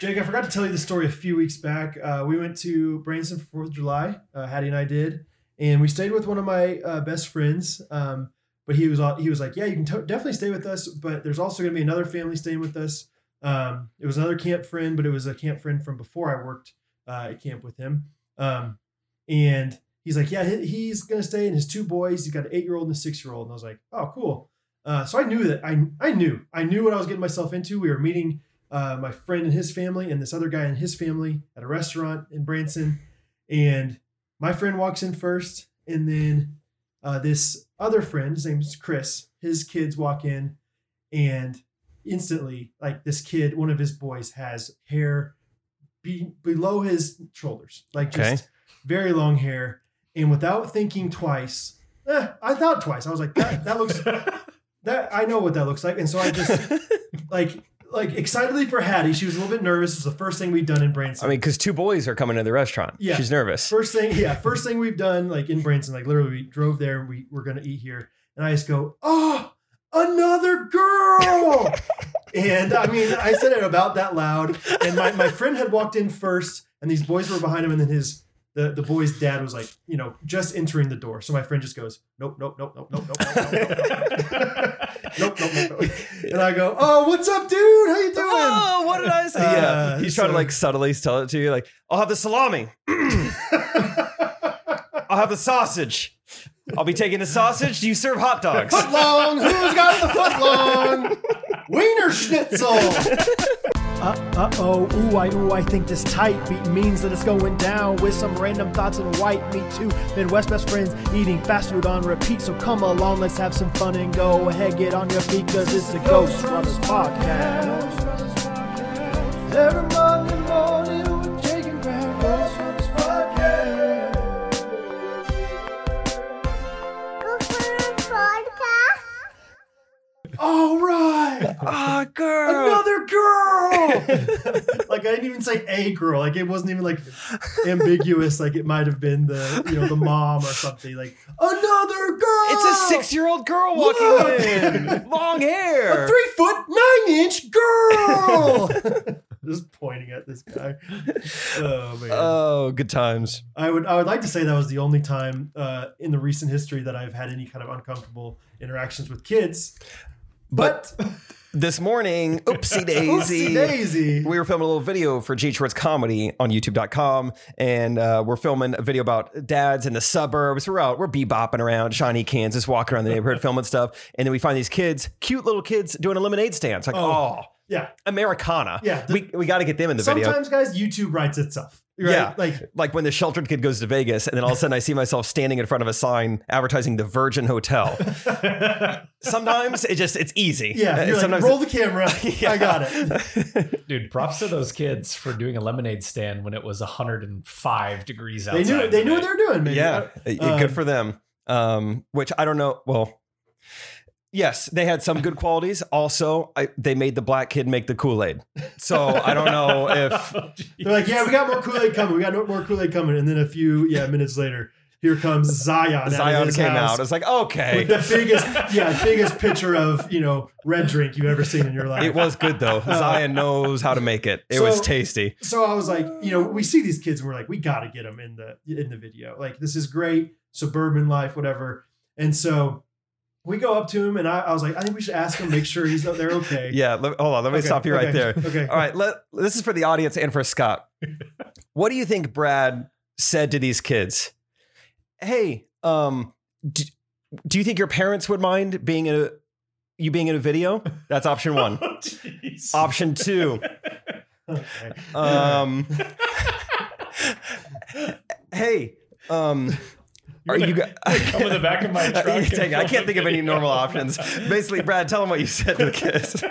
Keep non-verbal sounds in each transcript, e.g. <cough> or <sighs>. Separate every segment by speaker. Speaker 1: Jake, I forgot to tell you the story a few weeks back. Uh, we went to Branson for Fourth of July. Uh, Hattie and I did, and we stayed with one of my uh, best friends. Um, but he was all- he was like, "Yeah, you can to- definitely stay with us, but there's also going to be another family staying with us." Um, it was another camp friend, but it was a camp friend from before I worked uh, at camp with him. Um, and he's like, "Yeah, he- he's going to stay, and his two boys. He's got an eight year old and a six year old." And I was like, "Oh, cool." Uh, so I knew that I I knew I knew what I was getting myself into. We were meeting uh, my friend and his family and this other guy and his family at a restaurant in Branson. And my friend walks in first, and then uh, this other friend, his name's Chris, his kids walk in, and instantly, like this kid, one of his boys has hair be- below his shoulders, like just very long hair. And without thinking twice, eh, I thought twice. I was like, that, that looks, that I know what that looks like. And so I just like like excitedly for Hattie. She was a little bit nervous. It was the first thing we'd done in
Speaker 2: I
Speaker 1: Branson.
Speaker 2: mean, because two boys are coming to the restaurant.
Speaker 1: Yeah.
Speaker 2: She's nervous.
Speaker 1: first thing, yeah, first thing we've done like in Branson, like literally we drove there and we were gonna eat here, and I just go, oh, another girl. and I mean, I said it about that loud. And my, my friend had walked in first, and these boys were behind him, and then his the, the boy's dad was like, you know, just entering the door. So my friend just goes, nope, nope, nope, nope, nope, nope, nope, nope, nope, nope, nope, nope, nope. And I go, oh, what's up, dude? How you doing?
Speaker 2: Whoa, Oh, what did I say?
Speaker 1: Uh,
Speaker 2: <laughs> yeah. He's trying
Speaker 1: so-
Speaker 2: to like subtly tell it to you, like, I'll have the
Speaker 1: <laughs>
Speaker 2: salami. I'll have the sausage. I'll be taking the sausage. Do you serve hot
Speaker 1: <laughs>
Speaker 2: dogs?
Speaker 1: Footlong. Who's got the footlong? Wiener Schnitzel. Uh oh, ooh I ooh I think this tight beat means that it's going down with some random thoughts and white meat too. Midwest best friends eating fast food on repeat, so come along, let's have some fun and go ahead, get on your feet, cause it's the Ghost Runners Podcast. Every Monday morning with Jake and Graham, Ghost Runners Podcast. All right.
Speaker 2: Ah, girl.
Speaker 1: another girl. <laughs> like I didn't even say a girl. Like it wasn't even like ambiguous. Like it might have been the you know the mom or something. Like another girl.
Speaker 2: It's a six-year-old girl walking
Speaker 1: Look. <laughs>
Speaker 2: in, long hair.
Speaker 1: three foot nine inch
Speaker 2: <laughs>
Speaker 1: girl. <laughs> Just pointing at this guy. Oh man.
Speaker 2: Oh, good times.
Speaker 1: I would I would like to say that was the only time uh, in the recent history that I've had any kind of uncomfortable interactions with kids.
Speaker 2: But
Speaker 1: <laughs>
Speaker 2: this morning, oopsie daisy.
Speaker 1: Oopsie daisy.
Speaker 2: We were filming a little video for G Schwartz Comedy on YouTube.com, and uh, we're filming a video about dads in the suburbs. We're out, we're bebopping around Shawnee, Kansas, walking around the
Speaker 1: <laughs>
Speaker 2: neighborhood, filming stuff, and then we find these kids, cute little kids, doing a lemonade stand. It's like,
Speaker 1: Oh.
Speaker 2: oh,
Speaker 1: Yeah.
Speaker 2: Americana.
Speaker 1: Yeah.
Speaker 2: we we got to get them in the video.
Speaker 1: Sometimes guys, YouTube writes itself. Right?
Speaker 2: Yeah.
Speaker 1: Like
Speaker 2: Like when the sheltered kid goes to Vegas, and then all of a sudden I see myself standing in front of a sign advertising the
Speaker 1: <laughs>
Speaker 2: Virgin Hotel. Sometimes it just it's easy.
Speaker 1: Yeah,
Speaker 2: Uh,
Speaker 1: you're like,
Speaker 2: sometimes
Speaker 1: roll the
Speaker 2: <laughs>
Speaker 1: camera. I got it.
Speaker 2: it.
Speaker 3: Dude, props to those kids for doing a lemonade stand when it was 105 degrees
Speaker 1: They
Speaker 3: outside.
Speaker 1: knew they knew what they were doing. Man.
Speaker 2: yeah,
Speaker 1: Um,
Speaker 2: Uh, good for them. Um, which I don't know. Well, yes, they had some good qualities. Also, I, they made the black kid make the Kool Aid. So I don't know
Speaker 1: <laughs>
Speaker 2: if
Speaker 1: they're like, yeah, we got more Kool Aid coming. We got no- more Kool Aid coming. And then a few yeah minutes later, here comes Zion. out of
Speaker 2: Zion
Speaker 1: his
Speaker 2: came
Speaker 1: house
Speaker 2: out. It's like
Speaker 1: with
Speaker 2: okay,
Speaker 1: the biggest
Speaker 2: <laughs>
Speaker 1: yeah biggest picture of you know red drink you've ever seen in your life.
Speaker 2: it was
Speaker 1: <laughs>
Speaker 2: good though. Zion knows how to make it. It
Speaker 1: Uh-huh.
Speaker 2: was
Speaker 1: So-
Speaker 2: tasty.
Speaker 1: so I was like, you know, we see these kids and we're like, we got to get them in the in the video. Like this is great suburban life, whatever. And so we go up to him and I, I was like, I think we should ask him, make sure he's they're okay.
Speaker 2: <laughs> Yeah. Let, hold on. Let me
Speaker 1: Okay,
Speaker 2: stop you right
Speaker 1: okay,
Speaker 2: there.
Speaker 1: Okay.
Speaker 2: All right. Let, this is for the audience and for Scott. What do you think Brad said to these kids? Hey, um, do, do you think your parents would mind being in a you being in a video? That's option
Speaker 3: <laughs>
Speaker 2: one. option two.
Speaker 1: Okay.
Speaker 2: Um, <laughs> hey, um, are you? Go-
Speaker 3: come in the
Speaker 2: <laughs>
Speaker 3: back of my truck and
Speaker 2: Take- I
Speaker 3: film
Speaker 2: can't
Speaker 3: a
Speaker 2: think
Speaker 3: <laughs>
Speaker 2: of any
Speaker 3: video.
Speaker 2: normal options. Basically, Brad, tell them what you said to the
Speaker 3: <laughs>
Speaker 2: kids.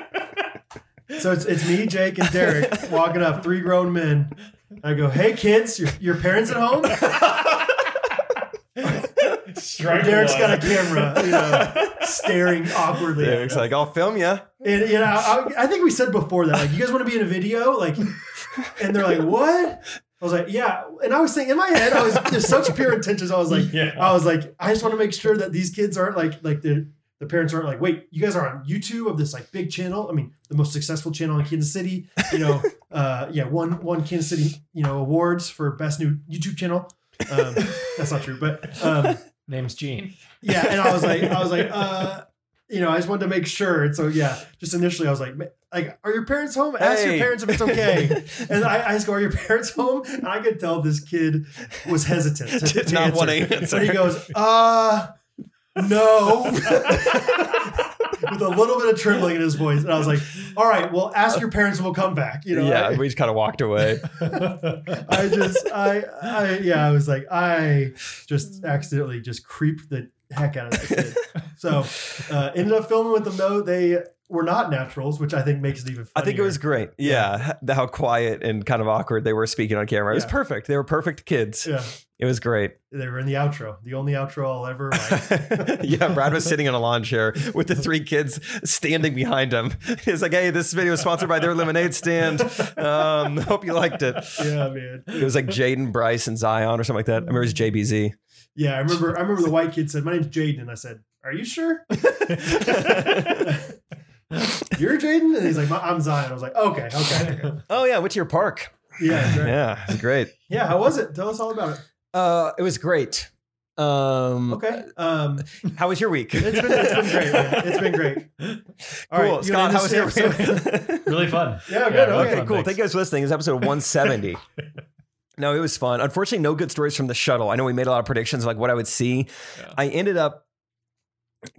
Speaker 1: So it's, it's me, Jake, and Derek walking up, three grown men. I go, hey kids, your, your parents at home?
Speaker 3: Strike
Speaker 1: Derek's got a
Speaker 3: one.
Speaker 1: camera, you know, staring awkwardly. at
Speaker 2: Derek's
Speaker 1: me.
Speaker 2: like, "I'll film you."
Speaker 1: and you know, I, I think we said before that, like, you guys want to be in a video, like, and they're like, what? I was like, yeah. And I was saying in my head, I was there's such pure intentions. I was like,
Speaker 3: <laughs> Yeah.
Speaker 1: I was like, I just want to make sure that these kids aren't like like they're The parents aren't like, wait, you guys are on YouTube of this like big channel. I mean, the most successful channel in Kansas City. You know, uh, yeah, one one Kansas City, you know, awards for best new YouTube channel. Um, that's not true, but um,
Speaker 3: Name's Gene.
Speaker 1: yeah. And I was like, I was like, uh, you know, I just wanted to make sure. And so yeah, just initially, I was like, "Ma- like, are your parents home? Ask your
Speaker 2: Hey.
Speaker 1: parents if it's
Speaker 2: <laughs>
Speaker 1: okay. And I, I just go, "Are your parents home?" And I could tell this kid was hesitant. To,
Speaker 2: Did
Speaker 1: to
Speaker 2: not wanna answer.
Speaker 1: And he goes, "Uh, no," <laughs> with a little bit of trembling in his voice. And I was like, "All right, well, ask your parents. and We'll come back." You know,
Speaker 2: yeah, we just kind of walked away.
Speaker 1: <laughs> I, I just, I, I, yeah, I was like, I just accidentally just creeped the heck out of that kid. So uh, ended up filming with them though. They were not naturals, which I think makes it even.
Speaker 2: I
Speaker 1: Funnier.
Speaker 2: think it was great. Yeah, h- how quiet and kind of awkward they were speaking on camera. It was
Speaker 1: Yeah.
Speaker 2: perfect. They were perfect kids.
Speaker 1: Yeah,
Speaker 2: It
Speaker 1: <laughs>
Speaker 2: was great.
Speaker 1: they were in the outro. The only outro I'll ever like.
Speaker 2: yeah, Brad was sitting on a lawn chair with the three kids standing behind him. <laughs> He's like, "Hey, this video is sponsored by their lemonade stand. Um, <laughs> hope you liked it."
Speaker 1: yeah, man.
Speaker 2: It was like Jaden, Bryce, and Zion or something like that. I remember it was JBZ.
Speaker 1: Yeah, I remember. I remember the white kid said, "My name's Jaden," and I said, "Are you
Speaker 2: <laughs>
Speaker 1: sure you're Jaden?" And he's like, "My- "I'm Zion." I was like, "Okay, okay, okay."
Speaker 2: oh yeah, Whittier Park.
Speaker 1: yeah, right. yeah,
Speaker 2: <laughs> Yeah, it was great.
Speaker 1: How was it? Tell us all about it.
Speaker 2: Uh, it was great. Um,
Speaker 1: Okay, um,
Speaker 2: How was your week?
Speaker 1: it's been it's been great. Man. It's been great. All
Speaker 2: cool,
Speaker 1: right, you wanna
Speaker 2: Scott. How
Speaker 1: end
Speaker 2: was <laughs>
Speaker 1: this
Speaker 2: your
Speaker 1: episode?
Speaker 2: week?
Speaker 3: really fun.
Speaker 1: <laughs> Yeah, good.
Speaker 3: really
Speaker 1: okay,
Speaker 2: Okay,
Speaker 3: fun.
Speaker 2: cool.
Speaker 3: Thanks.
Speaker 2: Thank you guys for listening. This is <laughs> episode 170. no, it was fun. Unfortunately, no good stories from the shuttle. I know we made a lot of predictions of, like what I would see.
Speaker 3: Yeah.
Speaker 2: I ended up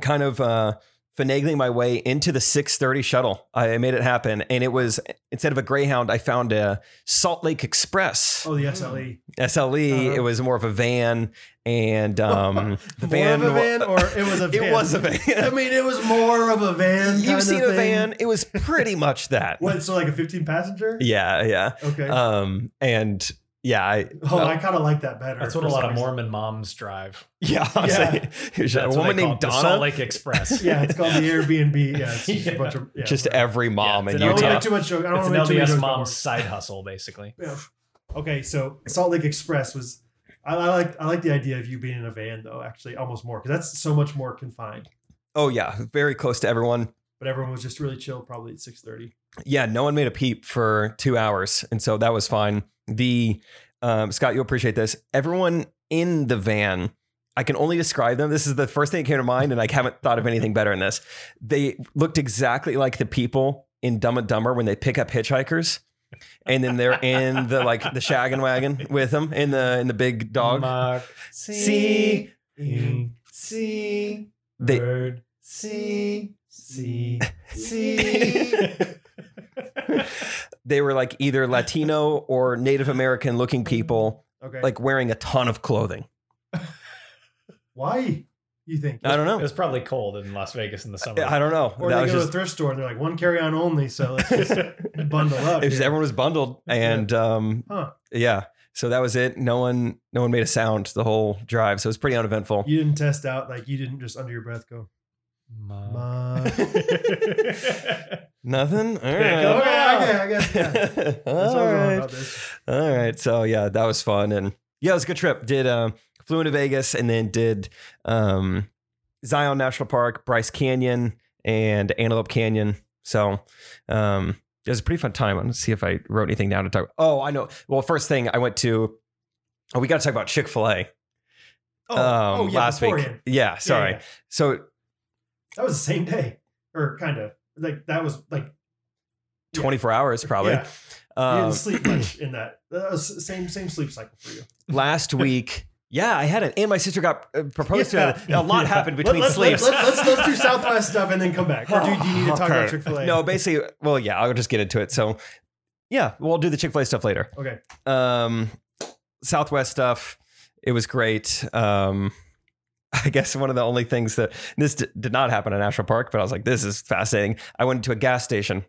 Speaker 2: kind of uh finagling my way into the 6:30 shuttle. I made it happen and it was instead of a Greyhound, I found a Salt Lake Express.
Speaker 1: Oh, the SLE.
Speaker 2: SLE,
Speaker 1: Uh-huh.
Speaker 2: it was more of a van
Speaker 1: <laughs>
Speaker 2: and um the van
Speaker 1: more of a
Speaker 2: wa-
Speaker 1: van, or it was a van.
Speaker 2: <laughs> It was
Speaker 1: <laughs>
Speaker 2: a
Speaker 1: I
Speaker 2: van.
Speaker 1: mean, it was more of a van. kind
Speaker 2: You've
Speaker 1: of
Speaker 2: seen a
Speaker 1: thing.
Speaker 2: van. It was pretty much that.
Speaker 1: What? So like a 15 passenger?
Speaker 2: Yeah, yeah.
Speaker 1: Okay.
Speaker 2: Um, and yeah, I, <laughs>
Speaker 1: oh, I kind of like that better.
Speaker 3: That's what
Speaker 1: for
Speaker 3: a lot of
Speaker 1: some reason.
Speaker 3: Mormon moms drive.
Speaker 2: yeah, <laughs> honestly, here's a
Speaker 3: That's what
Speaker 2: woman
Speaker 3: they call
Speaker 2: named
Speaker 3: it, the Salt
Speaker 2: Donna.
Speaker 1: <laughs>
Speaker 3: Lake <laughs> Express.
Speaker 1: Yeah, it's called the Airbnb. Yeah, it's just
Speaker 3: Yeah.
Speaker 1: a bunch of yeah,
Speaker 2: Just
Speaker 1: whatever.
Speaker 2: every mom
Speaker 3: Yeah,
Speaker 2: in
Speaker 1: I
Speaker 3: it's
Speaker 1: don't
Speaker 3: an
Speaker 1: want to
Speaker 2: Utah.
Speaker 1: make too much joke. I don't
Speaker 3: It's an
Speaker 1: want to make too
Speaker 3: LDS
Speaker 1: much <laughs>
Speaker 3: mom's side hustle, basically.
Speaker 1: Okay, so Salt Lake Express was. I, I like I like the idea of you being in a van though. Actually, almost more because that's so much more confined.
Speaker 2: Oh yeah, very close to everyone.
Speaker 1: But everyone was just really chill, probably at 6:30.
Speaker 2: Yeah, no one made a peep for two hours, and so that was fine. The um, Scott, you'll appreciate this. Everyone in the van. I can only describe them. This is the first thing that came to mind, and I haven't thought of anything better in this. They looked exactly like the people in Dumb and Dumber when they pick up hitchhikers, and then they're in the like the shaggin' wagon with them in the in the big dog.
Speaker 3: Mark.
Speaker 2: See,
Speaker 3: Mm. C.
Speaker 2: They-
Speaker 3: Bird. <laughs> C. C. C.
Speaker 2: they were like
Speaker 1: <laughs>
Speaker 2: either Latino or Native American looking people,
Speaker 1: <laughs> Okay,
Speaker 2: like wearing a ton of clothing.
Speaker 1: why you think?
Speaker 2: I don't
Speaker 3: It
Speaker 2: know.
Speaker 3: was probably cold in Las Vegas in the summer.
Speaker 2: I don't know.
Speaker 1: Or
Speaker 2: That
Speaker 1: they
Speaker 2: was
Speaker 1: go to a
Speaker 2: just,
Speaker 1: thrift store and they're like one carry on only, so let's
Speaker 2: <laughs>
Speaker 1: just bundle up.
Speaker 2: it was
Speaker 1: here.
Speaker 2: everyone was bundled, and um,
Speaker 1: Huh.
Speaker 2: yeah. So that was it. No one, no one made a sound the whole drive. So it was pretty uneventful.
Speaker 1: you didn't test out, like you didn't just under your breath go.
Speaker 3: Mom.
Speaker 1: "Ma."
Speaker 4: <laughs>
Speaker 2: Nothing. All
Speaker 3: Pick
Speaker 1: Okay,
Speaker 3: up.
Speaker 2: right.
Speaker 1: okay, I guess. Oh,
Speaker 2: <laughs>
Speaker 1: Yeah. That's what
Speaker 2: All
Speaker 1: I was wrong
Speaker 2: right.
Speaker 1: about this.
Speaker 2: All right. So yeah, that was fun, and yeah, it was a good trip. Did um, flew into Vegas, and then did um, Zion National Park, Bryce Canyon, and Antelope Canyon. So um, it was a pretty fun time. I'm gonna see if I wrote anything down to talk. Oh, I know. Well, first thing I went to. Oh, we got to talk about Chick Fil A
Speaker 1: Oh,
Speaker 2: um,
Speaker 1: oh, yeah,
Speaker 2: last week.
Speaker 1: beforehand.
Speaker 2: Yeah,
Speaker 1: Yeah,
Speaker 2: sorry.
Speaker 1: yeah.
Speaker 2: So
Speaker 1: That was the same day, or kind of like that was like
Speaker 2: 24 hours probably.
Speaker 1: Yeah, you
Speaker 2: Um,
Speaker 1: didn't
Speaker 2: <clears throat>
Speaker 1: sleep much in that. That was the same same sleep cycle for you.
Speaker 2: last week. Yeah, I had it, and my sister got uh, proposed to.
Speaker 3: Yeah.
Speaker 1: <laughs>
Speaker 2: A lot
Speaker 3: Yeah.
Speaker 2: happened between
Speaker 1: Let, us
Speaker 2: sleeps.
Speaker 1: Let, us let's let's do Southwest stuff and then come back. Or do, do you need to
Speaker 2: <laughs>
Speaker 1: talk about
Speaker 2: Okay.
Speaker 1: Chick Fil A?
Speaker 2: No, basically, well, yeah, I'll just get into it. So, yeah, we'll do the Chick Fil A stuff later.
Speaker 1: Okay.
Speaker 2: Um, Southwest stuff. It was great. Um, <laughs> I guess one of the only things that this d- did not happen in National Park, but I was like, this is fascinating. I went to a gas station,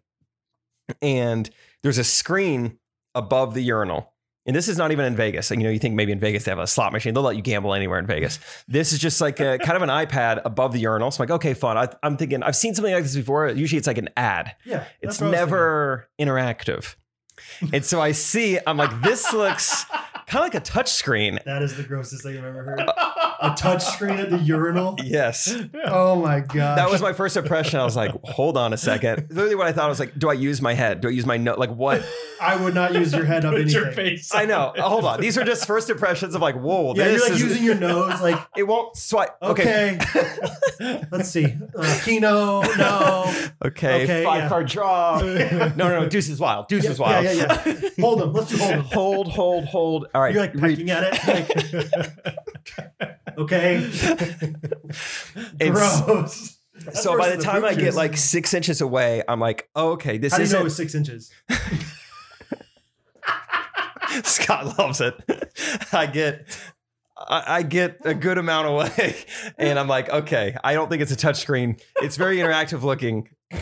Speaker 2: and there's a screen above the urinal. And this is not even in Vegas. You know, you think maybe in Vegas they have a slot machine. They'll let you gamble anywhere in Vegas. This is just like a kind of an iPad above the urinal. So I'm like, okay, fun. I, I'm thinking I've seen something like this before. Usually it's like an ad
Speaker 1: Yeah.
Speaker 2: it's
Speaker 1: that's what I was
Speaker 2: never interactive. And so
Speaker 1: <laughs>
Speaker 2: I see, I'm like, this looks kind of like a touch screen. <laughs>
Speaker 1: thinking. That is the grossest thing I've ever heard. a touch screen at the urinal.
Speaker 2: Yes.
Speaker 1: Oh my god.
Speaker 2: That was my first impression. I was like, hold on a second. Literally what I thought I was like, do I use my head? Do I use my nose? Like what?
Speaker 1: I would not use your head up
Speaker 3: Put
Speaker 1: anything.
Speaker 3: your face.
Speaker 2: I know. Hold on. These are just first impressions of like, whoa,
Speaker 1: Yeah,
Speaker 2: this
Speaker 1: you're like
Speaker 2: is
Speaker 1: using your nose. Like
Speaker 2: it won't swipe. Okay.
Speaker 1: okay,
Speaker 2: <laughs>
Speaker 1: let's see. Uh, Kino, no.
Speaker 2: Okay.
Speaker 1: Okay,
Speaker 2: Five
Speaker 1: yeah. <laughs>
Speaker 2: card draw. no, no, no. Deuce is wild. Deuce is
Speaker 1: yeah,
Speaker 2: wild.
Speaker 1: yeah, yeah. Hold them. Let's do hold them.
Speaker 2: <laughs> Hold, hold, hold. All right.
Speaker 1: You're like
Speaker 2: Read.
Speaker 1: pecking at it. Like, okay,
Speaker 2: It's-
Speaker 1: gross. That's
Speaker 2: so
Speaker 1: worse
Speaker 2: by
Speaker 1: than
Speaker 2: the time I get
Speaker 1: pictures.
Speaker 2: like six inches away, I'm like, oh, okay, this
Speaker 1: how do you know it
Speaker 2: isn't.
Speaker 1: was six inches?
Speaker 2: <laughs> Scott loves it. I get. I I get a good amount away, <laughs> and I'm like, okay, I don't think it's a touchscreen. It's very interactive looking. <laughs>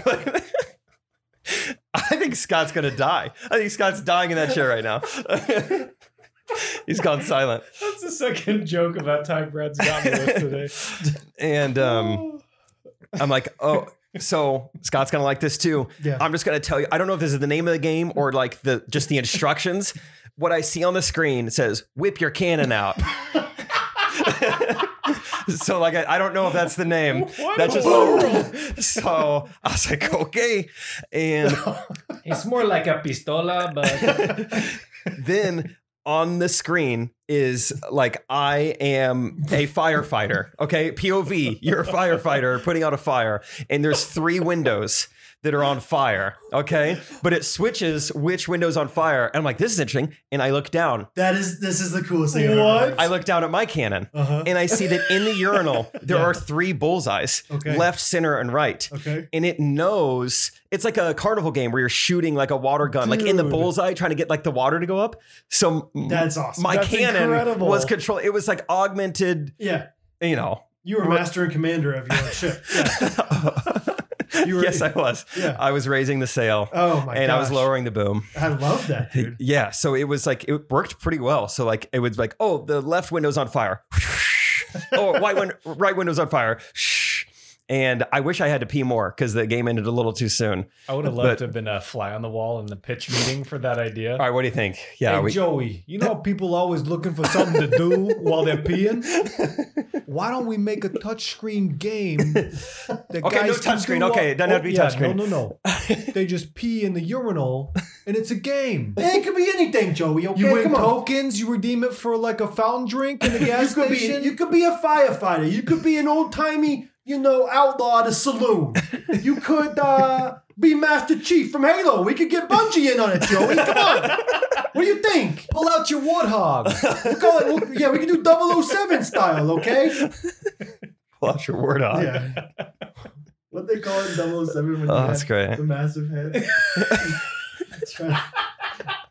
Speaker 2: I think Scott's gonna die. I think Scott's dying in that chair right now. <laughs> He's gone silent.
Speaker 3: That's the second joke about time Brad's got me with today.
Speaker 2: And <laughs> um, I'm like, oh, so Scott's gonna like this too.
Speaker 1: Yeah.
Speaker 2: I'm just gonna tell you. I don't know if this is the name of the game or like the just the instructions. What I see on the screen says, "Whip your cannon out." <laughs> so like, I, I don't know if that's the name.
Speaker 3: What
Speaker 2: That
Speaker 3: in
Speaker 2: just
Speaker 3: the world?
Speaker 2: <laughs> so I was like, okay, and
Speaker 3: It's more like a pistola, but
Speaker 4: <laughs>
Speaker 2: then on the screen is like I am a firefighter. Okay, POV, you're a firefighter putting out a fire, and there's three windows that are on fire. Okay, but it switches which window's on fire, and I'm like, this is interesting. And I look down.
Speaker 1: That is this is the coolest thing.
Speaker 3: What?
Speaker 2: I look down at my cannon,
Speaker 1: Uh huh.
Speaker 2: and I see that in the urinal there
Speaker 1: Yeah.
Speaker 2: are three bullseyes,
Speaker 1: Okay.
Speaker 2: left, center, and right.
Speaker 1: Okay.
Speaker 2: And it knows it's like a carnival game where you're shooting like a water gun, like in the
Speaker 1: Dude.
Speaker 2: bullseye, trying to get like the water to go up. So
Speaker 1: That's awesome.
Speaker 2: my
Speaker 3: That's
Speaker 2: cannon
Speaker 3: incredible.
Speaker 2: was control. It was like augmented,
Speaker 1: yeah,
Speaker 2: you know.
Speaker 1: you were master and commander of your own
Speaker 2: <laughs>
Speaker 1: ship. Yeah. You were-
Speaker 2: yes, I was.
Speaker 1: Yeah.
Speaker 2: I was raising the sail
Speaker 1: Oh my god.
Speaker 2: and I was lowering the boom.
Speaker 1: I love that, dude.
Speaker 2: Yeah, so it was like it worked pretty well. So like it was like, oh, the left window's on fire. <laughs> oh, white win- right window's on fire. And I wish I had to pee more because the game ended a little too soon.
Speaker 3: I would have loved
Speaker 2: But-
Speaker 3: to have been a fly on the wall in the pitch meeting for that idea.
Speaker 2: All right, what do you think? Yeah,
Speaker 4: hey,
Speaker 2: we,
Speaker 4: Joey, you know people always looking for something to do while they're peeing. Why don't we make a touchscreen game? That
Speaker 2: Okay, no
Speaker 4: guys can
Speaker 2: touchscreen.
Speaker 4: do
Speaker 2: Okay,
Speaker 4: while-
Speaker 2: it doesn't have to be
Speaker 4: yeah,
Speaker 2: touchscreen.
Speaker 4: No, no, no. they just pee in the urinal, and it's a game.
Speaker 1: It could be anything, Joey. Okay,
Speaker 4: You win
Speaker 1: come on.
Speaker 4: tokens. You redeem it for like a fountain
Speaker 1: <laughs>
Speaker 4: drink in the gas
Speaker 1: you could
Speaker 4: station.
Speaker 1: Be, you could be a firefighter. You could be an old timey, you know, outlaw at a saloon. You could uh, be Master Chief from Halo. We could get Bungie in on it, Joey. Come on. What do you think?
Speaker 4: pull out your warthog.
Speaker 1: We'll call it, we'll- yeah, we can do 007 style, okay?
Speaker 2: flush your word on.
Speaker 1: Yeah. <laughs> What they call it 007 when you
Speaker 2: Oh,
Speaker 1: have
Speaker 2: that's great.
Speaker 1: the massive head? <laughs>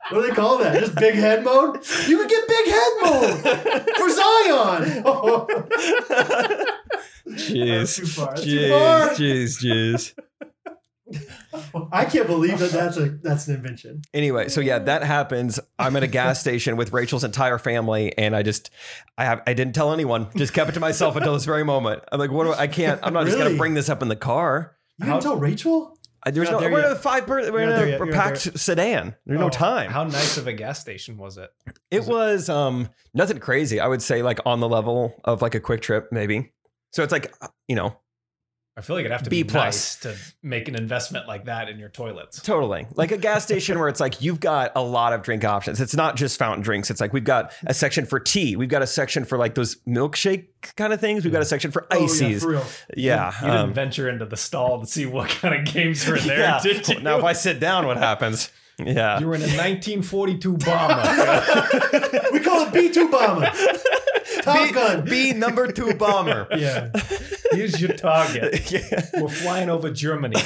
Speaker 1: what do they call that? Just big head mode? You could get big head mode for Zion. <laughs> That's
Speaker 2: <laughs> Jeez.
Speaker 1: too far. That's too
Speaker 2: Jeez,
Speaker 1: far.
Speaker 2: jeez, jeez.
Speaker 1: I can't believe that that's <laughs> a that's an invention.
Speaker 2: Anyway, so yeah, that happens. I'm at a gas
Speaker 1: <laughs>
Speaker 2: station with Rachel's entire family, and I just, I have, I didn't tell anyone. Just kept it to myself until this very moment. I'm like, what do I, I can't. I'm not just
Speaker 1: Really?
Speaker 2: gonna bring this up in the car.
Speaker 1: You didn't
Speaker 3: How-
Speaker 1: tell Rachel?
Speaker 2: I, there's
Speaker 1: You're not
Speaker 2: no.
Speaker 1: there
Speaker 2: We're in
Speaker 1: yet.
Speaker 2: a five. per- We're
Speaker 1: You're not there
Speaker 2: in a
Speaker 1: yet. You're not
Speaker 2: packed sedan. There's no
Speaker 1: Oh,
Speaker 2: time.
Speaker 3: How nice of a gas station was it?
Speaker 2: it was um nothing crazy. I would say like on the level of like a quick trip maybe. So it's like you know
Speaker 3: I feel like it'd have to
Speaker 2: B
Speaker 3: be
Speaker 2: plus.
Speaker 3: nice to make an investment like that in your toilets.
Speaker 2: Totally. Like a gas station where it's like you've got a lot of drink options. It's not just fountain drinks. It's like we've got a section for tea. We've got a section for like those milkshake kind of things. We've got a section for
Speaker 1: Oh, yeah,
Speaker 2: ices.
Speaker 1: for <laughs> real.
Speaker 2: yeah.
Speaker 3: You didn't
Speaker 2: um,
Speaker 3: venture into the stall to see what kind of games were there,
Speaker 2: yeah.
Speaker 3: did you?
Speaker 2: Now if I sit down, what happens? Yeah.
Speaker 4: You were in a
Speaker 2: <laughs>
Speaker 4: 1942 bomber.
Speaker 1: We call it B two bomber. Top
Speaker 2: B,
Speaker 1: gun.
Speaker 2: B number two bomber.
Speaker 1: yeah.
Speaker 3: Here's your
Speaker 2: <laughs>
Speaker 3: target.
Speaker 2: yeah.
Speaker 3: We're flying
Speaker 2: <laughs>
Speaker 3: over Germany.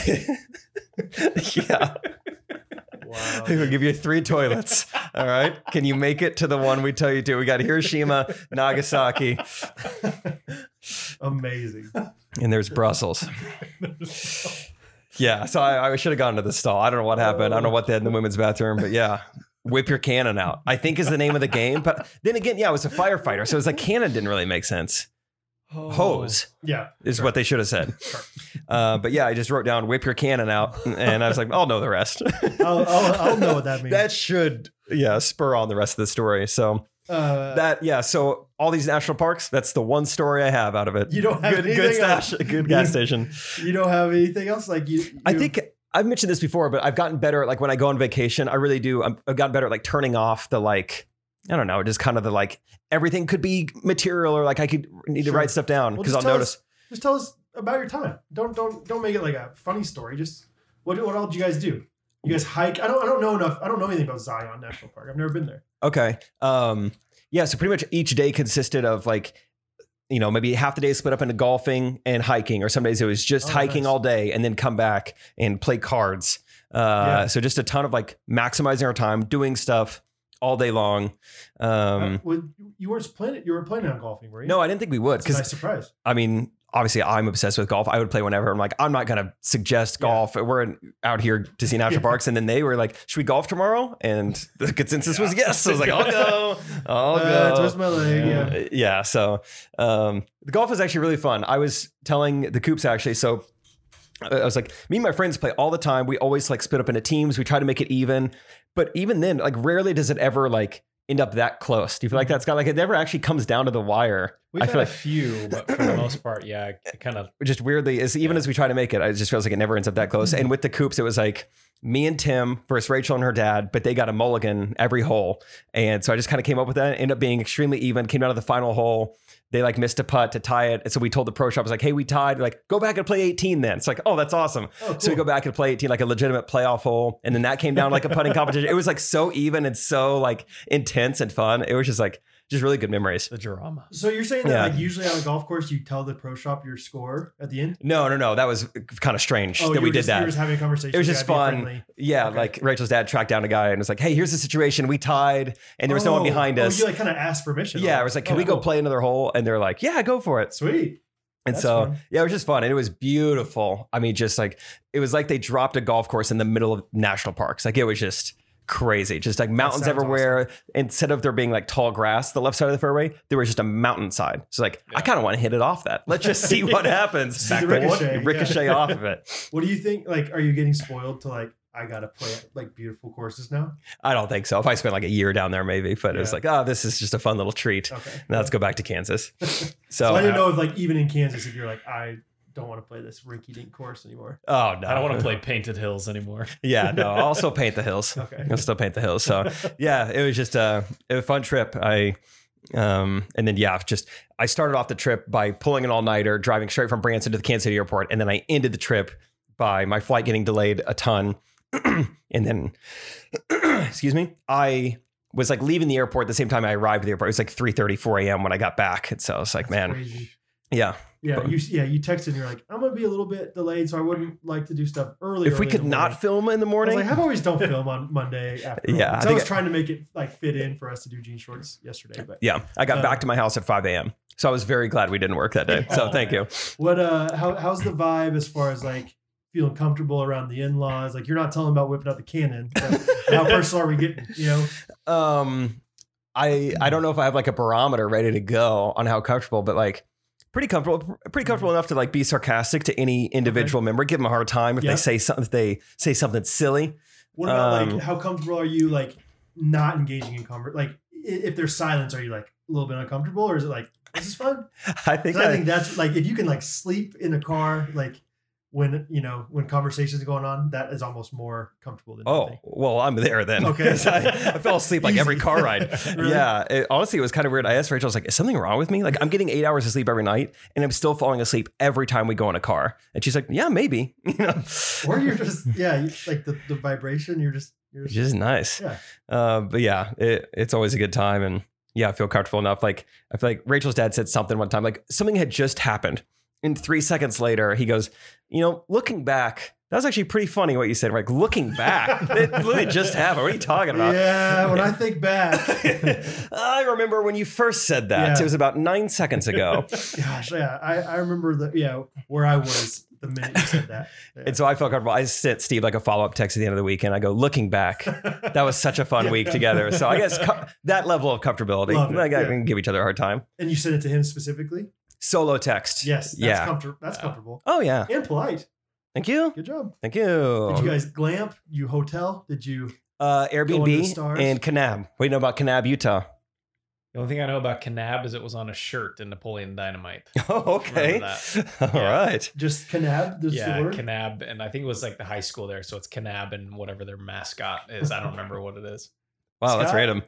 Speaker 2: Yeah.
Speaker 1: Wow.
Speaker 2: We'll give you three toilets. All right. Can you make it to the one we tell you to? We got Hiroshima, Nagasaki,
Speaker 1: Amazing.
Speaker 2: and there's Brussels. Yeah, so I, I should have gone to the stall. I don't know what happened. I don't know what they had in the women's bathroom, but yeah, whip your cannon out. I think is the name of the game. But then again, yeah, I was a firefighter, so it's like cannon didn't really make sense. Hose
Speaker 1: Yeah.
Speaker 2: is what they should have said. Uh, but yeah, I just wrote down whip your cannon out, and I was like, I'll know the rest. <laughs>
Speaker 1: I'll, I'll, I'll know what that means.
Speaker 2: that should yeah spur on the rest of the story. So
Speaker 1: Uh,
Speaker 2: that yeah. So all these national parks. That's the one story I have out of it.
Speaker 1: You don't have
Speaker 2: good, good
Speaker 1: anything
Speaker 2: stash,
Speaker 1: else. <laughs>
Speaker 2: good gas station.
Speaker 1: you don't have anything else like you. you
Speaker 2: I think I've mentioned this before, but I've gotten better at like when I go on vacation, I really do. I'm, I've gotten better at like turning off the like, I don't know, just kind of the like everything could be material or like I could need to
Speaker 1: Sure.
Speaker 2: write stuff down
Speaker 1: Well,
Speaker 2: because
Speaker 1: just
Speaker 2: I'll
Speaker 1: tell
Speaker 2: notice.
Speaker 1: us- just tell us about your time. Don't don't don't make it like a funny story. Just what what all do you guys do? You guys hike? I don't I don't know enough. I don't know anything about Zion National Park. I've never been there.
Speaker 2: Okay. Um, yeah. So pretty much each day consisted of like, you know, maybe half the day split up into golfing and hiking, or some days it was just
Speaker 1: Oh,
Speaker 2: hiking
Speaker 1: nice.
Speaker 2: all day and then come back and play cards. Uh,
Speaker 1: Yeah.
Speaker 2: So just a ton of like maximizing our time, doing stuff all day long. Um,
Speaker 1: Uh, well, you weren't planning. You were planning on golfing, were you?
Speaker 2: no, I didn't think we would
Speaker 1: It's a
Speaker 2: because
Speaker 1: nice surprise.
Speaker 2: I mean, obviously, I'm obsessed with golf. I would play whenever. I'm like, I'm not going to suggest
Speaker 1: Yeah.
Speaker 2: golf. We're in, out here to see
Speaker 1: <laughs>
Speaker 2: national
Speaker 1: Yeah.
Speaker 2: parks, and then they were like, "Should we golf tomorrow?" And the consensus was
Speaker 1: <laughs>
Speaker 2: yes. So I was like, "I'll go, I'll
Speaker 1: Uh,
Speaker 2: go."
Speaker 1: twist my leg. Yeah.
Speaker 2: Uh, yeah. So um, the golf is actually really fun. I was telling the coops actually. So I I was like, me and my friends play all the time. We always like split up into teams. We try to make it even, but even then, like rarely does it ever like end up that close. Do you feel like that's got like it never actually comes down to the wire?
Speaker 3: Mm-hmm. We've
Speaker 2: I
Speaker 3: had
Speaker 2: feel
Speaker 3: a few, but for the most part, yeah, it kind of
Speaker 2: just weirdly is even as we try to make it, it just feels like it never ends up that close.
Speaker 1: Mm-hmm.
Speaker 2: And with the coops, it was like me and Tim versus Rachel and her dad, but they got a mulligan every hole. And so I just kind of came up with that. Ended up being extremely even. Came down to the final hole. They like missed a putt to tie it. And so we told the pro shop, I was like, hey, we tied. They're like, go back and play 18 then. It's like, oh, that's awesome.
Speaker 1: Oh, cool.
Speaker 2: So we go back and play 18, like a legitimate playoff hole. And then that came down like a putting competition. It was like so even and so like intense and fun. It was just like, just really good memories.
Speaker 3: the drama.
Speaker 1: So you're saying that
Speaker 2: Yeah.
Speaker 1: like usually on a golf course you tell the pro shop your score at the end? Oh,
Speaker 2: No, no, no. That was kind of strange
Speaker 1: you
Speaker 2: that we
Speaker 1: were
Speaker 2: did
Speaker 1: just,
Speaker 2: that.
Speaker 1: You were just having a conversation.
Speaker 2: It was just
Speaker 1: yeah, being
Speaker 2: fun.
Speaker 1: friendly.
Speaker 2: Yeah,
Speaker 1: Okay.
Speaker 2: like Rachel's dad tracked down a guy and was like, "Hey, here's the situation. We tied, and there was no one
Speaker 1: Oh,
Speaker 2: behind
Speaker 1: oh,
Speaker 2: us."
Speaker 1: you like kind of asked permission.
Speaker 2: yeah, I was like, "Can
Speaker 1: oh,
Speaker 2: we go
Speaker 1: cool.
Speaker 2: play another hole?" And they're like, "Yeah, go for it."
Speaker 1: Sweet.
Speaker 2: And
Speaker 1: That's
Speaker 2: so,
Speaker 1: fun.
Speaker 2: yeah, it was just fun, and it was beautiful. I mean, just like it was like they dropped a golf course in the middle of national parks. Like it was just crazy, just like mountains
Speaker 1: sounds
Speaker 2: everywhere. Instead of there being like tall grass, the left side of the fairway, there was just a mountainside. So like, I kind of want to hit it off that. Let's
Speaker 1: <laughs>
Speaker 2: just see what happens.
Speaker 1: See the
Speaker 2: Back to one,
Speaker 1: ricochet, yeah.
Speaker 2: ricochet off of it.
Speaker 1: What do you think? Like, are you getting spoiled to like? I gotta play like beautiful courses now.
Speaker 2: I don't think so. If I spent like a year down there, maybe, but it was
Speaker 1: Yeah.
Speaker 2: like, oh, this is just a fun little treat.
Speaker 3: Oh.
Speaker 1: Okay.
Speaker 2: Now let's go back to
Speaker 3: <laughs>
Speaker 2: Kansas.
Speaker 1: So I
Speaker 2: So, uh,
Speaker 1: didn't know if like even in Kansas, if you're like I don't want to play this rinky-dink course anymore.
Speaker 2: oh no,
Speaker 3: I
Speaker 2: <laughs>
Speaker 3: don't want to play Painted Hills anymore.
Speaker 2: Yeah, no, I'll
Speaker 3: <laughs>
Speaker 2: still paint the hills.
Speaker 1: Okay.
Speaker 2: I'll still paint the hills. So yeah, it was just a, a fun trip. I, um, and then yeah, just I started off the trip by pulling an all nighter, driving straight from Branson to the Kansas City airport, and then I ended the trip by my flight getting delayed a ton, <clears throat> and then <clears throat> excuse me, I was like leaving the airport the same time I arrived at the airport. It was like 3 4 a.m. when I got back, and so I was like, man,
Speaker 1: Crazy.
Speaker 2: yeah,
Speaker 1: Yeah,
Speaker 2: But-
Speaker 1: you yeah you texted and you're like I'm gonna be a little bit delayed, so I wouldn't like to do stuff early.
Speaker 2: if
Speaker 1: early
Speaker 2: we
Speaker 1: in
Speaker 2: could
Speaker 1: the
Speaker 2: not
Speaker 1: morning."
Speaker 2: film in the
Speaker 1: I was
Speaker 2: morning,
Speaker 1: like, I've always don't film on Monday
Speaker 2: <laughs>
Speaker 1: after.
Speaker 2: Yeah, I
Speaker 1: I, I
Speaker 2: think
Speaker 1: was
Speaker 2: I-
Speaker 1: trying to make it like fit in for us to do jean shorts yesterday. But
Speaker 2: Yeah, I got
Speaker 1: Uh,
Speaker 2: back to my house at 5 a.m. So I was very glad we didn't work that day. So
Speaker 3: Oh,
Speaker 2: thank you.
Speaker 1: what uh, how, how's the vibe as far as like feeling comfortable around the in-laws? Like you're not telling about whipping out the cannon. But how personal are we getting? You know,
Speaker 2: Um, I I don't know if I have like a barometer ready to go on how comfortable, but like pretty comfortable, pretty comfortable enough to like be sarcastic to any individual member, give them a hard time if
Speaker 1: Yeah.
Speaker 2: they say something, if they say something silly. <laughs>
Speaker 1: what about
Speaker 2: Um,
Speaker 1: like how comfortable are you like not engaging in conversation? Like i- if there's silence, are you like a little bit uncomfortable, or is it like this is fun?
Speaker 2: I think
Speaker 1: 'Cause I think that's like if you can like sleep in a car, like when you know when conversations are going on, that is almost more comfortable than
Speaker 2: Oh
Speaker 1: nothing.
Speaker 2: well, I'm there <laughs> then.
Speaker 1: Okay.
Speaker 2: 'Cause I, I fell asleep like
Speaker 1: <laughs>
Speaker 2: every
Speaker 1: Easy.
Speaker 2: car ride.
Speaker 1: Really?
Speaker 2: Yeah, it- honestly, it was kind of weird. I asked Rachel, I was like, "Is something wrong with me? Like, I'm getting eight hours of sleep every night, and I'm still falling asleep every time we go in a car." And she's like, "Yeah, maybe." <laughs> You know,
Speaker 1: or you're just yeah, you, like the the vibration. You're just you're
Speaker 2: which
Speaker 1: just.
Speaker 2: is nice.
Speaker 1: Yeah.
Speaker 2: Uh, but yeah, it, it's always a good time, and yeah, I feel comfortable enough. Like, I feel like Rachel's dad said something one time, like something had just happened, and three seconds later, he goes, "You know, looking back." That was actually pretty funny what you said. Like looking
Speaker 1: <laughs>
Speaker 2: back, it literally just happened. What are you talking about?
Speaker 1: Yeah, when I think back,
Speaker 2: <laughs> I remember when you first said that.
Speaker 1: Yeah.
Speaker 2: It was about nine seconds
Speaker 1: <laughs>
Speaker 2: ago.
Speaker 1: Gosh, yeah, I, I remember the yeah where I was the minute you said
Speaker 2: <laughs>
Speaker 1: that. Yeah. <laughs>
Speaker 2: and so I felt comfortable. I sent Steve like a follow up text at the end of the week, and I go, looking back, that was such a fun week together. So I guess co- that level of comfortability,
Speaker 1: Love it,
Speaker 2: like I
Speaker 1: yeah.
Speaker 2: can give each other a hard time.
Speaker 1: and you sent it to him specifically.
Speaker 2: Solo text.
Speaker 1: Yes, that's
Speaker 2: yeah.
Speaker 1: comfort- that's comfortable
Speaker 2: oh, yeah.
Speaker 1: and polite.
Speaker 2: Thank you.
Speaker 1: Good job.
Speaker 2: Thank
Speaker 1: Did you
Speaker 2: you.
Speaker 1: guys glamp? You hotel? Did you?
Speaker 2: Uh,
Speaker 1: Going to the
Speaker 2: Airbnb
Speaker 1: stars?
Speaker 2: and Kanab. What do you know about Kanab, Utah? <laughs>
Speaker 3: The only thing I know about Kanab is it was on a shirt in Napoleon Dynamite.
Speaker 2: Oh, okay.
Speaker 3: Remember
Speaker 2: <laughs> All right.
Speaker 3: Yeah.
Speaker 1: Just Kanab, this
Speaker 3: yeah,
Speaker 1: the word.
Speaker 3: Kanab, and I think it was like the high school there, so it's Kanab and whatever their mascot is. I don't remember what it is.
Speaker 2: Wow, that's
Speaker 1: Scott?
Speaker 2: random.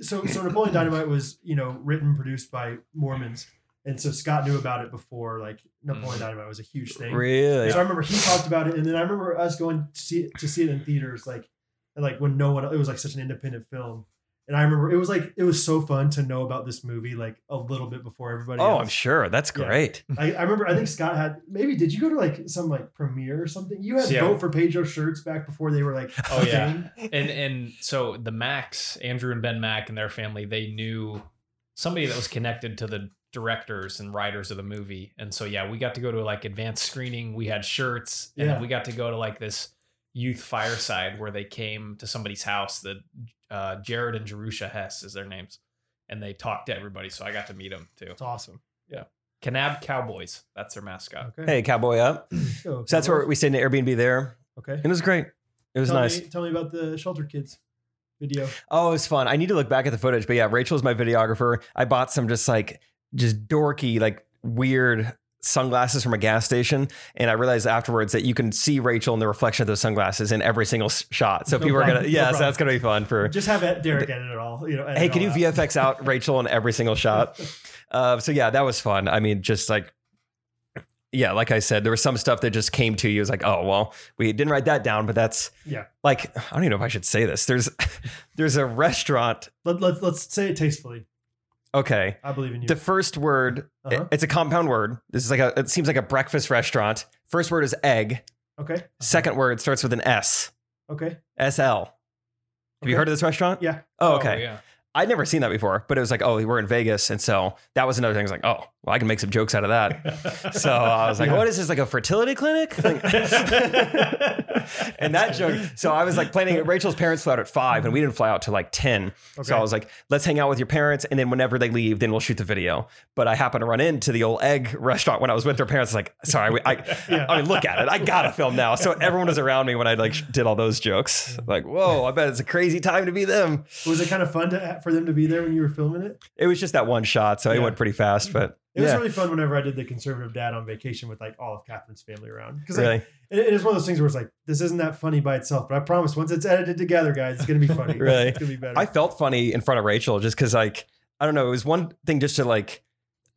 Speaker 1: so so Napoleon Dynamite was you know written produced by Mormons, and so Scott knew about it before like Napoleon
Speaker 3: Mhm.
Speaker 1: Dynamite was a huge thing.
Speaker 2: Mm. Really?
Speaker 1: So I remember he talked about it, and then I remember us going to see it, to see it in theaters, like and, like when no one it was like such an independent film, and I remember it was like it was so fun to know about this movie like a little bit before everybody.
Speaker 2: Oh,
Speaker 1: else.
Speaker 2: I'm sure. That's
Speaker 1: Yeah.
Speaker 2: great.
Speaker 1: I, I remember I think Scott had maybe did you go to like some like premiere or something? You had
Speaker 3: Yeah.
Speaker 1: vote for Pedro shirts back before they were like
Speaker 3: Oh,
Speaker 1: a
Speaker 3: yeah.
Speaker 1: thing.
Speaker 3: And and so the Max, Andrew and Ben Mack and their family, they knew somebody that was connected to the directors and writers of the movie. And so yeah, we got to go to like advanced screening. We had shirts, and
Speaker 1: Yeah.
Speaker 3: then we got to go to like this youth fireside where they came to somebody's house. That uh, Jared and Jerusha Hess is their names, and they talked to everybody. So I got to meet them too.
Speaker 1: It's awesome.
Speaker 3: Kanab Cowboys, that's their mascot.
Speaker 1: Okay.
Speaker 2: Hey, cowboy up.
Speaker 1: So,
Speaker 2: So that's where we stayed in the Airbnb there.
Speaker 1: Okay.
Speaker 2: It was great. It was
Speaker 1: tell
Speaker 2: nice.
Speaker 1: Me, tell me about the Shelter Kids video.
Speaker 2: Oh, it was fun. I need to look back at the footage, but yeah, Rachel's my videographer. I bought some just like just dorky, like weird sunglasses from a gas station, and I realized afterwards that you can see Rachel in the reflection of those sunglasses in every single s- shot. So
Speaker 1: No
Speaker 2: people are
Speaker 1: problem.
Speaker 2: gonna,
Speaker 1: No
Speaker 2: yeah, so
Speaker 1: problem.
Speaker 2: that's gonna be fun for.
Speaker 1: Just have Ed- Derek edit it all. You know. edit
Speaker 2: Hey,
Speaker 1: it
Speaker 2: can you
Speaker 1: all out. <laughs>
Speaker 2: VFX out Rachel in every single shot? Uh, so yeah, that was fun. I mean, just like. Yeah, like I said, there was some stuff that just came to you. It was like, oh well, we didn't write that down, but that's
Speaker 1: Yeah.
Speaker 2: Like, I don't even know if I should say this. There's, <laughs> there's a restaurant.
Speaker 1: Let, let's let's say it tastefully.
Speaker 2: Okay,
Speaker 1: I believe in you.
Speaker 2: The first word,
Speaker 1: Uh-huh.
Speaker 2: it- it's a compound word. This is like a, it seems like a breakfast restaurant. First word is
Speaker 1: Uh-huh.
Speaker 2: egg.
Speaker 1: okay.
Speaker 2: Second word starts with an S. <laughs>
Speaker 1: Okay. <laughs>
Speaker 2: SL. Have you
Speaker 1: Okay.
Speaker 2: heard of this restaurant?
Speaker 1: Yeah.
Speaker 2: Oh, okay.
Speaker 3: yeah.
Speaker 2: I'd never seen that before, but it was like, oh, we're in Vegas. And so that was another thing. I was like, oh, well, I can make some jokes out of that.
Speaker 1: <laughs>
Speaker 2: So I was like,
Speaker 1: Yeah.
Speaker 2: what is this, like a fertility
Speaker 1: <laughs>
Speaker 2: clinic? <laughs> and that joke. So I was like planning, Rachel's parents flew out at five and we didn't fly out till like 10.
Speaker 1: Okay.
Speaker 2: So I was like, let's hang out with your parents. And then whenever they leave, then we'll shoot the video. But I happened to run into the old egg restaurant when I was with their parents. Like, sorry, we, I,
Speaker 1: <laughs> Yeah.
Speaker 2: I mean, look at it. I got to film now. So everyone was around me when I like did all those jokes. Like, whoa, I bet it's a crazy time to be them.
Speaker 1: was it kind of fun to, uh, for them to be there when you were filming it?
Speaker 2: It was just that one shot. So it
Speaker 1: Yeah.
Speaker 2: went pretty fast, but
Speaker 1: It was
Speaker 2: yeah,
Speaker 1: really fun whenever I did the conservative dad on vacation with like all of Catherine's family around. Because
Speaker 2: really.
Speaker 1: it, it is one of those things where it's like, this isn't that funny by itself, but I promise once it's edited together, guys, it's going to be funny.
Speaker 2: <laughs> Really?
Speaker 1: It's going to be better.
Speaker 2: I felt funny in front of Rachel just because, like, I don't know. It was one thing just to like.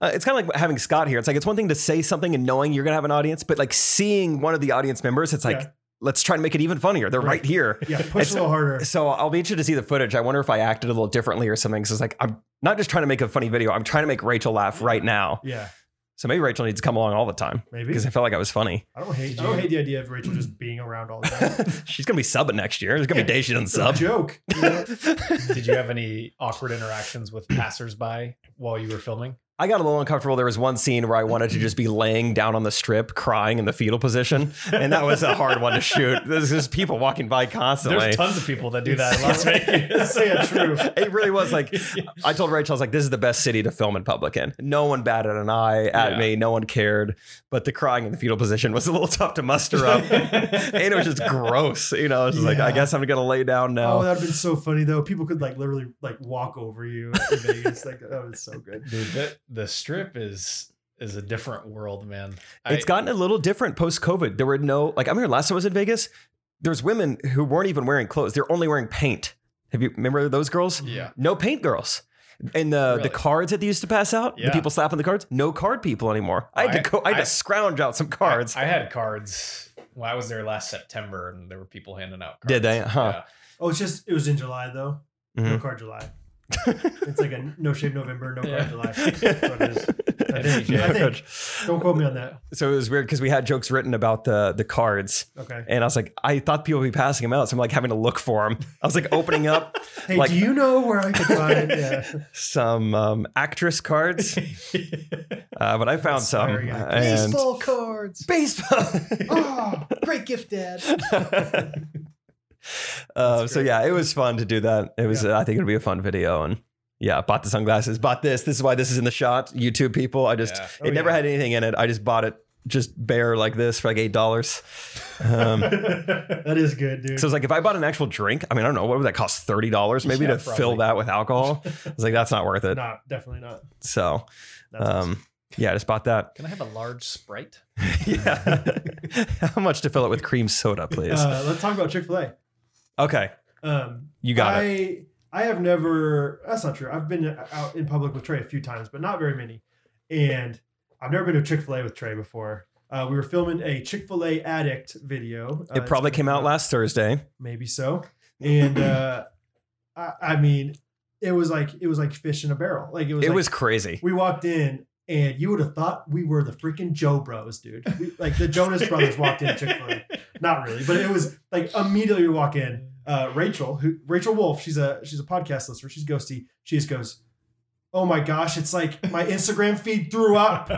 Speaker 2: Uh, it's kind of like having Scott here. It's like it's one thing to say something and knowing you're gonna have an audience, but like seeing one of the audience members, it's like
Speaker 1: Yeah.
Speaker 2: let's try and make it even funnier. They're
Speaker 1: Right.
Speaker 2: right, here. <laughs>
Speaker 1: yeah, push
Speaker 2: it's-
Speaker 1: a little harder.
Speaker 2: So I'll be interested to see the footage. I wonder if I acted a little differently or something. Because it's like I'm not just trying to make a funny video. I'm trying to make Rachel laugh right now.
Speaker 1: Yeah,
Speaker 2: So maybe Rachel needs to come along all the time
Speaker 1: maybe.
Speaker 2: because I felt like I was funny. <laughs>
Speaker 1: I don't hate. I don't hate the idea of Rachel just being around all the time.
Speaker 2: She's gonna be subbing next year. There's gonna be days she doesn't
Speaker 1: It's a
Speaker 2: <laughs> sub.
Speaker 1: joke. you know?
Speaker 3: Did you have any awkward interactions with passersby while you were filming?
Speaker 2: I got a little uncomfortable. There was one scene where I wanted to just be laying down on the strip, crying in the fetal position, and that was a hard one to shoot. There's just people walking by constantly.
Speaker 3: There's tons of people that do that in Las Vegas.
Speaker 1: Yeah, true.
Speaker 2: It really was
Speaker 3: <laughs>
Speaker 2: like I told Rachel, I was like, "This is the best city to film in public in. No one batted an eye at
Speaker 3: Yeah.
Speaker 2: me. No one cared." But the crying in the fetal position was a little tough to muster
Speaker 3: <laughs>
Speaker 2: up, and it was just gross. You know, I was just like,
Speaker 1: Yeah.
Speaker 2: "I guess I'm gonna lay down now."
Speaker 1: Oh, that'd been so funny though. People could like literally like walk over you in <laughs> Vegas. Like that was so good.
Speaker 3: Dude, that, the strip is is a different world, man.
Speaker 2: It's
Speaker 3: I-
Speaker 2: gotten a little different post COVID. There were no like I remember last time I was in Vegas, there was women who weren't even wearing clothes. They're only wearing paint. Have you remember those girls?
Speaker 3: yeah.
Speaker 2: No paint girls. And the
Speaker 3: Really?
Speaker 2: the cards that they used to pass out,
Speaker 3: Yeah.
Speaker 2: the people slapping the cards, no card people anymore. I had to
Speaker 3: I-
Speaker 2: go, I had
Speaker 3: I-
Speaker 2: to scrounge out some cards.
Speaker 3: I, I had cards. Well, I was there last September, and there were people handing out. cards.
Speaker 2: Did they? Huh.
Speaker 1: Oh, it's just it was in July though. No
Speaker 2: Mhm.
Speaker 1: card
Speaker 2: <laughs>
Speaker 1: July. it's like a no shave November, no
Speaker 3: Yeah.
Speaker 1: card July. That's what it is. I think-
Speaker 2: Yeah.
Speaker 1: I think. Don't quote me on that.
Speaker 2: So it was weird because we had jokes written about the the cards,
Speaker 1: Okay.
Speaker 2: and I was like, I thought people would be passing them out, so I'm like having to look for them. I was like opening up
Speaker 3: <laughs>
Speaker 1: Hey,
Speaker 2: Like-
Speaker 1: do you know where I could find? Yeah.
Speaker 2: some um, actress cards,
Speaker 1: <laughs>
Speaker 2: uh, but I found some.
Speaker 1: Aspiring actress.
Speaker 2: and-
Speaker 4: cards.
Speaker 2: baseball. <laughs>
Speaker 4: Oh, <laughs> great gift, Dad.
Speaker 2: uh, so yeah, it was fun to do that. It was. uh, I think it'd be a fun video. And yeah, bought the sunglasses. Bought this. This is why this is in the shot. YouTube people. I just.
Speaker 3: Yeah.
Speaker 1: Oh,
Speaker 2: it never
Speaker 1: yeah.
Speaker 2: had anything in it. I just bought it just bear like this for like eight dollars. <laughs>
Speaker 1: <laughs>
Speaker 2: Um, so
Speaker 1: That is good, dude.
Speaker 2: it's like if I bought an actual drink, I mean I don't know what would that cost thirty dollars maybe
Speaker 3: Yeah,
Speaker 2: to fill
Speaker 3: probably.
Speaker 2: that
Speaker 1: <laughs>
Speaker 2: with alcohol. I was like that's not worth it.
Speaker 1: not definitely not.
Speaker 2: So
Speaker 1: That's awesome.
Speaker 2: um, yeah, I just bought
Speaker 1: <laughs>
Speaker 2: that. <laughs>
Speaker 3: Can I have a large Sprite?
Speaker 2: yeah, <laughs> how much to fill it with cream soda, please?
Speaker 1: uh, let's talk about Chick Fil A.
Speaker 2: okay,
Speaker 1: Um,
Speaker 2: you got
Speaker 1: I
Speaker 2: it.
Speaker 1: I have never. That's not true. I've been out in public with Trey a few times, but not very many. And I've never been to Chick Fil A with Trey before. Uh, we were filming a Chick Fil A addict video. Uh,
Speaker 2: It probably
Speaker 1: it's-
Speaker 2: came out last Thursday.
Speaker 1: maybe so. And uh, I, I mean, it was like it was like fish in a barrel. Like it was.
Speaker 2: It
Speaker 1: like-
Speaker 2: was crazy.
Speaker 1: We walked in, and you would have thought we were the freaking Joe Bros, dude. We, like the Jonas Brothers walked in Chick Fil A. Not really, but it was like immediately we walk in. Uh, Rachel, who Rachel Wolf, she's a she's a podcast listener. She's ghosty. She just goes, "Oh my gosh, it's like my Instagram feed threw up."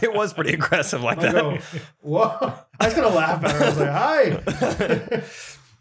Speaker 2: It
Speaker 1: <laughs>
Speaker 2: was pretty aggressive like
Speaker 1: I
Speaker 2: that.
Speaker 1: go, "Whoa!" I was gonna laugh at her. I was like, "Hi." <laughs>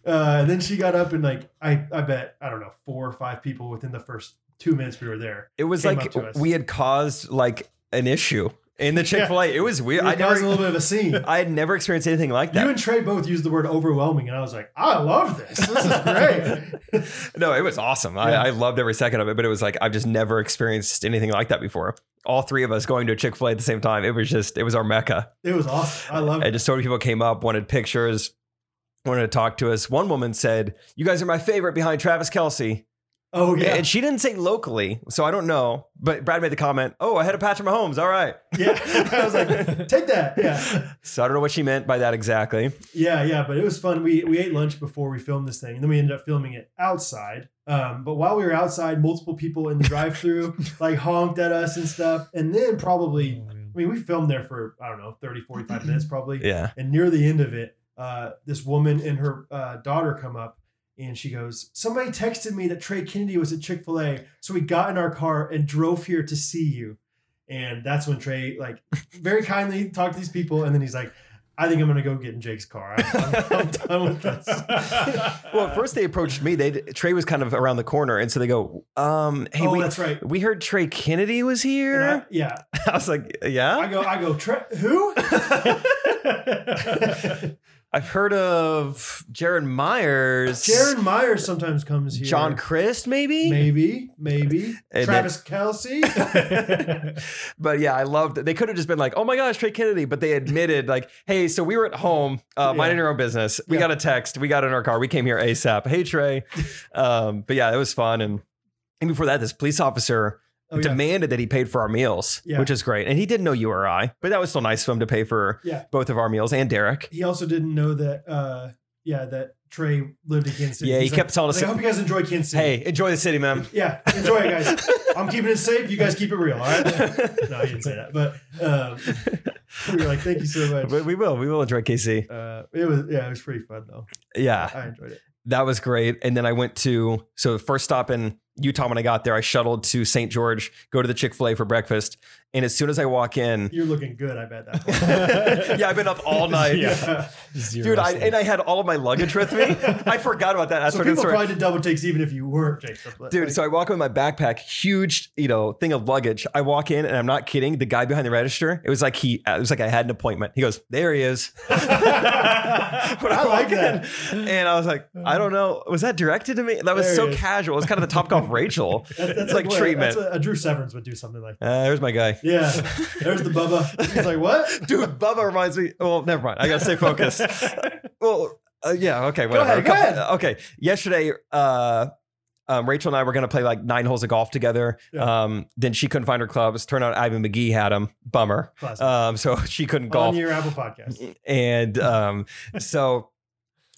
Speaker 1: Uh, and then she got up and like I, I bet I don't know four or five people within the first two minutes we were there.
Speaker 2: It was
Speaker 1: came
Speaker 2: like
Speaker 1: up to us.
Speaker 2: we had caused like an issue
Speaker 1: <laughs>
Speaker 2: in the Chick Fil A. It was
Speaker 1: It
Speaker 2: weird. I
Speaker 1: caused a
Speaker 2: never,
Speaker 1: little bit of a scene.
Speaker 2: I had never experienced anything like
Speaker 1: You
Speaker 2: that.
Speaker 1: and Trey both used the word overwhelming, and I was like, I love this. This is great. <laughs>
Speaker 2: no, it was awesome.
Speaker 1: Yeah.
Speaker 2: I, I loved every second of it, but it was like I've just never experienced anything like that before. All three of us going to a Chick Fil A at the same time. It was just it was our mecca.
Speaker 1: it was awesome. I love
Speaker 2: And
Speaker 1: it.
Speaker 2: just so many people came up, wanted pictures, wanted to talk to us. One woman said, "You guys are my favorite behind Travis Kelsey."
Speaker 1: Oh yeah,
Speaker 2: And she didn't say locally, so I don't know. But Brad made the comment, "Oh, I had a Patrick Mahomes. All right."
Speaker 1: <laughs> yeah. <laughs> I was like, take that. Yeah,
Speaker 2: So I don't know what she meant by that exactly.
Speaker 1: yeah, yeah. But it was fun. We we ate lunch before we filmed this thing, and then we ended up filming it outside. Um, but while we were outside, multiple people in the
Speaker 2: <laughs>
Speaker 1: drive-through like honked at us and stuff. And then probably, I mean, we filmed there for I don't know 30, 45 minutes probably.
Speaker 2: Yeah.
Speaker 1: And near the end of it, uh, this woman and her uh, daughter come up and she goes, Somebody texted me that Trey Kennedy was at Chick fil A. So we got in our car and drove here to see you. And that's when Trey, like, very kindly talked to these people. And then he's like, I think I'm going to go get in Jake's car. I'm, I'm- I'm done with
Speaker 2: <laughs>
Speaker 1: this.
Speaker 2: Well, at first they approached me. They Trey was kind of around the corner, and so they go, um, "Hey,
Speaker 1: oh,
Speaker 2: we
Speaker 1: that's right.
Speaker 2: we heard Trey Kennedy was
Speaker 1: And I-
Speaker 2: here."
Speaker 1: yeah.
Speaker 2: <laughs> I, was like,
Speaker 1: I
Speaker 2: "Yeah,
Speaker 1: go, I go, Trey,
Speaker 2: <laughs>
Speaker 1: who? <laughs>
Speaker 2: I've heard of Jared Myers,
Speaker 1: Jaron Myers sometimes comes here.
Speaker 2: John Christ, maybe."
Speaker 1: Maybe, maybe.
Speaker 2: <laughs> And
Speaker 1: Travis Kelsey.
Speaker 2: <laughs> But yeah, I loved. They could have just been like, "Oh my gosh, Trey Kennedy," but they admitted like, "Hey, so we were at home, uh,
Speaker 1: Yeah.
Speaker 2: minding our own business. We
Speaker 1: Yeah.
Speaker 2: got a text. We got in our car. We came here asap.
Speaker 1: <laughs>
Speaker 2: Hey, Trey." um, but yeah, it was fun. And and before that, this police officer
Speaker 1: Oh, yeah.
Speaker 2: demanded that he paid for our meals,
Speaker 1: Yeah.
Speaker 2: which is great. And he didn't know you or I, but that was still nice of him to pay for
Speaker 1: Yeah.
Speaker 2: both of our meals and Derek.
Speaker 1: he also didn't know that uh yeah that Trey lived in Kansas City.
Speaker 2: Yeah, he
Speaker 1: He's like-
Speaker 2: kept telling us,
Speaker 1: like, I hope you guys enjoy Kansas City.
Speaker 2: <laughs> "Hey, enjoy the city, man."
Speaker 1: Yeah, enjoy it guys.
Speaker 2: <laughs>
Speaker 1: I'm keeping it safe. You guys keep it real, all right? No, he didn't say that. But um <laughs> we were like, thank you so much.
Speaker 2: but we will, we will enjoy KC.
Speaker 1: Uh it was yeah, it was pretty fun though.
Speaker 2: Yeah,
Speaker 1: I enjoyed it.
Speaker 2: that was great. And then I went to so the first stop in Utah when I got there, I shuttled to St. George, go to the Chick Fil A for breakfast, and as soon as I walk in.
Speaker 1: You're looking good, I bet
Speaker 2: <laughs>
Speaker 1: that
Speaker 2: yeah, I've been up all
Speaker 1: <laughs>
Speaker 2: night.
Speaker 1: Yeah.
Speaker 3: Zero
Speaker 2: Dude, I,
Speaker 3: sleep.
Speaker 2: and I had all of my luggage
Speaker 1: <laughs>
Speaker 2: with me. I forgot about that. That's
Speaker 1: so
Speaker 2: what I'm
Speaker 1: people
Speaker 2: sorry.
Speaker 1: probably did double takes even if you weren't Jake. Triplett.
Speaker 2: Dude,
Speaker 1: Like,
Speaker 2: so I walk in with my backpack, huge, you know, thing of luggage. I walk in, and I'm not kidding. The guy behind the register, it was like he, it was like I had an appointment. He goes, "There he is." <laughs> When
Speaker 1: <laughs>
Speaker 2: I,
Speaker 1: I like
Speaker 2: walk in, and I was like, "I don't know, was that directed to me?" That was
Speaker 1: There
Speaker 2: so
Speaker 1: he is.
Speaker 2: casual. It's kind of the top golf Rachel.
Speaker 1: <laughs> that's, that's
Speaker 2: it's like
Speaker 1: what-
Speaker 2: treatment.
Speaker 1: That's a, Drew Severance would do something like that.
Speaker 2: Uh, there's my guy, <laughs>
Speaker 1: Yeah. There's the Bubba. He's like, what?
Speaker 2: dude. Bubba reminds me. Well, never mind. I gotta stay
Speaker 1: <laughs>
Speaker 2: focused. well, uh, yeah, okay, whatever.
Speaker 1: ahead,
Speaker 2: A
Speaker 1: go ahead.
Speaker 2: Okay, yesterday, uh, um, Rachel and I were going to play like nine holes of golf together.
Speaker 1: Yeah.
Speaker 2: Um, then she couldn't find her clubs. Turned out Ivan McGee had them. Bummer.
Speaker 1: Classic.
Speaker 2: Um, so <laughs> she couldn't
Speaker 1: On
Speaker 2: golf,
Speaker 1: your Apple podcast.
Speaker 2: <laughs> and um, so.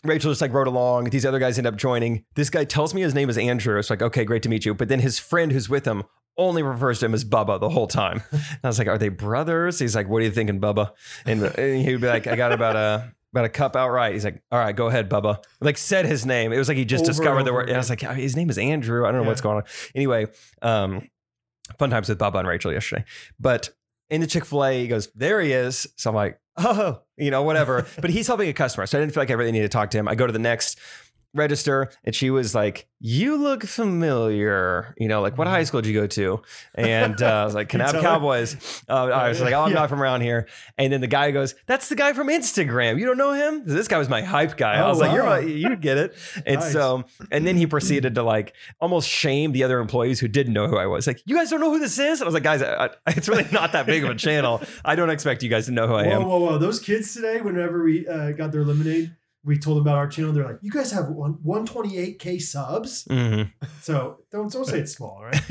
Speaker 2: Rachel just like rode along. These other guys end up joining. This guy tells me his name is Andrew. It's like, okay, great to meet you. But then his friend who's with him only refers to him as Bubba the whole
Speaker 1: <laughs>
Speaker 2: time. And I was like, are they brothers? He's like, what are you thinking, Bubba? And, uh, and he'd be like, I got about a about a cup outright. He's like, all right, go ahead, Bubba. Like said his name. It was like he just
Speaker 1: Over and
Speaker 2: discovered the
Speaker 1: over
Speaker 2: word. And I was like, "Yeah, his name is Andrew. I don't know
Speaker 1: Yeah.
Speaker 2: what's going on. Anyway, um, fun times with Bubba and Rachel yesterday. But in the Chick Fil A, he goes, there he is.
Speaker 1: <laughs>
Speaker 2: So I'm like, oh, you know, whatever. but he's helping a customer, so I didn't feel like I really needed to talk to him. I go to the next. register and she was like, You look familiar. You know, like, what high school did you go to? And uh,
Speaker 1: <laughs>
Speaker 2: I was like,
Speaker 1: You
Speaker 2: Canab
Speaker 1: Mm-hmm. tell her.
Speaker 2: Cowboys. Uh, I was like, Oh, I'm
Speaker 1: <laughs> Yeah.
Speaker 2: not from around here. And then the guy goes, That's the guy from Instagram. You don't know him? This guy was my hype guy. I
Speaker 1: Oh,
Speaker 2: was like, You're
Speaker 1: wow.
Speaker 2: my, you get
Speaker 1: <laughs>
Speaker 2: it. And
Speaker 1: Nice.
Speaker 2: so, and then he proceeded to like almost shame the other employees who didn't know who I was. Like, you guys don't know who this is? I was like, guys, I, <laughs> I, it's really not that big of a channel. I don't expect you guys to know who I
Speaker 1: whoa,
Speaker 2: am.
Speaker 1: whoa, whoa! Those kids today, whenever we uh, got their lemonade, we told them about our channel. They're like, "You guys have one 128k subs."
Speaker 2: Mhm.
Speaker 1: So don't don't say it's small,
Speaker 2: <laughs>
Speaker 1: right?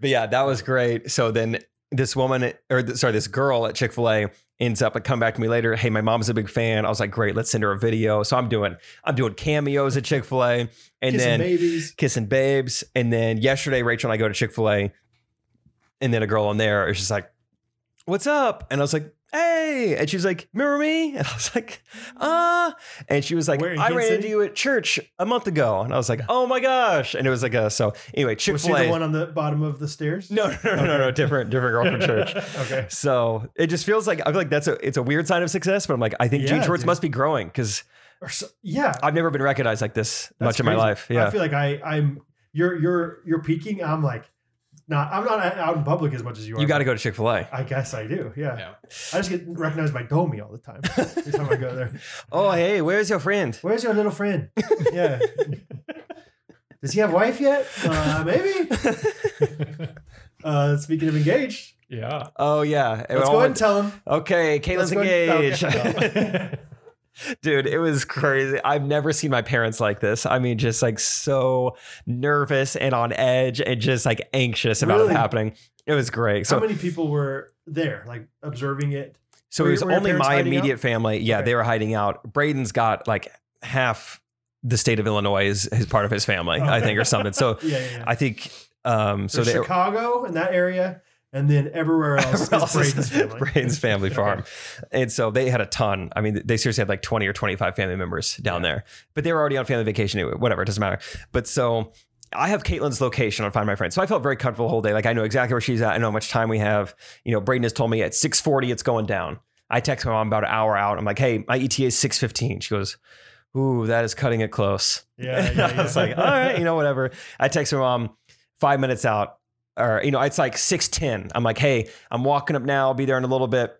Speaker 2: But yeah, that was great. So then this woman, or th- sorry, this girl at Chick Fil A ends up and come back to me later. Hey, my mom's a big fan. I was like, great, let's send her a video. So I'm doing, I'm doing cameos at Chick Fil A, and
Speaker 1: Kissing
Speaker 2: then
Speaker 1: babies.
Speaker 2: kissing babes. And then yesterday, Rachel and I go to Chick fil A, and then a girl on there is just like, What's up? And I was like, Hey. And she was like, Remember me? <laughs> And I was like, Uh. And she was like,
Speaker 1: Where in
Speaker 2: I
Speaker 1: Kansas
Speaker 2: ran
Speaker 1: City?
Speaker 2: into you at church a month ago. And I was like, Oh my gosh. And it was like, a, So anyway, Chick
Speaker 1: Was she
Speaker 2: fil
Speaker 1: the
Speaker 2: A.
Speaker 1: one on the bottom of the stairs?
Speaker 2: <laughs> No, no, no, no, no, no, different, different girl from church.
Speaker 1: <laughs> Okay.
Speaker 2: So it just feels like I feel like that's a it's a weird sign of success, but I'm like I think Gene
Speaker 1: Yeah,
Speaker 2: Schwartz
Speaker 1: dude.
Speaker 2: must be growing because
Speaker 1: Or so, yeah.
Speaker 2: I've never been recognized like this
Speaker 1: That's
Speaker 2: much in my
Speaker 1: crazy.
Speaker 2: life. Yeah,
Speaker 1: I feel like I I'm you're you're you're peaking. I'm like, not I'm not out in public as much as you are.
Speaker 2: you got to
Speaker 1: but
Speaker 2: go to Chick Fil A.
Speaker 1: I guess I do. Yeah.
Speaker 3: Yeah.
Speaker 1: I just get recognized by Domi all the time. Every time I go there.
Speaker 2: Oh hey, where's your friend?
Speaker 1: Where's your little friend? Yeah. Does he have wife yet? Uh, maybe. Uh, speaking of engaged,
Speaker 3: yeah.
Speaker 2: Oh yeah. It
Speaker 1: let's go ahead
Speaker 2: all
Speaker 1: and
Speaker 2: went-
Speaker 1: tell him.
Speaker 2: okay,
Speaker 1: Let's
Speaker 2: Caitlin's
Speaker 1: go ahead- Oh,
Speaker 2: engaged. <laughs>
Speaker 1: okay.
Speaker 2: Dude, it was crazy. I've never seen my parents like this. I mean, just like so nervous and on edge and just like anxious about
Speaker 1: Really?
Speaker 2: it happening. It was great.
Speaker 1: How
Speaker 2: So
Speaker 1: many people were there, like observing it?
Speaker 2: so
Speaker 1: were
Speaker 2: it
Speaker 1: your-
Speaker 2: was
Speaker 1: were your
Speaker 2: only
Speaker 1: parents
Speaker 2: my
Speaker 1: hiding out?
Speaker 2: immediate family. Yeah,
Speaker 1: Okay.
Speaker 2: they were hiding out. Braden's got like half the state of Illinois is, is part of his family, I think,
Speaker 1: <laughs>
Speaker 2: or something. So
Speaker 1: Yeah, yeah. yeah.
Speaker 2: I think um so
Speaker 1: so
Speaker 2: they
Speaker 1: Chicago in that area, and then
Speaker 2: <laughs>
Speaker 1: everywhere else is Braden's family. <laughs>
Speaker 2: Braden's family farm. And so they had a ton. I mean, they seriously had like 20 or 25 family members down there, but they were already on family vacation anyway, whatever, it doesn't matter. But so I have Caitlin's location on Find My Friend. So I felt very comfortable the whole day. Like I know exactly where she's at. I know how much time we have. You know, Braden has told me at 640, it's going down. I text my mom about an hour out. I'm like, hey, my ETA is 615. She goes, ooh, that is cutting it close.
Speaker 1: Yeah, yeah, yeah.
Speaker 2: <laughs> I was like, all right, you know, whatever. I text my mom five minutes out, or you know, it's like six ten. I'm like, hey, I'm walking up now. I'll be there in a little bit.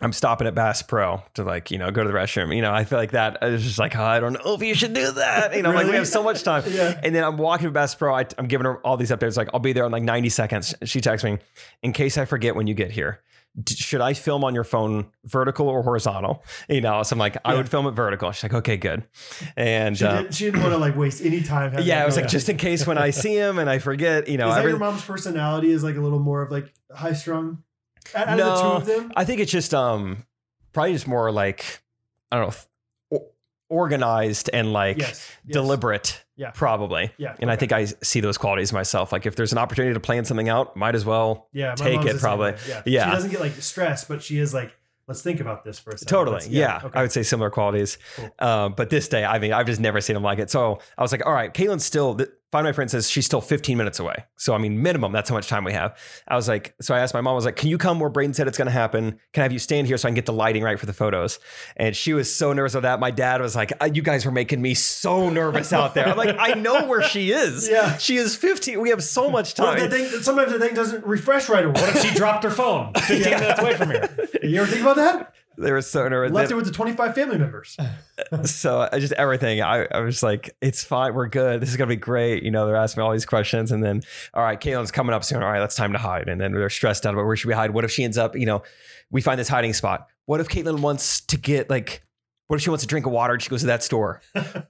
Speaker 2: I'm stopping at Bass Pro to like, you know, go to the restroom. You know, I feel like that. I was just like, oh, I don't know if you should do that. You know, like we
Speaker 1: Really?
Speaker 2: have so much time.
Speaker 1: <laughs> Yeah.
Speaker 2: And then I'm walking to Bass Pro. I, I'm giving her all these updates. Like, I'll be there in like 90 seconds. She texts me, in case I forget when you get here. D- should I film on your phone vertical or horizontal? You know, so I'm like, I
Speaker 1: Yeah.
Speaker 2: would film it vertical. She's like, okay, good. And
Speaker 1: She,
Speaker 2: uh,
Speaker 1: didn't, she didn't want to like waste any time. having
Speaker 2: yeah,
Speaker 1: to
Speaker 2: I was
Speaker 1: go
Speaker 2: like,
Speaker 1: there.
Speaker 2: just in case
Speaker 1: <laughs>
Speaker 2: when I see him and I forget, you know,
Speaker 1: is that
Speaker 2: every,
Speaker 1: your mom's personality? Is like a little more of like high strung. Out out of the two of them,
Speaker 2: I think it's just um probably just more like I don't know th- o- organized and like
Speaker 1: yes, yes.
Speaker 2: deliberate.
Speaker 1: Yeah.
Speaker 2: Probably.
Speaker 1: Yeah,
Speaker 2: And I think I see those qualities myself. Like if there's an opportunity to plan something out, might as well.
Speaker 1: Yeah, my
Speaker 2: Take
Speaker 1: mom's
Speaker 2: it,
Speaker 1: the same
Speaker 2: probably.
Speaker 1: way. Yeah.
Speaker 2: Yeah.
Speaker 1: she doesn't get like stressed, but she is like, let's think about this for a second.
Speaker 2: Totally.
Speaker 1: Let's-
Speaker 2: Yeah.
Speaker 1: okay.
Speaker 2: I would say similar qualities.
Speaker 1: Cool.
Speaker 2: Uh, but this day, I mean, I've just never seen him like it. So I was like, all right, Caitlin's still, th- Find My Friend says she's still 15 minutes away. So, I mean, minimum, that's how much time we have. I was like, so I asked my mom, I was like, can you come where Braden said it's going to happen? Can I have you stand here so I can get the lighting right for the photos? And she was so nervous about that. My dad was like, "Uh, you guys were making me so nervous out there. I'm like, I know where she is.
Speaker 1: <laughs> Yeah.
Speaker 2: She is 15. We have so much
Speaker 1: What
Speaker 2: time.
Speaker 1: if the thing, sometimes the thing doesn't refresh right away.
Speaker 2: <laughs>
Speaker 3: What if she dropped her phone 15 minutes away from here?
Speaker 1: you ever think about that?
Speaker 2: they were so nervous.
Speaker 1: Left it with the 25 family members. <laughs>
Speaker 2: so I just everything. I, I was like, it's fine, we're good. This is gonna be great. You know, they're asking me all these questions, and then all right, Caitlin's coming up soon. All right, that's time to hide. And then they're stressed out about where should we hide? What if she ends up, you know, we find this hiding spot. What if Caitlin wants to get like what if she wants a drink of water and she goes to
Speaker 1: <laughs>
Speaker 2: that store?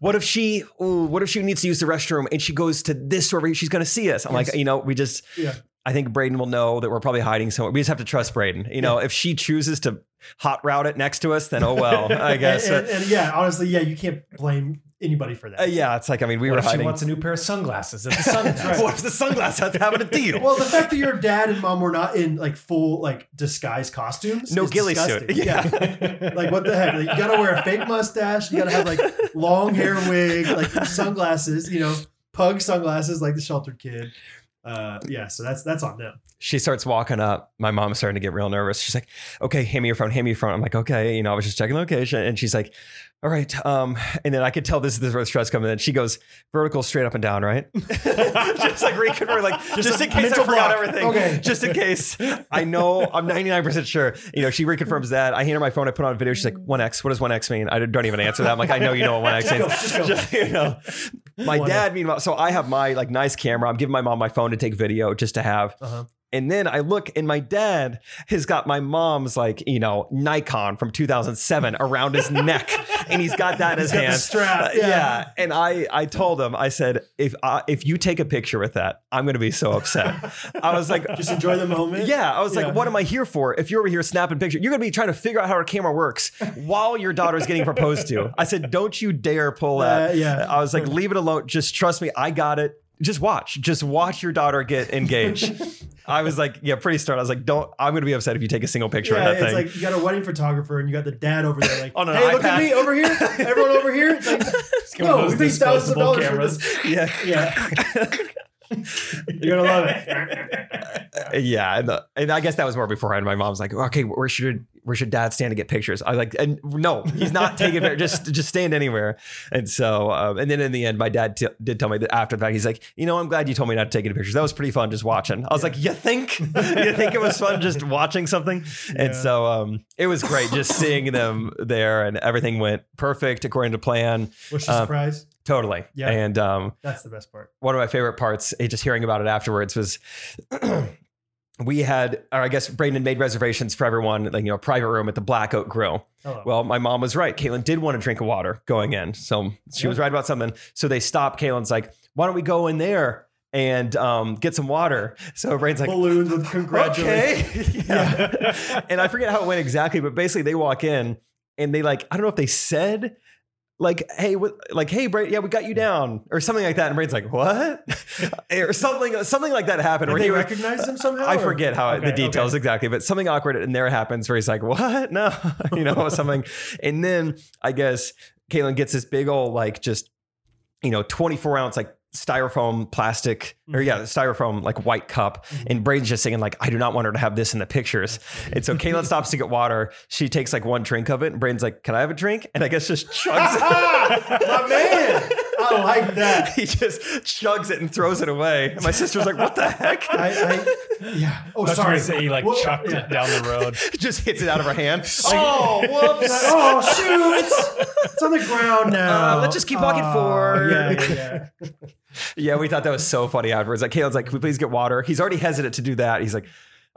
Speaker 2: what if she ooh, what if she needs to use the restroom and she goes to this store where she's gonna see us? I'm
Speaker 1: Yes.
Speaker 2: like, you know, we just
Speaker 1: Yeah.
Speaker 2: I think Braden will know that we're probably hiding somewhere. We just have to trust Braden. You know, if she chooses to hot route it next to us, then <laughs> oh
Speaker 1: <laughs>
Speaker 2: well, I guess.
Speaker 1: And, and- and yeah, honestly, yeah, you can't blame anybody for that.
Speaker 2: Uh, yeah, it's like I mean, we
Speaker 3: What
Speaker 2: were
Speaker 3: if she
Speaker 2: hiding.
Speaker 3: wants a new pair of sunglasses at the <laughs> sunglasses?
Speaker 1: Right.
Speaker 2: <laughs> What if the sunglasses have to have a deal?
Speaker 1: <laughs> Well, the fact that your dad and mom were not in like full like disguise costumes,
Speaker 2: No
Speaker 1: is
Speaker 2: ghillie suit.
Speaker 1: disgusting.
Speaker 2: <laughs>
Speaker 1: Yeah, like what the heck? Like, you gotta wear a fake mustache. You gotta have like long hair wig, like sunglasses. You know, pug sunglasses, like the sheltered kid. uh, yeah, so that's that's on them.
Speaker 2: She starts walking up. My mom's starting to get real nervous. She's like, okay, hand me your phone, hand me your phone. I'm like, okay, you know, I was just checking location. And she's like, all right. Um, and then I could tell this is this is where the stress coming in. She goes vertical straight up and down, right? <laughs> just like
Speaker 1: <laughs>
Speaker 2: reconfirm, like just, in case I
Speaker 1: mental
Speaker 2: forgot
Speaker 1: block.
Speaker 2: everything.
Speaker 4: Okay.
Speaker 2: Just in case. I know I'm 99% sure. You know, she reconfirms that. I hand her my phone, I put on a video. She's like, 1X, what does 1X mean? I don't even answer that. I'm like, I know you know what 1X means.
Speaker 1: Just go, just
Speaker 2: you know. My
Speaker 1: 1X.
Speaker 2: dad, meanwhile, so I have my like nice camera. I'm giving my mom my phone to take video just to have.
Speaker 1: Uh-huh.
Speaker 2: And then I look, and my dad has got my mom's like you know Nikon from 2007 around
Speaker 1: <laughs>
Speaker 2: his neck, and he's got that in his
Speaker 1: He's got the
Speaker 2: hand.
Speaker 1: strap,
Speaker 2: Uh,
Speaker 1: yeah.
Speaker 2: And I I told him I said if I, if you take a picture with that, I'm gonna be so upset.
Speaker 1: <laughs>
Speaker 2: I was like.
Speaker 1: Just enjoy the moment.
Speaker 2: Yeah, I was
Speaker 1: Yeah.
Speaker 2: like, what am I here for? If you're over here snapping pictures, you're gonna be trying to figure out how our camera works while your daughter's getting proposed to. I said, don't you dare pull that.
Speaker 1: Uh, yeah.
Speaker 2: I was like, leave it alone. Just trust me. I got it. Just watch. Just watch your daughter get
Speaker 1: <laughs>
Speaker 2: engaged. I was like, yeah, pretty stern. I was like, don't. I'm gonna be upset if you take a single picture
Speaker 1: yeah,
Speaker 2: of that
Speaker 1: it's
Speaker 2: thing.
Speaker 1: like you got a wedding photographer and you got the dad over there like,
Speaker 2: On an
Speaker 1: hey, look at
Speaker 2: iPad.
Speaker 1: me over here, everyone over here. It's like,
Speaker 3: Give them
Speaker 1: no,
Speaker 3: those
Speaker 1: we paid thousands of
Speaker 3: disposable
Speaker 1: dollars for this.
Speaker 2: yeah,
Speaker 1: Yeah, you're gonna love it.
Speaker 2: yeah. And, the, and I guess that was more beforehand. My mom's like, okay, where should where should dad stand to get pictures? I was like, and no, he's not taking
Speaker 1: <laughs>
Speaker 2: pictures. Just just stand anywhere. And so, um, and then in the end, my dad t- did tell me that after the fact, he's like, you know, I'm glad you told me not to take any pictures. That was pretty fun just watching. I was like, you think you think it was
Speaker 1: <laughs>
Speaker 2: fun just watching something? And
Speaker 1: Yeah.
Speaker 2: so um, it was great just seeing them there and everything went perfect according to plan.
Speaker 1: Was she
Speaker 2: Uh,
Speaker 1: surprised?
Speaker 2: Totally.
Speaker 1: Yeah.
Speaker 2: And um,
Speaker 1: That's the best part.
Speaker 2: one of my favorite parts, eh, just hearing about it afterwards, was <clears throat> we had, or I guess Brandon made reservations for everyone, like, you know, private room at the Black Oak Grill.
Speaker 1: Hello.
Speaker 2: Well, my mom was right. Caitlin did want a drink of water going in. So she was right about something. So they stopped. Caitlin's like, why don't we go in there? And um, get some water. So Brandon's like,
Speaker 1: balloons with congratulations.
Speaker 2: Okay. yeah. and I forget how it went exactly, but basically they walk in and they like, I don't know if they said like, hey, what, like, hey, Brad, yeah, we got you down or something like that. And Brain's like, what? <laughs> or something, something like that happened.
Speaker 1: Did
Speaker 2: where
Speaker 1: they
Speaker 2: he was-
Speaker 1: recognize him somehow?
Speaker 2: I
Speaker 1: or-
Speaker 2: forget how
Speaker 1: Oh, Okay,
Speaker 2: the details exactly, but something awkward in there happens where he's like, "What? No," <laughs> you know, something. And then I guess Caitlin gets this big old like just you know twenty four ounce like styrofoam plastic or
Speaker 1: Mm-hmm.
Speaker 2: yeah styrofoam like white cup, and Braden's just singing like, "I do not want her to have this in the pictures." And so
Speaker 1: <laughs>
Speaker 2: Caitlin stops to get water. She takes like one drink of it, and Braden's like, "Can I have a drink?" And I guess just <laughs> chugs
Speaker 1: <laughs>
Speaker 2: it.
Speaker 1: My man, I like that.
Speaker 2: He just chugs it and throws it away. And my sister's like, "What the heck?"
Speaker 1: I, I yeah. Oh,
Speaker 3: That's
Speaker 1: sorry.
Speaker 3: sorry. Say he like
Speaker 1: Whoa,
Speaker 3: chucked
Speaker 1: yeah.
Speaker 3: it down the <laughs> road.
Speaker 2: <laughs> just hits it out of her hand.
Speaker 1: Oh, <laughs> whoops! oh, shoot! It's, it's on the ground now.
Speaker 2: Uh, let's just keep walking
Speaker 1: Oh,
Speaker 2: forward.
Speaker 1: Yeah, yeah, yeah.
Speaker 2: Yeah, we thought that was so funny afterwards. Like, Caleb's like, can we please get water? He's already hesitant to do that. He's like,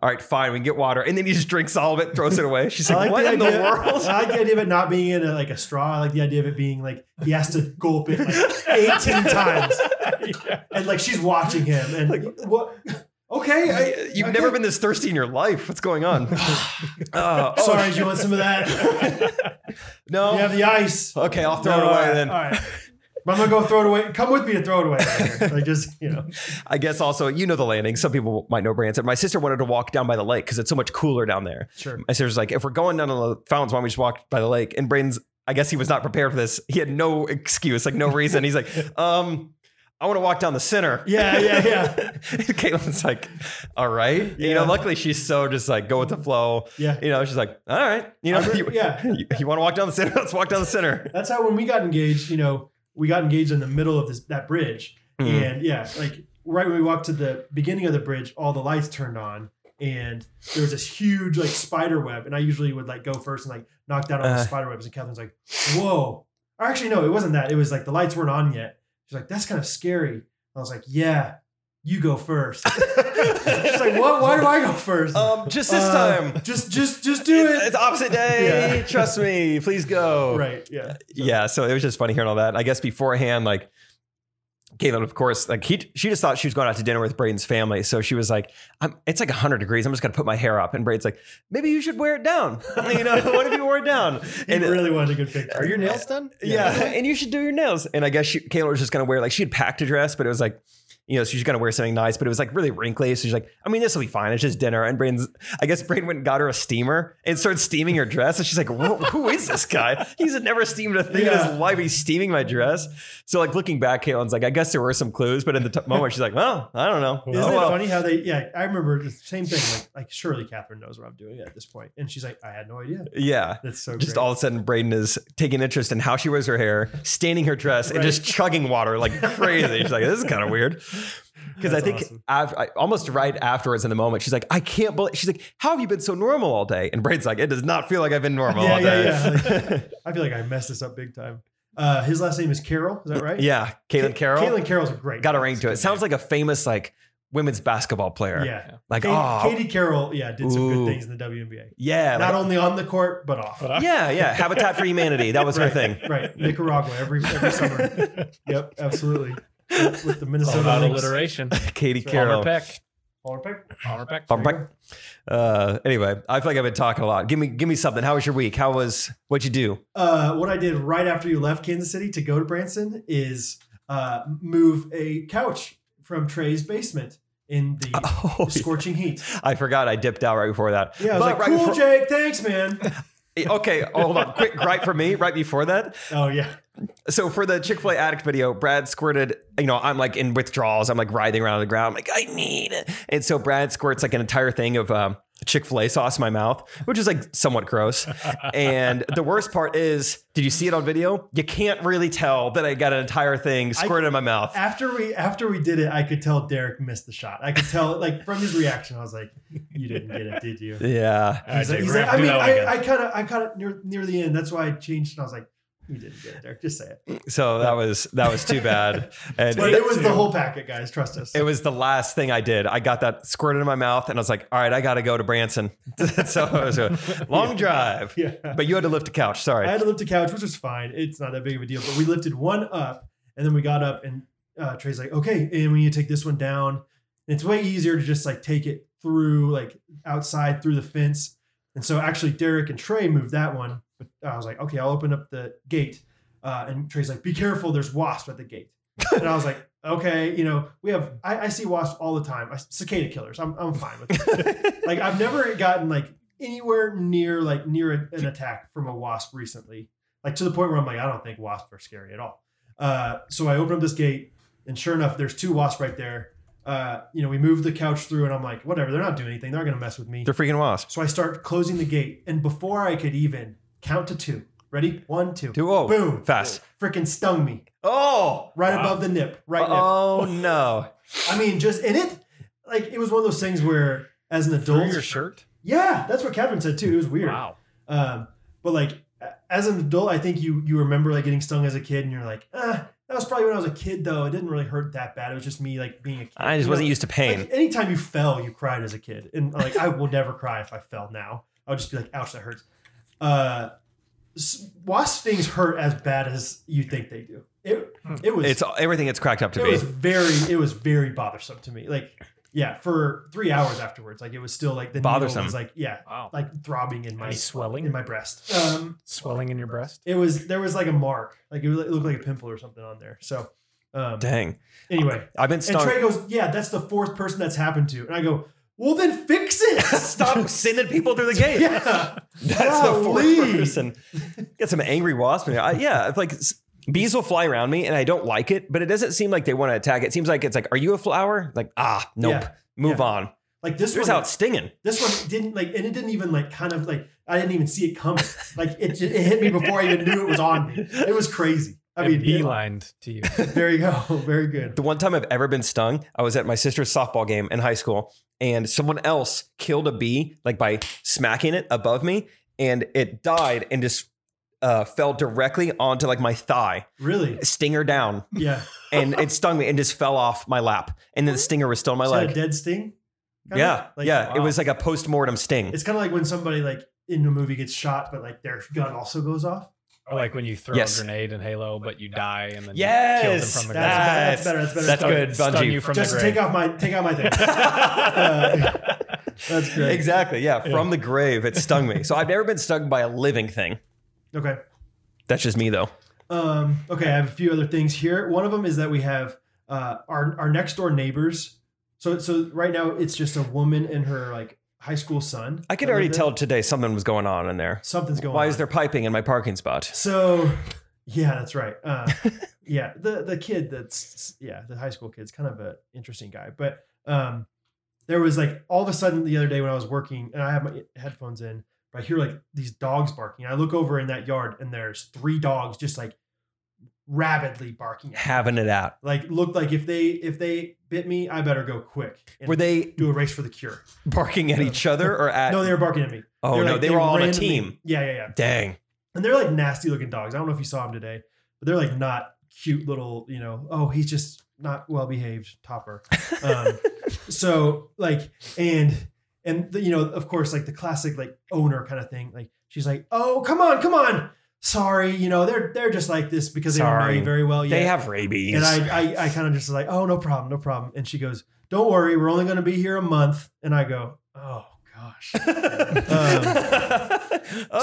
Speaker 2: all right, fine, we can get water. And then he just drinks all of it, throws
Speaker 1: <laughs>
Speaker 2: it away. She's
Speaker 1: I like
Speaker 2: like, <laughs> what
Speaker 1: the
Speaker 2: in
Speaker 1: idea.
Speaker 2: the world?
Speaker 1: <laughs> I like the idea of it not being in a, like a straw. I like the idea of it being like he has to gulp it like
Speaker 2: <laughs>
Speaker 1: eighteen times, and like she's watching him, and what? Okay, I,
Speaker 2: I- You've
Speaker 1: okay.
Speaker 2: never been this thirsty in your life. What's going
Speaker 1: <sighs>
Speaker 2: on? Uh, oh,
Speaker 1: <laughs> Sorry, do you want some of that?
Speaker 2: <laughs> No.
Speaker 1: you have the ice.
Speaker 2: okay, I'll throw
Speaker 1: No,
Speaker 2: it
Speaker 1: all
Speaker 2: away
Speaker 1: right,
Speaker 2: then.
Speaker 1: All right. But I'm gonna go throw it away. Come with me to throw it away. later.
Speaker 2: <laughs>
Speaker 1: Like just you know,
Speaker 2: I guess also, you know the landing. Some people might know Branson. My sister wanted to walk down by the lake because it's so much cooler down there.
Speaker 1: sure.
Speaker 2: My sister's like, if we're going down to the fountains, why don't we just walk by the lake? And Braden's, I guess he was not prepared for this. He had no
Speaker 1: <laughs>
Speaker 2: excuse, like no reason. He's like, um, I want to walk down the center.
Speaker 1: Yeah, yeah,
Speaker 2: <laughs>
Speaker 1: yeah,
Speaker 2: Caitlin's like, all right. You know,
Speaker 1: Yeah.
Speaker 2: luckily she's so just like go with the flow.
Speaker 1: yeah.
Speaker 2: You know, she's like, all right. <laughs> You know,
Speaker 1: I agree-
Speaker 2: <laughs> you,
Speaker 1: yeah.
Speaker 2: you, want to walk down the center? <laughs> Let's walk down the center.
Speaker 1: That's how when we got engaged, you know, we got engaged in the middle of this that bridge,
Speaker 2: Mhm.
Speaker 1: and yeah, like right when we walked to the beginning of the bridge, all the lights turned on, and there was this huge like spider web, and I usually would like go first and like knock down all
Speaker 2: Uh.
Speaker 1: the spider webs, and Catherine's like, "Whoa!" Or actually, no, it wasn't that. It was like the lights weren't on yet. She's like, "That's kind of scary." And I was like, "Yeah, you go first.
Speaker 2: Mm. <laughs>
Speaker 1: She's like, "What? Why do I go first?
Speaker 2: Um, just this
Speaker 1: Uh,
Speaker 2: time.
Speaker 1: just, just, just do
Speaker 2: It's,
Speaker 1: it."
Speaker 2: it's opposite day.
Speaker 1: Yeah.
Speaker 2: Trust me. Please go.
Speaker 1: Right? Yeah.
Speaker 2: yeah, so it was just funny hearing all that. And I guess beforehand, like Caitlin, of course, like he, she just thought she was going out to dinner with Braden's family. So she was like, I'm, "It's like 100 degrees. I'm just going to put my hair up." And Braden's like, "Maybe you should wear it down. <laughs> You know, what if <laughs> you wore it down?"
Speaker 1: He
Speaker 2: And
Speaker 1: really wanted a good picture.
Speaker 4: Are your nails done?
Speaker 2: yeah, and you should do your nails. And I guess she, Caitlin was just going to wear like she had packed a dress, but it was like. you know, she's gonna wear something nice, but it was like really wrinkly. So she's like, I mean, this will be fine. It's just dinner. And Brain's, I guess Brain went and got her a steamer and started steaming her dress. And she's like, Whoa, who is this guy? He's never steamed a thing in
Speaker 1: Yeah.
Speaker 2: his life. He's steaming my dress. So like looking back, Caitlin's like, I guess there were some clues, but in the t- moment, she's like, well, I don't know.
Speaker 1: Isn't
Speaker 2: Oh,
Speaker 1: it
Speaker 2: well.
Speaker 1: funny how they? Yeah, I remember the same thing. Like, like surely Catherine knows what I'm doing at this point, and she's like, I had no idea.
Speaker 2: Yeah.
Speaker 1: That's so
Speaker 2: Just
Speaker 1: great.
Speaker 2: all of a sudden, Braden is taking interest in how she wears her hair, staining her dress, and just chugging water like crazy. She's like, "This is kind of weird." Because I
Speaker 1: That's
Speaker 2: think
Speaker 1: awesome.
Speaker 2: af- I- almost right afterwards in the moment, she's like, "I can't believe." She's like, "How have you been so normal all day?" And Braden's like, "It does not feel like I've been normal
Speaker 1: Yeah,
Speaker 2: all
Speaker 1: yeah,
Speaker 2: day." <laughs>
Speaker 1: yeah. I feel like I messed this up big time. Uh, his last name is Carroll. Is that right?
Speaker 2: yeah, Caitlin
Speaker 1: Ca-
Speaker 2: Carroll
Speaker 1: Caitlin Carroll's a great.
Speaker 2: got a ring to it. Sounds like a famous like women's basketball player.
Speaker 1: Yeah.
Speaker 2: like
Speaker 1: Katie,
Speaker 2: oh
Speaker 1: Katie Carroll, yeah, did some
Speaker 2: Ooh.
Speaker 1: good things in the WNBA.
Speaker 2: yeah,
Speaker 1: Not
Speaker 2: like,
Speaker 1: only on the court, but off.
Speaker 3: But I-
Speaker 2: yeah, yeah. Habitat for Humanity. That was her
Speaker 1: right,
Speaker 2: thing.
Speaker 1: <laughs>
Speaker 3: <laughs>
Speaker 1: Right. Nicaragua every every summer. yep, absolutely. With, with the
Speaker 3: It's
Speaker 1: Minnesota
Speaker 3: all about
Speaker 1: Lynx.
Speaker 3: alliteration.
Speaker 2: Katie
Speaker 3: Palmer
Speaker 2: Carroll.
Speaker 3: Peck.
Speaker 1: Palmer Peck.
Speaker 3: Palmer Peck.
Speaker 2: Bum, bum. Uh, anyway, I feel like I've been talking a lot. Give me, give me something. How was your week? How was what'd
Speaker 1: <laughs>
Speaker 2: you do?
Speaker 1: Uh, what I did right after you left Kansas City to go to Branson is uh, move a couch from Trey's basement in
Speaker 3: <laughs>
Speaker 1: the
Speaker 2: Oh,
Speaker 1: scorching heat.
Speaker 2: I forgot. I dipped out right before that.
Speaker 1: Yeah, I was
Speaker 2: But
Speaker 1: like,
Speaker 2: right
Speaker 1: cool,
Speaker 2: before-
Speaker 1: Jake. Thanks,
Speaker 3: <laughs>
Speaker 1: man.
Speaker 2: okay, hold on. Quick gripe for me. Right before that,
Speaker 1: Oh yeah,
Speaker 2: so for the Chick Fil A addict video, Brad squirted. You know, I'm like in withdrawals. I'm like writhing around on the ground. I'm like, I need. it. And so Brad squirts like an entire thing of um, Chick Fil A sauce in my mouth, which is like somewhat gross. and the worst part is, did you see it on video? You can't really tell that I got an entire thing squirted in my mouth.
Speaker 1: after we after we did it, I could tell Derek missed the shot. I could tell like from his reaction. I was like, you didn't get it, did you?
Speaker 2: yeah.
Speaker 3: <laughs> All right,
Speaker 1: He's like,
Speaker 3: Jake,
Speaker 1: he's
Speaker 3: we're
Speaker 1: like,
Speaker 3: gonna
Speaker 1: I
Speaker 3: do
Speaker 1: mean,
Speaker 3: that one again.
Speaker 1: I, I kind of, I kind of near, near the end. That's why I changed, and I was like, "You didn't get it, Derek. Just say it."
Speaker 2: So that was that was too bad. And
Speaker 1: <laughs> But it was the whole packet, guys. Trust us.
Speaker 2: it was the last thing I did. I got that squirted in my mouth and I was like, all right, I gotta go to Branson. <laughs> so it was a long drive.
Speaker 1: <laughs> yeah.
Speaker 2: But you had to lift a couch.
Speaker 1: I
Speaker 2: Sorry.
Speaker 1: had to lift a couch, which was fine. It's not that big of a deal. But we lifted one up, and then we got up, and uh, Trey's like, "Okay, and we need to take this one down." And it's way easier to just like take it through, like outside through the fence. And so actually, Derek and Trey moved that one. But I was like, "Okay, I'll open up the gate." Uh, and Trey's like, "Be careful! There's wasps at the gate." And I was like, "Okay, you know, we have. I, I see wasps all the time. I, cicada killers. I'm I'm fine with it." like I've never gotten like anywhere near like near a- an attack from a wasp recently. Like to the point where I'm like, I don't think wasps are scary at all. Uh, so I open up this gate, and sure enough, there's two wasps right there. Uh, you know, we move the couch through, and I'm like, whatever, they're not doing anything. They're not gonna mess with me.
Speaker 2: They're freaking wasps.
Speaker 1: So I start closing the gate, and before I could even count to two, ready, one, two,
Speaker 2: Too old.
Speaker 1: boom,
Speaker 2: Fast.
Speaker 1: freaking stung me
Speaker 2: Oh.
Speaker 1: right
Speaker 3: Wow.
Speaker 1: above the nip, right nip.
Speaker 2: Oh no.
Speaker 1: I mean, just in it, like it was one of those things where, as an
Speaker 3: Through
Speaker 1: adult,
Speaker 3: your shirt.
Speaker 1: yeah, that's what Catherine said too. It was weird.
Speaker 3: Wow.
Speaker 1: Um, but like a- as an adult, I think you you remember like getting stung as a kid, and you're like, ah, that was probably when I was a kid though. It didn't really hurt that bad. It was just me like being a kid.
Speaker 2: I
Speaker 1: You
Speaker 2: just
Speaker 1: know,
Speaker 2: wasn't used to pain.
Speaker 1: Like, anytime you fell, you cried as a kid, and like I will never cry if I fell now. I would just be like, ouch, that hurts. Uh, s- wasp stings hurt as bad as you think they do. It it was
Speaker 2: It's everything it's cracked up to
Speaker 1: it
Speaker 2: be.
Speaker 1: was very it was very bothersome to me. Like yeah, for three hours afterwards, like it was still like the needle
Speaker 2: Bothersome.
Speaker 1: was like yeah,
Speaker 3: Wow.
Speaker 1: like throbbing in my
Speaker 3: Any swelling?
Speaker 1: in my breast. Um,
Speaker 3: Swelling in your breast.
Speaker 1: it was there was like a mark, like it, was, it looked like a pimple or something on there. So um,
Speaker 2: Dang.
Speaker 1: anyway,
Speaker 2: I've been
Speaker 1: and
Speaker 2: stung.
Speaker 1: Trey goes, "Yeah, that's the fourth person that's happened to," and I go, "Well, then fix
Speaker 2: <laughs>
Speaker 1: it. Stop."
Speaker 2: Stop sending people through the gate.
Speaker 1: yeah,
Speaker 2: <laughs> That's the fourth
Speaker 1: Golly.
Speaker 2: person. Get some angry wasp in here. I, yeah, it's like s- bees will fly around me, and I don't like it. But it doesn't seem like they want to attack. It seems like it's like, are you a flower? Like, ah, nope.
Speaker 1: Yeah.
Speaker 2: Move
Speaker 1: Yeah.
Speaker 2: on.
Speaker 1: like this
Speaker 2: Here's
Speaker 1: one.
Speaker 2: how it's stinging.
Speaker 1: this one didn't like, and it didn't even like kind of like I didn't even see it coming. Like it, ju- it hit me before I even knew it was on me. It was crazy. I mean, it-
Speaker 3: beelined
Speaker 1: <laughs>
Speaker 3: to you.
Speaker 1: there you go. Very good.
Speaker 2: The one time I've ever been stung, I was at my sister's softball game in high school, and someone else killed a bee like by smacking it above me, and it died and just uh, fell directly onto like my thigh,
Speaker 1: Really?
Speaker 2: stinger down,
Speaker 1: Yeah.
Speaker 2: and it stung me and just fell off my lap, and then the stinger was still in my
Speaker 1: Is that a
Speaker 2: leg.
Speaker 1: dead sting? Kinda?
Speaker 2: Yeah,
Speaker 1: Like,
Speaker 2: yeah, it
Speaker 3: wow.
Speaker 2: was like a post mortem sting.
Speaker 1: It's kind of like when somebody like in a movie gets shot, but like their gun also goes off.
Speaker 3: Or like when you throw
Speaker 2: Yes.
Speaker 3: a grenade in Halo, but you die and then you kill them
Speaker 2: Yes,
Speaker 3: from the
Speaker 1: That's-
Speaker 3: ground.
Speaker 1: that's better, that's better.
Speaker 2: That's
Speaker 1: Stun-
Speaker 2: good.
Speaker 3: Stun
Speaker 2: Bungie.
Speaker 3: you from
Speaker 1: Just
Speaker 3: the
Speaker 1: to
Speaker 3: grave.
Speaker 1: take off my take out my
Speaker 2: <laughs>
Speaker 1: thing. Uh, <laughs> That's great.
Speaker 2: exactly. Yeah, from the grave, it stung me. So I've never been stung by a living thing.
Speaker 1: Okay.
Speaker 2: That's just me, though.
Speaker 1: Um, okay, I have a few other things here. One of them is that we have uh, our our next door neighbors. So so right now it's just a woman and her like high school son.
Speaker 2: I could
Speaker 1: that
Speaker 2: already
Speaker 1: live there.
Speaker 2: tell today something was going on in there.
Speaker 1: something's going.
Speaker 2: Why
Speaker 1: on.
Speaker 2: is there piping in my parking spot?
Speaker 1: So, yeah, that's right. Uh,
Speaker 2: <laughs>
Speaker 1: yeah, the the kid that's yeah, the high school kid's kind of an interesting guy. But um, there was like all of a sudden the other day when I was working and I have my headphones in, but I hear like these dogs barking. I look over in that yard and there's three dogs just like rabidly barking. At me.
Speaker 2: Having it out.
Speaker 1: Like looked like if they if they bit me, I better go quick. And
Speaker 2: Were they
Speaker 1: do a race for the cure?
Speaker 2: barking at each other or at?
Speaker 1: No, they were barking at me.
Speaker 2: oh
Speaker 1: They're
Speaker 2: no,
Speaker 1: like-
Speaker 2: they were all on a
Speaker 1: randomly-
Speaker 2: team.
Speaker 1: Yeah, yeah, yeah.
Speaker 2: Dang.
Speaker 1: and they're like nasty looking dogs. I don't know if you saw them today, but they're like not cute little, you know, oh, he's just not well behaved topper.
Speaker 2: <laughs>
Speaker 1: Um, so like, and, and the, you know, of course, like the classic, like owner kind of thing. Like she's like, oh, come on, come on. Sorry. You know, they're, they're just like this because they don't know
Speaker 2: Sorry.
Speaker 1: you very well yet.
Speaker 2: They have rabies.
Speaker 1: and I, I, I kind of just was like, oh, no problem. No problem. And she goes, don't worry. We're only going to be here a month. And I go, oh gosh.
Speaker 2: <laughs>
Speaker 1: <laughs>
Speaker 2: oh,
Speaker 1: Um,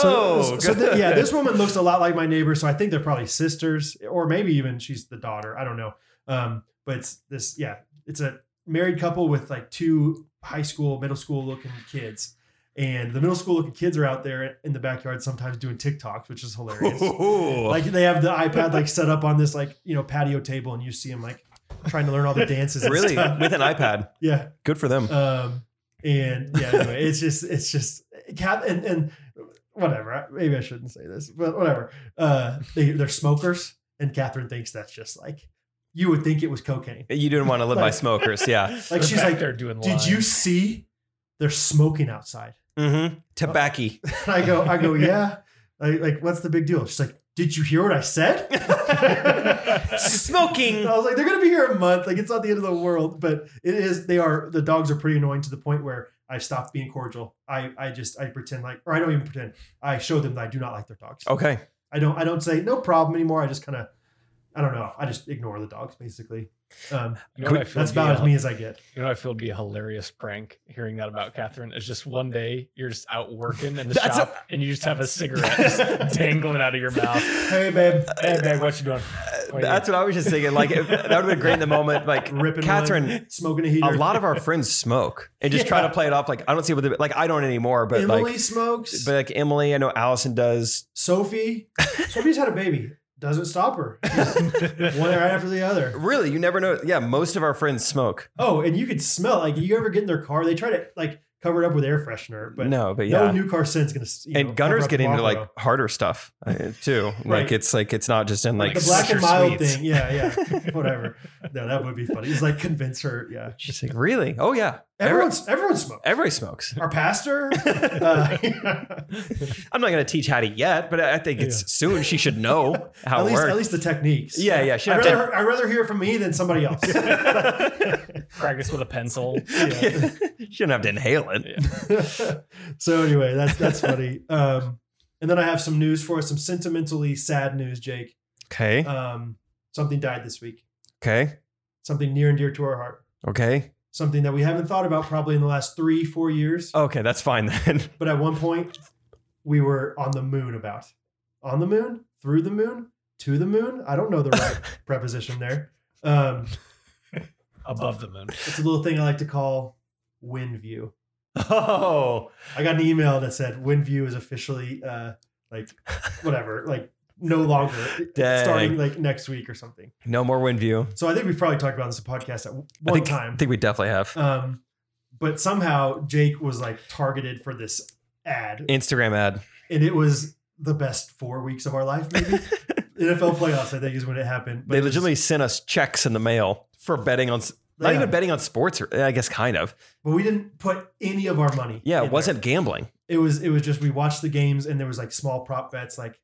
Speaker 1: so, so th- yeah,
Speaker 2: good.
Speaker 1: this woman looks a lot like my neighbor, so I think they're probably sisters, or maybe even she's the daughter. I don't know. Um, but it's this, yeah, it's a married couple with like two high school, middle school looking kids, and the middle school looking kids are out there in the backyard sometimes doing TikToks, which is
Speaker 2: <laughs>
Speaker 1: hilarious. like they have the iPad like set up on this like you know patio table, and you see them like trying to learn all the dances. and
Speaker 2: really
Speaker 1: stuff.
Speaker 2: with an iPad.
Speaker 1: <laughs> yeah.
Speaker 2: Good for them.
Speaker 1: Um, and yeah, anyway, it's just it's just cat and and whatever. I- Maybe I shouldn't say this, but whatever. Uh, they they're smokers, and Catherine thinks that's just like you would think it was cocaine.
Speaker 2: you didn't want to live by
Speaker 1: like-
Speaker 2: smokers, yeah.
Speaker 1: Like she's like,
Speaker 3: they're doing.
Speaker 1: did you see? They're smoking outside.
Speaker 2: Mm-hmm. Tobacco.
Speaker 1: And I go, I go, yeah. I, like, what's the big deal? She's like, did you hear what I said? <laughs>
Speaker 2: Smoking.
Speaker 1: I was like, they're gonna be here a month. Like it's not the end of the world, but it is. They are. The dogs are pretty annoying to the point where I stopped being cordial. I I just I pretend like, or I don't even pretend. I show them that I do not like their dogs.
Speaker 2: Okay.
Speaker 1: I don't I don't say no problem anymore. I just kind of I don't know. I just ignore the dogs basically. Um,
Speaker 3: You know what I feel
Speaker 1: that's
Speaker 3: would be
Speaker 1: about
Speaker 3: a-
Speaker 1: as me as I get.
Speaker 3: You know, what I feel would be a hilarious prank hearing that about Catherine. It's just one day you're just out working in the
Speaker 2: That's a-
Speaker 3: shop and you
Speaker 1: <laughs>
Speaker 3: just have a cigarette just dangling out of your mouth.
Speaker 1: Hey babe,
Speaker 3: Hey, babe, what you doing?
Speaker 1: Oh,
Speaker 3: What you
Speaker 2: That's what I was just thinking. Like, if, that would have been great in the moment. Like,
Speaker 1: ripping
Speaker 2: Catherine,
Speaker 1: one, smoking a heater.
Speaker 2: a lot of our friends smoke and just try to play it off like I don't see what they like I don't anymore, but
Speaker 1: Emily
Speaker 2: like
Speaker 1: smokes.
Speaker 2: but like Emily, I know Allison does. <laughs>
Speaker 1: Sophie, Sophie's had a baby. Doesn't stop her. One right after the other.
Speaker 2: Really, you never know. Yeah, most of our friends smoke.
Speaker 1: Oh, and you could smell like you ever get in their car, they try to like cover it up with air freshener, but no,
Speaker 2: no, but yeah.
Speaker 1: new car scent's gonna. You know,
Speaker 2: and Gunnar's
Speaker 1: cover up
Speaker 2: getting into
Speaker 1: Marlboro.
Speaker 2: like harder stuff uh, too. Like
Speaker 1: Right.
Speaker 2: it's like it's not just in like,
Speaker 1: the black and
Speaker 3: Swisher
Speaker 1: mild
Speaker 3: sweets.
Speaker 1: thing. Yeah,
Speaker 2: <laughs>
Speaker 1: yeah, whatever. No, that would be funny. He's like convince her. Yeah,
Speaker 2: She's like, really? Oh yeah, Every-
Speaker 1: everyone's everyone smokes.
Speaker 2: everybody smokes.
Speaker 1: Our
Speaker 2: <laughs>
Speaker 1: pastor. Uh, <laughs>
Speaker 2: I'm not gonna teach how to yet, but I think it's
Speaker 1: Yeah.
Speaker 2: soon. She should know
Speaker 1: <laughs> at
Speaker 2: how it
Speaker 1: least
Speaker 2: works.
Speaker 1: at least the techniques.
Speaker 2: yeah, yeah. She
Speaker 1: I'd
Speaker 2: have to.
Speaker 1: rather, I'd rather hear from me than somebody else. <laughs>
Speaker 3: Practice with a <laughs> pencil.
Speaker 1: Yeah.
Speaker 2: <laughs> she don't have to inhale it.
Speaker 1: so anyway, that's that's funny. Um, and then I have some news for us, some sentimentally sad news, Jake.
Speaker 2: Okay.
Speaker 1: Um, something died this week.
Speaker 2: Okay.
Speaker 1: Something near and dear to our heart.
Speaker 2: Okay.
Speaker 1: Something that we haven't thought about probably in the last three, four years.
Speaker 2: Okay. That's fine then. <laughs>
Speaker 1: But at one point, we were on the moon about. On the moon, through the moon, to the moon. I don't know the
Speaker 2: <laughs>
Speaker 1: right preposition there. Um,
Speaker 3: above the moon.
Speaker 1: it's a little thing I like to call wind view.
Speaker 2: Oh.
Speaker 1: I got an email that said wind view is officially uh, like whatever, like no longer
Speaker 2: Dang.
Speaker 1: starting like next week or something.
Speaker 2: No more wind view.
Speaker 1: So I think we've probably talked about this in the podcast at
Speaker 2: I
Speaker 1: one
Speaker 2: think,
Speaker 1: time.
Speaker 2: I think we definitely have
Speaker 1: Um, but somehow Jake was like targeted for this ad,
Speaker 2: Instagram ad.
Speaker 1: and it was the best four weeks of our life. Maybe
Speaker 2: <laughs>
Speaker 1: NFL playoffs, I think, is when it happened.
Speaker 2: they
Speaker 1: it was-
Speaker 2: legitimately sent us checks in the mail for betting on. s- Not
Speaker 1: Yeah.
Speaker 2: even betting on sports. or- I guess kind of.
Speaker 1: but we didn't put any of our money.
Speaker 2: Yeah.
Speaker 1: in
Speaker 2: It
Speaker 1: there.
Speaker 2: wasn't gambling.
Speaker 1: It was. It was just we watched the games, and there was like small prop bets. Like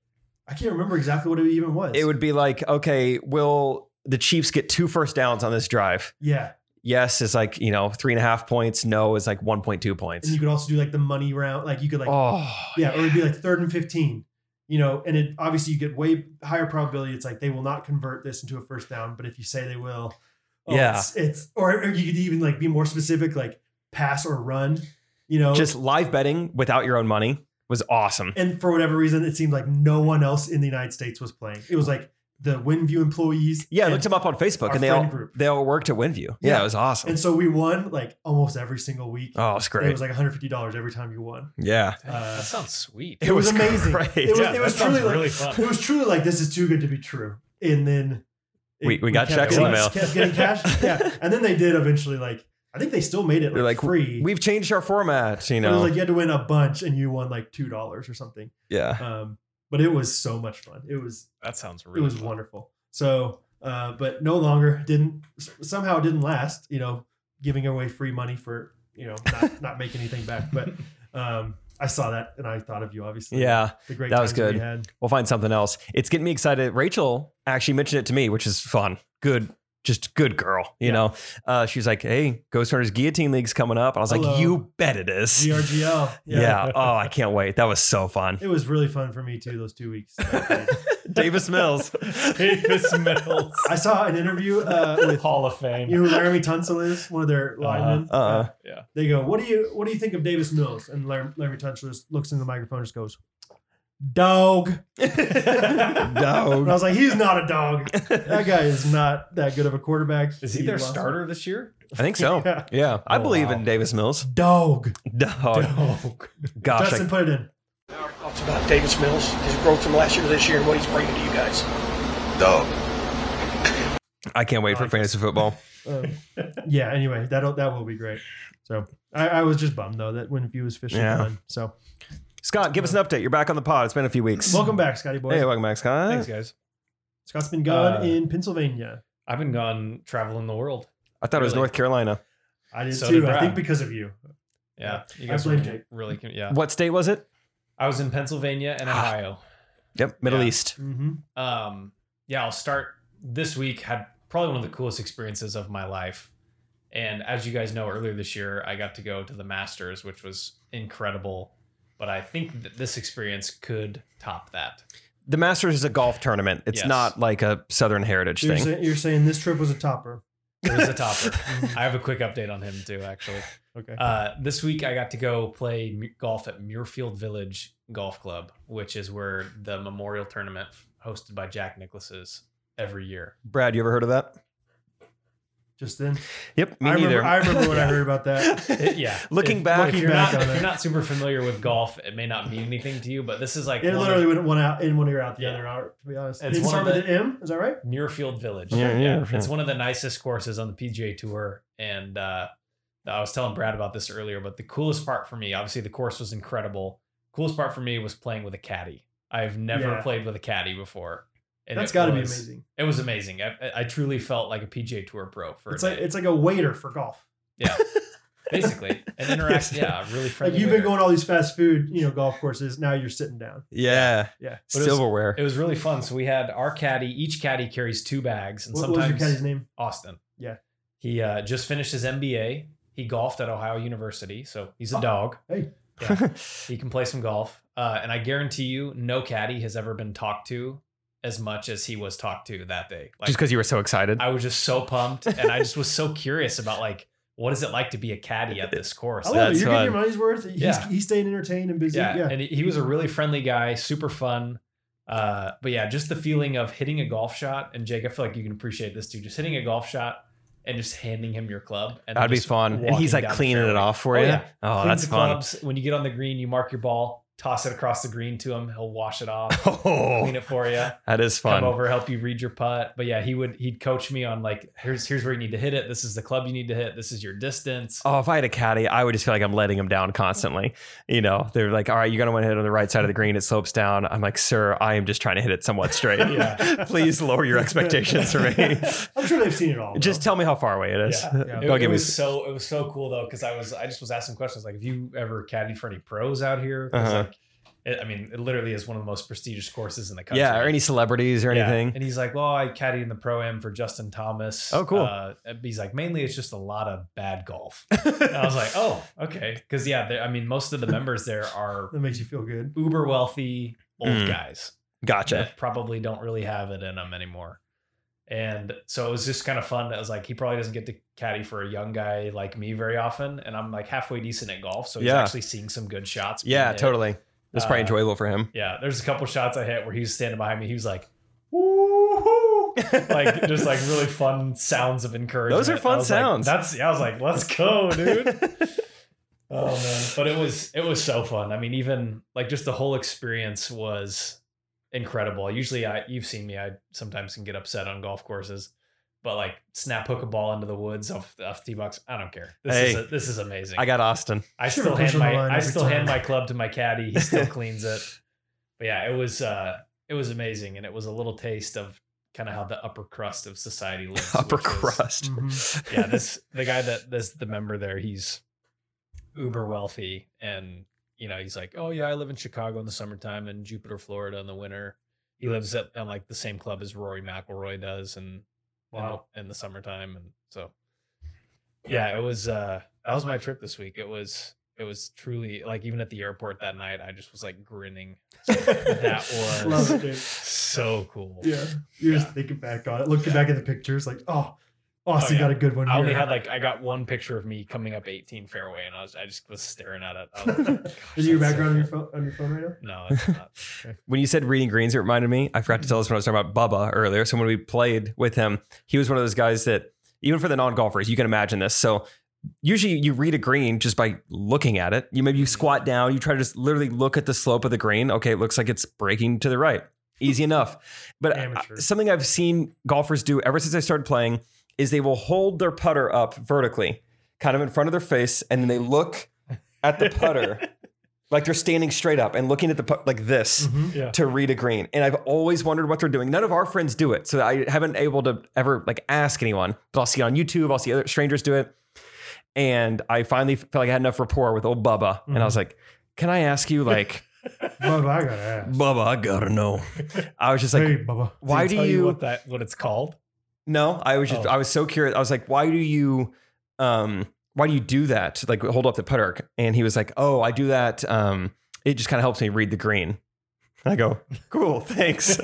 Speaker 1: I can't remember exactly what it even was.
Speaker 2: It would be like, okay, will the Chiefs get two first downs on this drive?
Speaker 1: Yeah,
Speaker 2: yes is like you know three and a half points no is like 1.2
Speaker 1: and
Speaker 2: points
Speaker 1: you could also do like the money round. Like you could like
Speaker 2: oh
Speaker 1: Mm-hmm. yeah, or it'd be like third and fifteen. You know, and it obviously you get way higher probability. It's like they will not convert this into a first down, but if you say they will, oh,
Speaker 2: Yeah.
Speaker 1: it's, it's or, or you could even like be more specific, like pass or run. You know,
Speaker 2: just live betting without your own money was awesome
Speaker 1: and for whatever reason, it seemed like no one else in the United States was playing. It was like the WinView employees.
Speaker 2: Yeah, I
Speaker 1: and-
Speaker 2: looked them up on Facebook
Speaker 1: our
Speaker 2: and they all
Speaker 1: friend group.
Speaker 2: they all worked at Winview. Yeah,
Speaker 1: Yeah.
Speaker 2: it was awesome.
Speaker 1: And so we won like almost every single week.
Speaker 2: oh, it's
Speaker 1: It
Speaker 2: great.
Speaker 1: was like $150 every time you won.
Speaker 2: yeah.
Speaker 1: Uh,
Speaker 3: that sounds sweet.
Speaker 1: it
Speaker 2: <laughs>
Speaker 1: was amazing.
Speaker 2: great.
Speaker 1: It was,
Speaker 3: Yeah,
Speaker 1: it was
Speaker 3: that sounds
Speaker 1: truly like,
Speaker 3: really <laughs> fun.
Speaker 1: It was truly like this is too good to be true. And then it-
Speaker 2: We- we got
Speaker 1: kept
Speaker 2: checks
Speaker 3: in the
Speaker 1: getting-
Speaker 2: mail.
Speaker 1: Kept getting cash.
Speaker 2: <laughs>
Speaker 1: yeah, and then they did eventually. Like I think they still made it
Speaker 2: They're
Speaker 1: like,
Speaker 2: like,
Speaker 1: free.
Speaker 2: We've changed our format, you
Speaker 1: but it
Speaker 2: know.
Speaker 1: was like you had to win a bunch, and you won like two dollars or something.
Speaker 2: yeah.
Speaker 1: Um, but it was so much fun. It was
Speaker 3: That sounds
Speaker 1: it
Speaker 3: really
Speaker 1: was
Speaker 3: fun.
Speaker 1: wonderful. So, uh, but no longer didn't s- somehow it didn't last. You know, giving away free money for you know
Speaker 2: <laughs>
Speaker 1: not, not make anything back. But um, I saw that and I thought of you obviously.
Speaker 2: Yeah.
Speaker 1: the great
Speaker 2: that was
Speaker 1: times we
Speaker 2: good.
Speaker 1: had.
Speaker 2: We'll find something else. It's getting me excited. Rachel actually mentioned it to me, which is fun. Good. Just good girl, you
Speaker 1: Yeah.
Speaker 2: know. Uh, she was like, "Hey, Ghost Runners Guillotine League's coming up," and I was
Speaker 1: Hello.
Speaker 2: like, "You bet it is." Yeah.
Speaker 1: GRGL.
Speaker 2: Oh, I can't wait. That was so fun.
Speaker 1: It was really fun for me too. Those two weeks.
Speaker 2: Davis Mills.
Speaker 3: <laughs> Davis Mills
Speaker 1: I saw an interview uh, with
Speaker 3: <laughs> Hall of Fame.
Speaker 1: you know who Laramie Tunsil is one of their linemen.
Speaker 2: Uh, <laughs> uh.
Speaker 3: yeah.
Speaker 1: They go, "What do you what do you think of Davis Mills?" And Lar- Laramie Tunsil just looks in the microphone, and just goes, "Dog." and I
Speaker 2: no.
Speaker 1: was like, "He's not a dog. That guy is not that good of a quarterback."
Speaker 3: Is he their
Speaker 1: lost-
Speaker 3: starter this year?
Speaker 2: I think so.
Speaker 1: Yeah.
Speaker 2: Yeah. I
Speaker 3: Oh,
Speaker 2: believe
Speaker 3: wow.
Speaker 2: in Davis Mills.
Speaker 1: Dog.
Speaker 3: Oh,
Speaker 2: Dog. Gosh, I
Speaker 1: Justin, put it in.
Speaker 5: Our thoughts about Davis Mills, his growth from last year to this year, and what he's bringing to you guys. Dog.
Speaker 2: I can't wait
Speaker 1: I
Speaker 2: for
Speaker 1: like
Speaker 2: fantasy football.
Speaker 3: <laughs>
Speaker 1: Um, yeah. Anyway, that'll that will be great. So I, I was just bummed though that when View was fishing
Speaker 2: Yeah.
Speaker 1: done. So
Speaker 2: Scott, give us an update. You're back on the pod. It's been a few weeks.
Speaker 1: welcome back, Scotty boy.
Speaker 2: Hey, welcome back, Scott.
Speaker 3: Thanks, guys.
Speaker 1: Scott's been gone
Speaker 3: Uh,
Speaker 1: in Pennsylvania.
Speaker 3: I've been gone traveling the world.
Speaker 2: I thought it was
Speaker 3: really?
Speaker 2: North Carolina.
Speaker 1: I did
Speaker 3: so
Speaker 1: too.
Speaker 3: did
Speaker 1: I
Speaker 3: Brad.
Speaker 1: think because of you.
Speaker 3: Yeah, you
Speaker 1: I
Speaker 3: guys
Speaker 1: blame
Speaker 3: were
Speaker 1: Jake.
Speaker 3: really. con- Yeah,
Speaker 2: What state was it?
Speaker 3: I was in Pennsylvania and Ohio.
Speaker 2: Yep, Middle
Speaker 3: Yeah.
Speaker 2: East.
Speaker 1: Mm-hmm.
Speaker 3: um, yeah, I'll start this week. Had probably one of the coolest experiences of my life. And as you guys know, earlier this year, I got to go to the Masters, which was incredible. But I think that this experience could top that.
Speaker 2: The Masters is a golf tournament. It's
Speaker 3: Yes.
Speaker 2: not like a Southern Heritage
Speaker 1: You're,
Speaker 2: thing.
Speaker 1: say- you're saying this trip was a topper.
Speaker 3: It was a topper. I have a quick update on him too, actually.
Speaker 1: Okay.
Speaker 3: Uh, this week, I got to go play mu- golf at Muirfield Village Golf Club, which is where the memorial tournament hosted by Jack Nicklaus is every year.
Speaker 2: Brad, you ever heard of that?
Speaker 1: Just then.
Speaker 2: Yep, me
Speaker 1: I
Speaker 2: neither.
Speaker 1: remember, I remember
Speaker 2: <laughs>
Speaker 1: when I heard about that.
Speaker 3: It- <laughs> yeah.
Speaker 2: Looking
Speaker 3: If-
Speaker 2: back-
Speaker 3: if, you're,
Speaker 1: Looking back
Speaker 3: not,
Speaker 1: on
Speaker 3: if
Speaker 1: it.
Speaker 3: you're not super familiar with golf, it may not mean anything to you, but this is like
Speaker 1: It
Speaker 3: one
Speaker 1: literally
Speaker 3: of
Speaker 1: went one out in one ear out the
Speaker 3: Yeah.
Speaker 1: other out, to be honest. It's
Speaker 3: It's
Speaker 1: it
Speaker 3: one of
Speaker 1: started with an M, is that right?
Speaker 3: Muirfield Village.
Speaker 2: Yeah, yeah,
Speaker 3: It's
Speaker 2: yeah.
Speaker 3: one of the nicest courses on the PGA Tour. And uh, I was telling Brad about this earlier, but the coolest part for me, obviously, the course was incredible. Coolest part for me was playing with a caddy. I've never
Speaker 1: Yeah.
Speaker 3: played with a caddy before. and
Speaker 1: That's
Speaker 3: it
Speaker 1: gotta be
Speaker 3: was-
Speaker 1: amazing.
Speaker 3: It was amazing. I, I- I truly felt like a PGA Tour pro for
Speaker 1: It's
Speaker 3: a
Speaker 1: like
Speaker 3: day,
Speaker 1: it's like a waiter for golf.
Speaker 3: basically
Speaker 1: <laughs>
Speaker 3: an interact. yeah, really friendly.
Speaker 1: Like you've been
Speaker 3: waiter.
Speaker 1: going to all these fast food, you know, golf courses. Now you're sitting down.
Speaker 2: yeah,
Speaker 1: Yeah.
Speaker 3: But it was-
Speaker 2: silverware.
Speaker 3: It was really fun. So we had our caddy. Each caddy carries two bags, and
Speaker 1: What what was
Speaker 3: sometimes
Speaker 1: your caddy's name?
Speaker 3: Austin.
Speaker 1: Yeah.
Speaker 3: he uh, just finished his MBA. He golfed at Ohio University, so he's a
Speaker 1: Oh,
Speaker 3: dog.
Speaker 1: hey.
Speaker 3: Yeah. he can play some golf. Uh, and I guarantee you, no caddy has ever been talked to as much as he was talked to that day. Like,
Speaker 2: just because you were so excited.
Speaker 3: I was just so pumped, and I just was so curious about like what is it like to be a caddy at this course.
Speaker 1: I love it.
Speaker 2: That's
Speaker 1: You're
Speaker 2: fun.
Speaker 1: getting your money's worth. He's,
Speaker 3: Yeah.
Speaker 1: he's staying entertained and busy.
Speaker 3: yeah,
Speaker 1: Yeah.
Speaker 3: and he- he was a really friendly guy super fun uh but yeah just the feeling of hitting a golf shot and jake i feel like you can appreciate this too just hitting a golf shot and just handing him your club and
Speaker 2: That'd be
Speaker 3: just
Speaker 2: fun. And
Speaker 3: walking
Speaker 2: he's like
Speaker 3: down the
Speaker 2: cleaning it
Speaker 3: fairway.
Speaker 2: off for
Speaker 3: Oh,
Speaker 2: you.
Speaker 3: yeah.
Speaker 2: Oh,
Speaker 3: Cleans
Speaker 2: that's
Speaker 3: the
Speaker 2: fun.
Speaker 3: clubs. when you get on the green you mark your ball toss it across the green to him he'll wash it off
Speaker 2: <laughs> Oh,
Speaker 3: clean it
Speaker 2: <laughs>
Speaker 3: for you
Speaker 2: that is
Speaker 3: come
Speaker 2: fun.
Speaker 3: over help you read your putt but yeah he would he'd coach me on like here's here's where you need to hit it this is the club you need to hit this is your distance
Speaker 2: Oh, if I had a caddy, I would just feel like I'm letting him down constantly. You know, they're like, all right, you're going to want to hit on the right side of the green. It slopes down. I'm like, sir, I am just trying to hit it somewhat straight.
Speaker 3: <laughs> Yeah.
Speaker 2: <laughs> Please lower your expectations for
Speaker 3: <laughs>
Speaker 2: me.
Speaker 1: <laughs> I'm sure they've seen it all.
Speaker 2: <laughs> just
Speaker 1: Just
Speaker 2: tell me how far away it is.
Speaker 3: Yeah.
Speaker 1: Yeah.
Speaker 3: It,
Speaker 2: Don't
Speaker 3: it
Speaker 2: give me.
Speaker 3: was so it was so cool though because I was I just was asking questions like, have you ever caddied for any pros out here? 'Cause,
Speaker 2: Uh-huh.
Speaker 3: like, it- I mean, it literally is one of the most prestigious courses in the country.
Speaker 2: Yeah, or any celebrities or
Speaker 3: Yeah.
Speaker 2: anything.
Speaker 3: And he's like, well, I caddied in the pro am for Justin Thomas.
Speaker 2: Oh, cool.
Speaker 3: Uh, he's like, mainly it's just a lot of bad
Speaker 2: <laughs>
Speaker 3: golf. and I was like, oh, okay, because yeah, there- I mean, most of the members there are
Speaker 1: that makes you feel good.
Speaker 3: uber wealthy old
Speaker 2: Mm.
Speaker 3: guys
Speaker 2: Gotcha.
Speaker 3: that probably don't really have it in them anymore. And so it was just kind of fun. I was like, he probably doesn't get to caddy for a young guy like me very often. And I'm like halfway decent at golf. So he's
Speaker 2: Yeah.
Speaker 3: actually seeing some good shots. being
Speaker 2: Yeah,
Speaker 3: hit.
Speaker 2: totally. That's probably
Speaker 3: Uh,
Speaker 2: enjoyable for him.
Speaker 3: Yeah. There's a couple shots I hit where he was standing behind me. He was like, Ooh, <laughs> like just
Speaker 2: <laughs>
Speaker 3: like really fun sounds of encouragement.
Speaker 2: Those are fun
Speaker 3: I was like,
Speaker 2: sounds.
Speaker 3: that's yeah, I was like, let's go, dude. oh man. But it was it was so fun. I mean, even like just the whole experience was incredible. Usually I you've seen me, I sometimes can get upset on golf courses. But like snap hook a ball into the woods off off tee box, I don't care. This is
Speaker 2: Hey.
Speaker 3: a, this is amazing.
Speaker 2: I got Austin.
Speaker 3: I
Speaker 1: Should've
Speaker 3: still
Speaker 1: pushed
Speaker 3: hand
Speaker 1: him the
Speaker 3: my
Speaker 1: line
Speaker 3: I
Speaker 1: every
Speaker 3: still hand
Speaker 1: time.
Speaker 3: my club to my caddy.
Speaker 2: <laughs>
Speaker 3: He still cleans it. But yeah, it was uh it was amazing and it was a little taste of kind of how the upper crust of society lives.
Speaker 2: Upper
Speaker 3: which is-
Speaker 2: crust.
Speaker 1: Mhm.
Speaker 2: <laughs>
Speaker 3: Mm-hmm.
Speaker 1: <laughs>
Speaker 3: yeah, this the guy that this the member there, he's uber wealthy and you know, he's like, "Oh yeah, I live in Chicago in the summertime and Jupiter, Florida in the winter." He lives at on like the same club as Rory McIlroy does and
Speaker 4: Wow.
Speaker 3: in, the, in the summertime and so yeah it was uh that was my trip this week it was it was truly like even at the airport that night i just was
Speaker 1: <laughs>
Speaker 3: like grinning that
Speaker 1: Love
Speaker 3: was
Speaker 1: it, dude.
Speaker 3: so cool
Speaker 1: Yeah. You're
Speaker 3: Yeah.
Speaker 1: just thinking back on it, looking back at the pictures, like, oh, Austin
Speaker 3: yeah.
Speaker 1: got a good one.
Speaker 3: i only
Speaker 1: here.
Speaker 3: had like i got one picture of me coming up 18 fairway and i was i just was staring at it I was like, <laughs>
Speaker 1: Is
Speaker 3: "Gosh,
Speaker 1: it your
Speaker 3: that's so
Speaker 1: background on your
Speaker 3: cool."
Speaker 1: phone on your phone right now?
Speaker 3: no it's not
Speaker 2: When you said reading greens, it reminded me. I forgot to tell this when I was talking about Bubba earlier. So when we played with him, he was one of those guys that even for the non golfers, you can imagine this. So usually you read a green just by looking at it. You maybe you squat down, you try to just literally look at the slope of the green. Okay, it looks like it's breaking to the right. Easy enough. But I-
Speaker 1: Amateur.
Speaker 2: something I've seen golfers do ever since I started playing is they will hold their putter up vertically, kind of in front of their face, and then they look at the putter. Like they're standing straight up and looking at the putt like this
Speaker 3: yeah
Speaker 2: to read a green. And I've always wondered what they're doing. None of our friends do it. So I haven't able to ever like ask anyone, but I'll see it on YouTube. I'll see other strangers do it. And I finally felt like I had enough rapport with old Bubba. And
Speaker 3: Mm-hmm.
Speaker 2: I was like, can I ask you
Speaker 3: <laughs>
Speaker 2: like,
Speaker 1: Bubba, I gotta ask.
Speaker 2: Bubba, I gotta know. I was just like,
Speaker 1: hey, Bubba.
Speaker 2: <laughs> why
Speaker 3: Did he
Speaker 2: do
Speaker 3: tell
Speaker 2: you,
Speaker 3: what that what it's called
Speaker 2: no, I was just
Speaker 3: Oh.
Speaker 2: I was so curious. I was like, why do you um why do you do that? Like hold up the putter. And he was like, Oh, I do that. Um it just kind of helps me read the green. And I go, Cool,
Speaker 3: <laughs>
Speaker 2: thanks.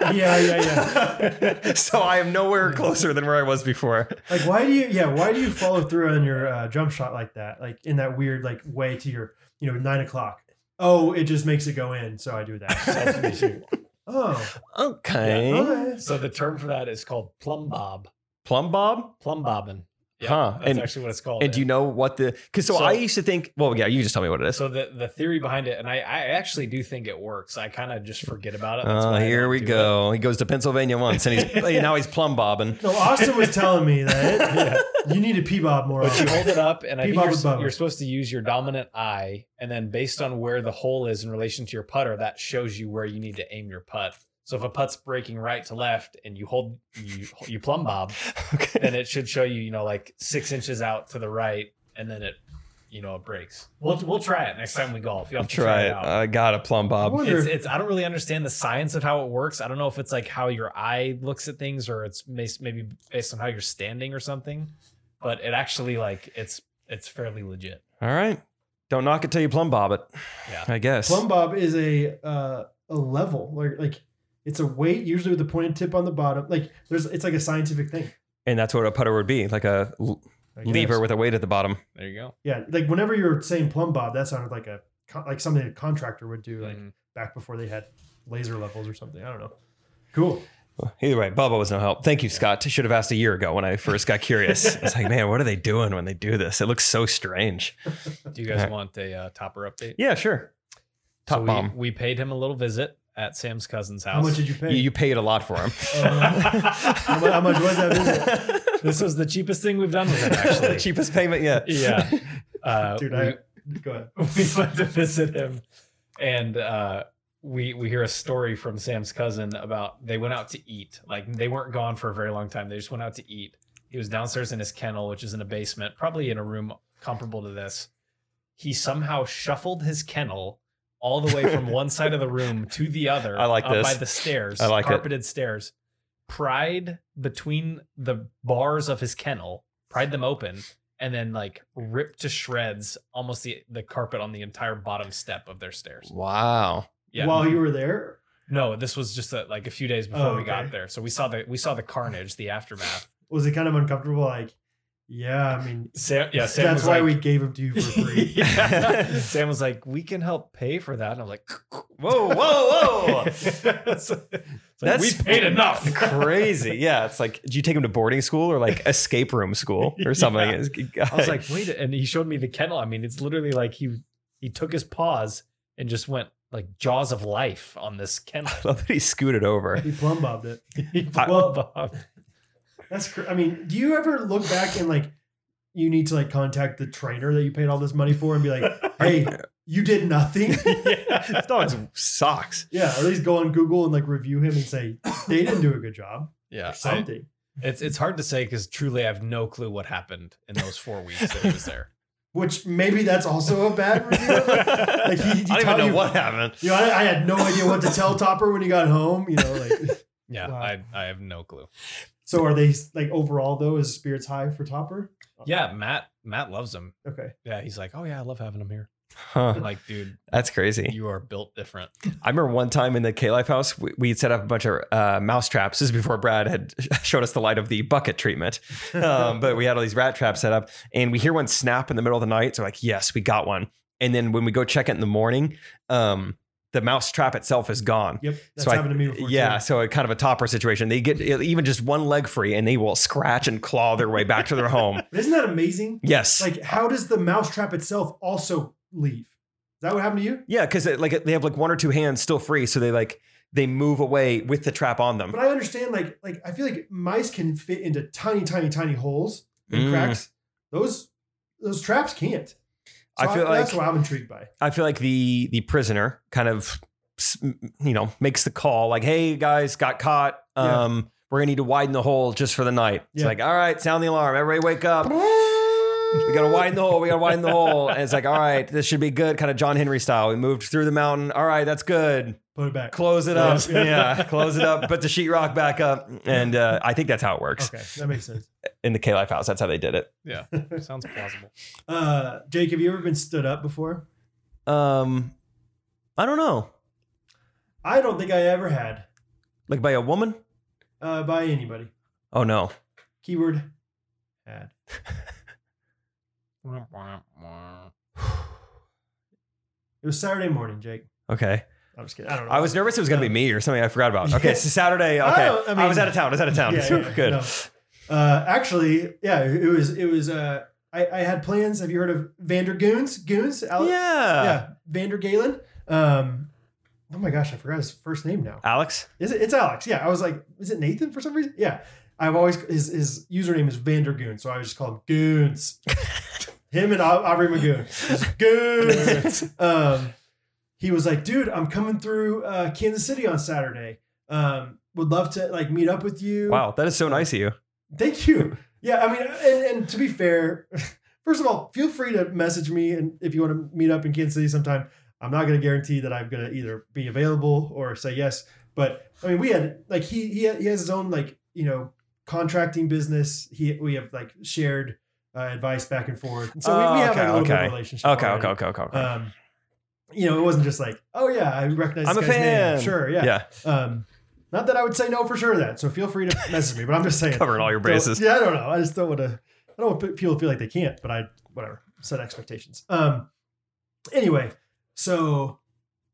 Speaker 1: Yeah, yeah, yeah.
Speaker 2: <laughs> so I am nowhere closer than where I was before.
Speaker 1: Like, why do you? Yeah, why do you follow through on your uh, jump shot like that? Like in that weird like way to your, you know, nine o'clock. Oh, it just makes it go in, so I do
Speaker 3: <laughs>
Speaker 1: that. oh,
Speaker 2: Okay.
Speaker 1: okay.
Speaker 3: so the term for that is called plumb bob
Speaker 2: Plum Bob?
Speaker 3: plumb bobbing Yeah,
Speaker 2: Huh,
Speaker 3: that's
Speaker 2: and-
Speaker 3: actually what it's called
Speaker 2: And do
Speaker 3: yeah.
Speaker 2: you know what the cause so,
Speaker 3: So-
Speaker 2: I used to think, well, yeah, you just tell me what it is.
Speaker 3: So the the theory behind it, and I, I actually do think it works. I kind of just forget about it. That's
Speaker 2: Oh,
Speaker 3: why I
Speaker 2: here
Speaker 3: don't
Speaker 2: we
Speaker 3: do
Speaker 2: go. He goes to Pennsylvania once and he's
Speaker 3: <laughs>
Speaker 2: now he's plum bobbing.
Speaker 1: No, Austin was telling me that it, you need to pee bob more.
Speaker 3: it. But you
Speaker 1: often.
Speaker 3: hold it up, and I think
Speaker 1: Bebop
Speaker 3: you're,
Speaker 1: with Bubba.
Speaker 3: you're supposed to use your dominant eye, and then based on where the hole is in relation to your putter, that shows you where you need to aim your putt. So if a putt's breaking right to left, and you hold you you plumb bob,
Speaker 2: Okay.
Speaker 3: then it should show you you know like six inches out to the right, and then it you know it breaks. We'll we'll try it next time we golf. You have to try,
Speaker 2: Try it.
Speaker 3: out.
Speaker 2: I got a plum bob.
Speaker 1: wonder
Speaker 3: it's,
Speaker 1: if-
Speaker 3: it's I don't really understand the science of how it works. I don't know if it's like how your eye looks at things or it's mas- maybe based on how you're standing or something. But it actually like it's it's fairly legit.
Speaker 2: All right. Don't knock it till you plumb bob it.
Speaker 3: Yeah.
Speaker 2: I guess.
Speaker 1: Plumb bob is a uh, a level like like it's a weight usually with the pointed tip on the bottom. Like there's it's like a scientific thing.
Speaker 2: and that's what a putter would be, like a l-
Speaker 1: I guess.
Speaker 2: lever with a weight at the bottom.
Speaker 3: There you go.
Speaker 1: Yeah, like whenever you were saying plumb bob, that sounded like a co- like something a contractor would do
Speaker 3: Mm-hmm.
Speaker 1: like back before they had laser levels or something. I don't know. Cool.
Speaker 2: Either way, Bubba was no help. Thank you, Scott. I should have asked a year ago when I first got
Speaker 3: <laughs>
Speaker 2: curious. I was like, man, what are they doing when they do this? It looks so strange.
Speaker 3: Do you guys want a uh, topper update?
Speaker 2: Yeah, sure. Top
Speaker 3: So we,
Speaker 2: bomb.
Speaker 3: We paid him a little visit at Sam's cousin's house.
Speaker 1: How much did you pay? Uh,
Speaker 2: You, you paid a lot for <laughs> him.
Speaker 1: <laughs> how, mu- how much was that visit?
Speaker 3: <laughs> this was the cheapest thing we've done
Speaker 1: <laughs>
Speaker 3: with him actually.
Speaker 2: <laughs> Cheapest payment yet.
Speaker 3: Yeah. Uh,
Speaker 1: Dude,
Speaker 3: we-
Speaker 1: I, go ahead.
Speaker 3: <laughs> we went to visit him and uh we we hear a story from Sam's cousin about they went out to eat. Like they weren't gone for a very long time. They just went out to eat. He was downstairs in his kennel, which is in a basement, probably in a room comparable to this. He somehow shuffled his kennel all the way from one side of
Speaker 2: <laughs>
Speaker 3: the room to the other.
Speaker 2: I like
Speaker 3: up
Speaker 2: this.
Speaker 3: by the stairs,
Speaker 2: I like it.
Speaker 3: carpeted stairs. Pried between the bars of his kennel, pried them open, and then like ripped to shreds almost the the carpet on the entire bottom step of their stairs.
Speaker 2: Wow.
Speaker 3: Yeah.
Speaker 1: While you were there,
Speaker 3: no, this was just a, like a few days before
Speaker 1: Oh,
Speaker 3: we got
Speaker 1: okay.
Speaker 3: there, so we saw the we saw the carnage, the aftermath.
Speaker 1: was it kind of uncomfortable? Like Yeah, I mean,
Speaker 3: Sam, yeah, Sam
Speaker 1: that's
Speaker 3: was
Speaker 1: why
Speaker 3: like, <laughs>
Speaker 1: we gave them to you for free. <laughs>
Speaker 3: Yeah. Sam was like, "We can help pay for that," and I'm like, <laughs> "Whoa, whoa, whoa!"
Speaker 2: <laughs>
Speaker 3: It's like,
Speaker 2: That's-
Speaker 3: we paid enough.
Speaker 1: <laughs>
Speaker 2: Crazy. Yeah. It's like, do you take him to boarding school or like escape room <laughs> school or something?
Speaker 3: Yeah.
Speaker 2: It's-
Speaker 3: I was like, "Wait!" And he showed me the kennel. I mean, it's literally like he he took his paws and just went like jaws of life on
Speaker 1: <laughs>
Speaker 3: this kennel. <laughs>
Speaker 2: I <laughs> love that he scooted over.
Speaker 1: he plumb bobbed
Speaker 2: <laughs>
Speaker 1: it.
Speaker 3: He
Speaker 2: I-
Speaker 3: blew up.
Speaker 1: That's. Cr- I mean, do you ever look back and like, you need to like contact the trainer that you paid all this money for and be
Speaker 2: <laughs>
Speaker 1: like, hey, you did nothing. <laughs>
Speaker 2: This dog has <laughs> socks.
Speaker 1: yeah, or at least go on Google and like review him and say they didn't do a good job
Speaker 3: yeah,
Speaker 2: Uh,
Speaker 1: or
Speaker 3: I-
Speaker 1: something.
Speaker 3: it's it's hard to say because truly I have no clue what happened in those four <laughs> weeks that he was there.
Speaker 1: Which maybe that's also a
Speaker 2: <laughs>
Speaker 1: bad review.
Speaker 2: like
Speaker 1: he- he
Speaker 2: I
Speaker 1: tell
Speaker 2: don't even know
Speaker 1: you-
Speaker 2: what happened.
Speaker 1: you know, I, I had no idea what to tell Topper when he got home. You know, like
Speaker 2: <laughs>
Speaker 3: Yeah,
Speaker 1: Wow.
Speaker 3: I I have no clue.
Speaker 1: so. Are they like overall though? Is spirits high for Topper?
Speaker 3: Yeah, Matt Matt loves him.
Speaker 1: Okay.
Speaker 3: Yeah, he's like, "Oh yeah, I love having him here."
Speaker 2: Huh.
Speaker 3: I'm like, dude,
Speaker 2: That's crazy.
Speaker 3: you are built different.
Speaker 2: I remember one time in the K Life house, we, we had set up a bunch of uh, mouse traps. This is before Brad had <laughs> showed us the light of the bucket treatment. Um, but we had all these rat traps set up, and we hear one snap in the middle of the night. So, we're like, yes, we got one. And then when we go check it in the morning, um, the mouse trap itself is gone.
Speaker 1: Yep. That's
Speaker 2: So I-
Speaker 1: happened to me before.
Speaker 2: Yeah,
Speaker 1: too.
Speaker 2: so a kind of a topper situation. They get e, even just one leg free, and they will scratch and claw their way back to
Speaker 1: <laughs>
Speaker 2: their home.
Speaker 1: But isn't that amazing?
Speaker 2: Yes,
Speaker 1: Like, how does the mousetrap itself also leave? Is that what happened to you?
Speaker 2: yeah, because like they have like one or two hands still free, so they like they move away with the trap on them.
Speaker 1: But I understand, like, like I feel like mice can fit into tiny, tiny, tiny holes and
Speaker 2: Mm.
Speaker 1: cracks. Those those traps can't. So
Speaker 2: I feel
Speaker 1: that's
Speaker 2: like-
Speaker 1: what I'm intrigued by.
Speaker 2: I feel like the the prisoner kind of s- you know makes the call like, "Hey guys, got caught.
Speaker 1: Yeah.
Speaker 2: Um, we're gonna need to widen the hole just for the night." It's
Speaker 1: Yeah.
Speaker 2: like, "All right, sound the alarm. Everybody wake up. We gotta widen the hole. We gotta widen the hole." And it's like, "All right, this should be good." Kind of John Henry style. We moved through the mountain. All right, that's good.
Speaker 1: Put it back.
Speaker 2: Close it
Speaker 1: Yeah.
Speaker 2: up. Yeah, close it up. Put the sheetrock back up. And uh, I think that's how it works
Speaker 1: Okay, that makes sense.
Speaker 2: in the K Life house. That's how they did it.
Speaker 3: Yeah, <laughs> sounds plausible.
Speaker 1: Uh, Jake, have you ever been stood up before?
Speaker 2: Um, I don't know,
Speaker 1: I don't think I ever had
Speaker 2: like by a woman.
Speaker 1: uh, by anybody.
Speaker 2: Oh no.
Speaker 1: Keyword <sighs> had. It was Saturday morning, Jake.
Speaker 2: Okay.
Speaker 1: I'm just kidding. I don't know.
Speaker 2: I was nervous it was going to be me or something I forgot about. Okay, so
Speaker 1: <laughs>
Speaker 2: Saturday. Okay,
Speaker 1: I
Speaker 2: I,
Speaker 1: don't- I mean-
Speaker 2: was out of town. I was out of town.
Speaker 1: Yeah, yeah, yeah,
Speaker 2: <laughs> Good.
Speaker 1: no. Uh, actually, yeah, it was. It was. Uh, I, I had plans. Have you heard of Vander Goons? Goons? Al-
Speaker 2: Yeah.
Speaker 1: yeah, Vander Galen. Um, oh my gosh, I forgot his first name now.
Speaker 2: Alex.
Speaker 1: Is it? It's Alex. Yeah, I was like, is it Nathan for some reason? Yeah, I've always his his username is Vander Goon, so I was just called him
Speaker 2: <laughs>
Speaker 1: Goons. him and Au- Aubrey Magoon, Just Goons.
Speaker 2: <laughs>
Speaker 1: um, he was like, dude, I'm coming through uh, Kansas City on Saturday. Um, would love to like meet up with you.
Speaker 2: Wow, that is so nice of you.
Speaker 1: Thank you. Yeah, I mean, and, and to be fair, <laughs> first of all, feel free to message me, and if you want to meet up in Kansas City sometime, I'm not going to guarantee that I'm going to either be available or say yes. But I mean, we had like he he he has his own like you know contracting business. He we have like shared uh, advice back and forth, and so we, we
Speaker 2: Oh,
Speaker 1: have like,
Speaker 2: okay,
Speaker 1: a little bit
Speaker 2: okay.
Speaker 1: of relationship.
Speaker 2: Okay,
Speaker 1: already.
Speaker 2: okay, okay, okay. okay.
Speaker 1: Um, you know, it wasn't just like, oh yeah, I recognize.
Speaker 2: I'm a
Speaker 1: this guy's
Speaker 2: fan.
Speaker 1: Name. Sure,
Speaker 2: yeah.
Speaker 1: yeah. Um, not that I would say no for sure to that. So feel free
Speaker 2: <laughs>
Speaker 1: to message me, but I'm just saying
Speaker 2: Covering all
Speaker 1: <laughs>
Speaker 2: your
Speaker 1: don't-
Speaker 2: bases.
Speaker 1: Yeah, I don't know. I just don't want to. I don't want people to feel like they can't. But I whatever set expectations. Um. Anyway, so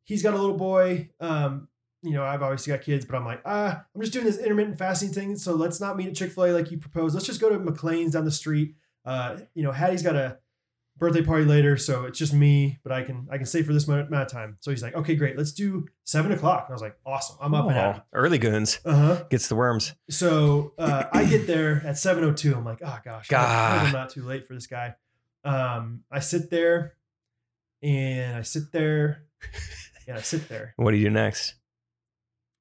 Speaker 1: he's got a little boy. Um. You know, I've obviously got kids, but I'm like, ah, I'm just doing this intermittent fasting thing. So let's not meet at Chick Fil A like you proposed. Let's just go to McLean's down the street. Uh. You know, Hattie's got a birthday party later, so it's just me, but I can I can stay for this mo- amount of time. So he's like, okay, great. Let's do seven o'clock. And I was like, awesome. I'm up and
Speaker 2: Oh,
Speaker 1: out.
Speaker 2: early goons
Speaker 1: Uh huh.
Speaker 2: gets the worms.
Speaker 1: So uh, I get there at 7:02. I'm like, oh gosh, I hope
Speaker 2: God.
Speaker 1: I'm not too late for this guy. Um, I sit there, and I sit there, and I sit there,
Speaker 2: What do you do next?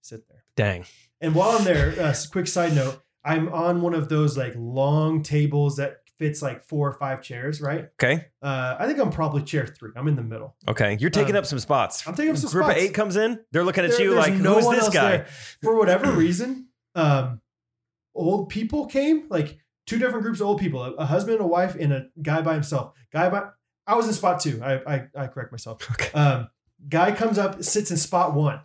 Speaker 1: sit there.
Speaker 2: Dang.
Speaker 1: And while I'm there, uh, s- quick side note: I'm on one of those like long tables that fits like four or five chairs, right?
Speaker 2: Okay.
Speaker 1: Uh, I think I'm probably chair three. I'm in the middle.
Speaker 2: Okay. You're taking
Speaker 1: Um,
Speaker 2: up some spots.
Speaker 1: I'm taking up some
Speaker 2: Group
Speaker 1: spots.
Speaker 2: of eight comes in. They're looking at
Speaker 1: There-
Speaker 2: you
Speaker 1: there's
Speaker 2: like,
Speaker 1: no
Speaker 2: who's
Speaker 1: one
Speaker 2: this
Speaker 1: else
Speaker 2: guy?
Speaker 1: there. For whatever reason, um, old people came, like two different groups of old people, a, a husband, a wife, and a guy by himself. Guy by I was in spot two. I I, I correct myself.
Speaker 2: <laughs> Okay.
Speaker 1: Um, guy comes up, sits in spot one,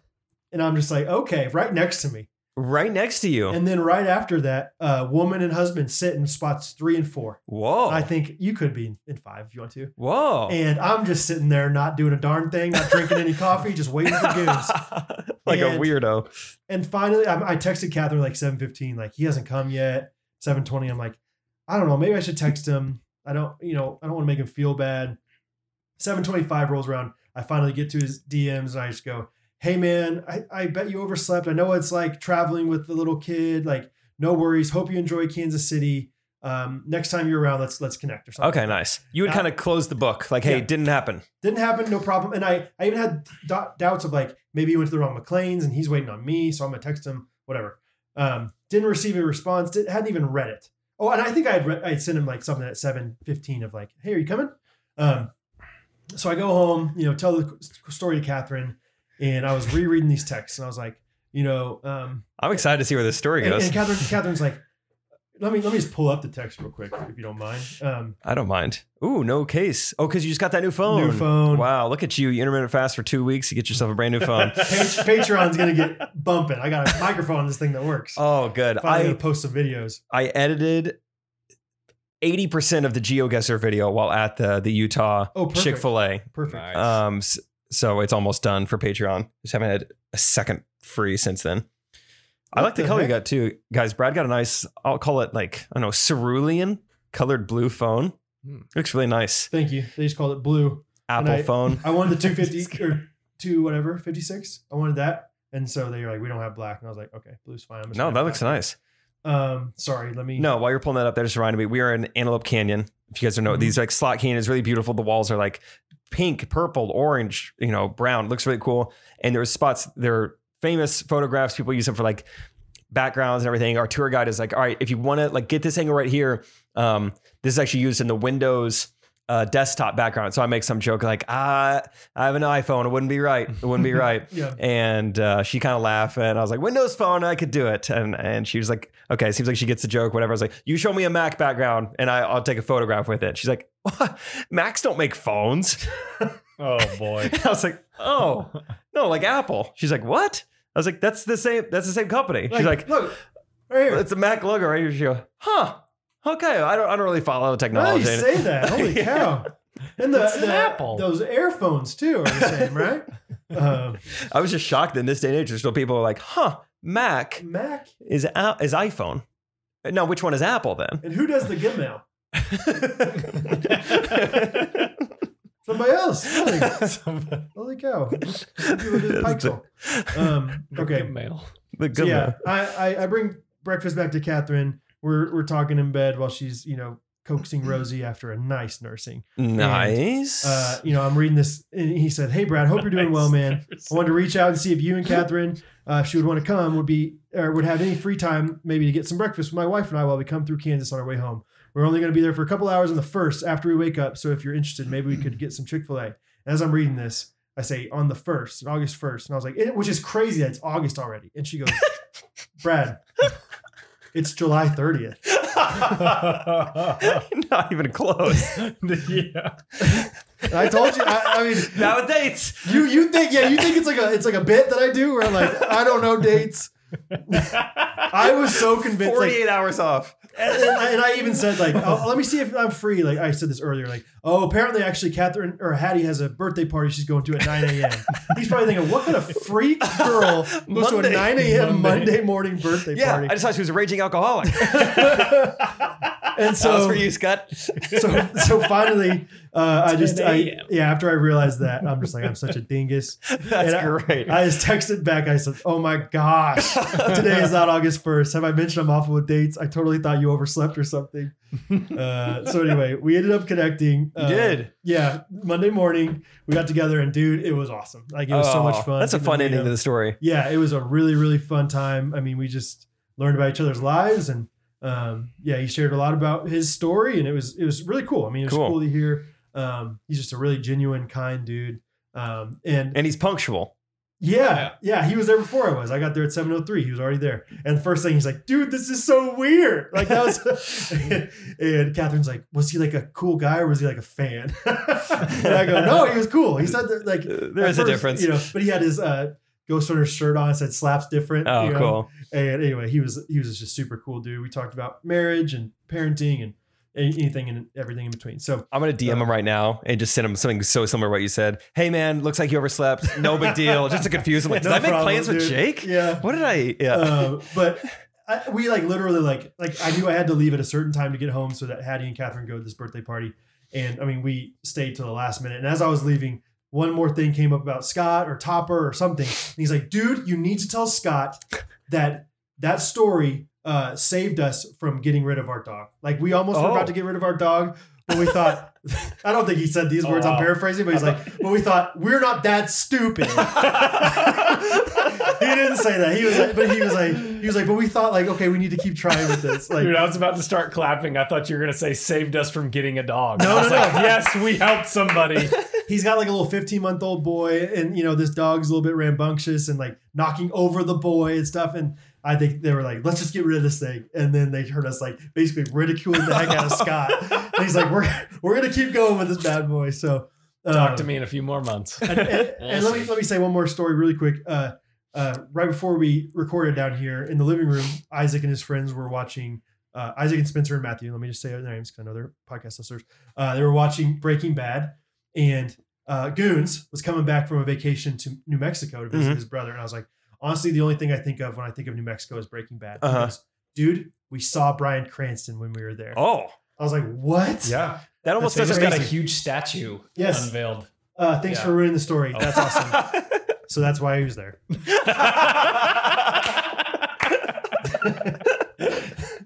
Speaker 1: and I'm just like, okay, right next to me.
Speaker 2: right next to you.
Speaker 1: And then right after that, uh, woman and husband sit in spots three and four.
Speaker 2: Whoa.
Speaker 1: I think you could be in, in five if you want to.
Speaker 2: Whoa.
Speaker 1: And I'm just sitting there, not doing a darn thing, not drinking
Speaker 2: <laughs>
Speaker 1: any coffee, just waiting for goons.
Speaker 2: like a
Speaker 1: And-
Speaker 2: weirdo.
Speaker 1: And finally, I, I texted Catherine like 7:15, like he hasn't come yet. 7:20, I'm like, I don't know, maybe I should text him. I don't, you know, I don't want to make him feel bad. 7:25 rolls around. I finally get to his DMs and I just go, "Hey man, I, I bet you overslept. I know it's like traveling with the little kid. Like, no worries. Hope you enjoy Kansas City. Um, next time you're around, let's let's connect or something."
Speaker 2: Okay, nice. You would
Speaker 1: Uh,
Speaker 2: kind of close the book, like, hey,
Speaker 1: yeah.
Speaker 2: didn't happen.
Speaker 1: Didn't happen, no problem. And I, I even had do- doubts of like maybe he went to the wrong McLean's and he's waiting on me, so I'm gonna text him, whatever. Um, didn't receive a response. Did, hadn't even read it. Oh, and I think I had re- I had sent him like something at seven fifteen of like, hey, are you coming? Um, so I go home, you know, tell the story to Catherine, and I was rereading these texts, and I was like, you know, um,
Speaker 2: I'm excited to see where this story
Speaker 1: and,
Speaker 2: goes.
Speaker 1: and Catherine, Catherine's like, let me let me just pull up the text real quick if you don't mind. Um,
Speaker 2: I don't mind. Ooh, no case. Oh, because you just got that new phone.
Speaker 1: New phone.
Speaker 2: Wow, look at you. You intermittent fast for two weeks. You get yourself a brand
Speaker 1: <laughs>
Speaker 2: new phone.
Speaker 3: <laughs>
Speaker 1: Pat- Patreon's gonna get bumping. I got a microphone on this thing that works.
Speaker 2: oh, good.
Speaker 1: Finally,
Speaker 2: I
Speaker 1: gonna post some videos.
Speaker 2: I edited 80% of the GeoGuessr video while at the, the Utah
Speaker 1: Oh, perfect.
Speaker 2: Chick fil A.
Speaker 1: Perfect.
Speaker 3: Nice.
Speaker 2: Um, s- so it's almost done for Patreon. Just haven't had a second free since then. I
Speaker 1: What
Speaker 2: like the,
Speaker 1: the
Speaker 2: color you
Speaker 1: heck?
Speaker 2: got too, guys. Brad got a nice, I'll call it like I don't know, cerulean colored blue phone.
Speaker 3: Hmm.
Speaker 2: Looks really nice.
Speaker 1: Thank you. They just called it blue.
Speaker 2: Apple
Speaker 1: I-
Speaker 2: phone.
Speaker 1: I wanted the 250 or two whatever 56. I wanted that, and so they were like, we don't have black, and I was like, okay, blue's fine. I'm just
Speaker 2: No,
Speaker 1: gonna
Speaker 2: that
Speaker 1: have
Speaker 2: looks
Speaker 1: black.
Speaker 2: nice.
Speaker 1: Um, sorry, let me.
Speaker 2: No, while you're pulling that up, that just reminded me we are in Antelope Canyon. If you guys don't know,
Speaker 1: Mhm.
Speaker 2: these like slot canyon is really beautiful. The walls are like pink, purple, orange, you know, brown. It looks really cool. And there were spots. There are famous photographs. People use them for like backgrounds and everything. Our tour guide is like, all right, if you want to like get this angle right here, um, this is actually used in the Windows. Uh, desktop background. So I make some joke like, ah, I have an iPhone. It wouldn't be right. It wouldn't be right <laughs>
Speaker 1: Yeah.
Speaker 2: and uh, she kind of laughed and i was like windows phone i could do it and and she was like okay seems like she gets the joke whatever i was like you show me a mac background and I, i'll take a photograph with it she's like what? macs don't make phones <laughs>
Speaker 3: Oh boy.
Speaker 2: i was like oh no like apple she's like what i was like that's the same that's the same company she's like
Speaker 1: look, right here.
Speaker 2: it's a mac logo right here she goes huh okay i don't i don't really follow
Speaker 1: Now
Speaker 2: technology
Speaker 1: you say that. Holy
Speaker 2: Yeah.
Speaker 1: cow! And the,
Speaker 3: It's an
Speaker 1: the-
Speaker 3: apple.
Speaker 1: those earphones too are the same, right? um,
Speaker 2: i was just shocked that in this day and age there's still people who are like huh mac
Speaker 1: Mac
Speaker 2: is a- is iphone Uh, no which one is apple then
Speaker 1: and who does the Gmail? Somebody else. Really? Holy cow! People
Speaker 2: <laughs>
Speaker 1: do the Pixel. Um, okay.
Speaker 3: Mail.
Speaker 2: The
Speaker 1: So
Speaker 2: good
Speaker 1: yeah, I, I I bring breakfast back to Catherine. We're we're talking in bed while she's you know coaxing Rosie after a nice nursing.
Speaker 2: one. Nice.
Speaker 1: Uh, you know, I'm reading this, and he said, "Hey, Brad, hope you're doing well, man. I wanted to reach out and see if you and Catherine, uh, if she would want to come, would be or would have any free time maybe to get some breakfast with my wife and I while we come through Kansas on our way home. We're only going to be there for a couple hours on the first after we wake up. So if you're interested, maybe we could get some Chick Fil A. As I'm reading this, I say on the first, August first, and I was like, it, which is crazy that it's August already. And she goes, Brad, it's July thirtieth.
Speaker 2: <laughs> Not even
Speaker 1: <laughs>
Speaker 2: close.
Speaker 3: yeah.
Speaker 1: And I told you, I, I mean,
Speaker 2: Now dates.
Speaker 1: you you think yeah, you think it's like a it's like a bit that I do where I'm like I don't know dates. I was so convinced. like,
Speaker 2: 48 hours <laughs> off.
Speaker 1: and, and I, and I even said like, oh, let me see if I'm free. Like I said this earlier. Like, oh, apparently actually Catherine or Hattie has a birthday party she's going to at 9 a.m. He's probably thinking, what kind of freak girl goes to a
Speaker 2: Monday.
Speaker 1: 9 a.m.
Speaker 3: Monday.
Speaker 1: Monday morning birthday
Speaker 2: Yeah,
Speaker 1: party?
Speaker 2: I just thought she was a raging
Speaker 1: <laughs>
Speaker 2: alcoholic.
Speaker 1: and
Speaker 2: so, that was
Speaker 1: so,
Speaker 2: for you, Scott.
Speaker 1: so, so finally, uh, I just,
Speaker 3: 10
Speaker 1: I,
Speaker 3: a.m..
Speaker 1: yeah, after I realized that, I'm just like, I'm such a dingus.
Speaker 2: <laughs> That's
Speaker 1: And I-
Speaker 2: great.
Speaker 1: I just texted back. I said, "Oh my gosh, today is not August first. Have I mentioned I'm awful with dates? I totally thought you overslept or something."
Speaker 2: <laughs>
Speaker 1: Uh, so anyway, we ended up connecting.
Speaker 2: <laughs> you
Speaker 1: Uh,
Speaker 2: did.
Speaker 1: yeah. Monday morning, we got together, and dude, it was awesome. Like it was so
Speaker 2: Oh,
Speaker 1: much fun.
Speaker 2: That's a
Speaker 1: getting
Speaker 2: fun
Speaker 1: meet
Speaker 2: ending
Speaker 1: him.
Speaker 2: to the story.
Speaker 1: Yeah, it was a really really fun time. I mean, we just learned about each other's lives, and um, yeah, he shared a lot about his story, and it was it was really cool. I mean, it was
Speaker 2: Cool.
Speaker 1: cool, to hear. Um, he's just a really genuine, kind dude. Um, and
Speaker 2: And he's punctual.
Speaker 1: yeah, yeah, he was there before I was. I got there at seven oh three. He was already there. And the first thing he's like, "Dude, this is so weird." Like that was. <laughs> and Catherine's like, "Was he like a cool guy or was he like a fan?" <laughs> and I go, "No, he was cool. He said that like
Speaker 2: Uh,
Speaker 1: at
Speaker 2: There is a
Speaker 1: first,
Speaker 2: difference.
Speaker 1: you know." But he had his uh, Ghost Runner shirt on, said slaps different.
Speaker 2: Oh,
Speaker 1: you know?
Speaker 2: cool.
Speaker 1: And anyway, he was he was just super cool dude. We talked about marriage and parenting and a- anything and everything in between. So
Speaker 2: I'm gonna DM him right now and just send him something so similar to what you said. Hey man, looks like you overslept. No big deal. Just to confuse him.
Speaker 1: <laughs>
Speaker 2: Like, did
Speaker 1: no
Speaker 2: I make
Speaker 1: problem,
Speaker 2: plans with
Speaker 1: dude.
Speaker 2: Jake?
Speaker 1: Yeah.
Speaker 2: What did I? Yeah.
Speaker 1: Uh, but I, we like literally like like I knew I had to leave at a certain time to get home so that Hattie and Catherine go to this birthday party, and I mean we stayed till the last minute. And as I was leaving, one more thing came up about Scott or Topper or something, and he's like, "Dude, you need to tell Scott that that story." Uh, saved us from getting rid of our dog. Like we almost were
Speaker 2: Oh.
Speaker 1: about to get rid of our dog, but we thought <laughs> I don't think he said these
Speaker 3: Oh,
Speaker 1: words. I'm
Speaker 3: wow.
Speaker 1: paraphrasing, but he's like, but we thought we're not that stupid he didn't say that. He was like, but he was like, he was like, but we thought like, okay, we need to keep trying with this. Like,
Speaker 3: Dude, I was about to start clapping. I thought you were gonna say saved us from getting a dog.
Speaker 1: No,
Speaker 3: I was
Speaker 1: no,
Speaker 3: like,
Speaker 1: no.
Speaker 3: Yes, we helped somebody.
Speaker 1: he's got like a little 15 month old boy, and you know this dog's a little bit rambunctious and like knocking over the boy and stuff. And I think they were like, let's just get rid of this thing. And then they heard us like basically ridiculing the heck out of Scott.
Speaker 3: <laughs>
Speaker 1: And he's like, we're we're gonna keep going with this bad boy. So uh,
Speaker 3: Talk to me in a few more months.
Speaker 1: and,
Speaker 3: <laughs>
Speaker 1: and- and let me let me say one more story really quick. Uh, uh, right before we recorded down here in the living room, Isaac and his friends were watching uh, Isaac and Spencer and Matthew. Let me just say their names because I know they're podcast listeners. Uh, they were watching Breaking Bad, and uh, Goons was coming back from a vacation to New Mexico to visit
Speaker 2: Mhm.
Speaker 1: his brother. And I was like, honestly, the only thing I think of when I think of New Mexico is Breaking Bad.
Speaker 2: Uh-huh.
Speaker 1: Because, Dude, we saw Brian Cranston when we were there.
Speaker 2: <laughs> oh,
Speaker 1: I was like, what?
Speaker 3: yeah.
Speaker 2: that almost
Speaker 1: That's
Speaker 2: doesn't
Speaker 3: Just got a
Speaker 2: make
Speaker 1: amazing.
Speaker 3: huge statue
Speaker 1: Yes.
Speaker 3: unveiled.
Speaker 1: Uh, thanks
Speaker 3: Yeah.
Speaker 1: for ruining the story. That's awesome. So that's why he was there. <laughs>
Speaker 3: <laughs>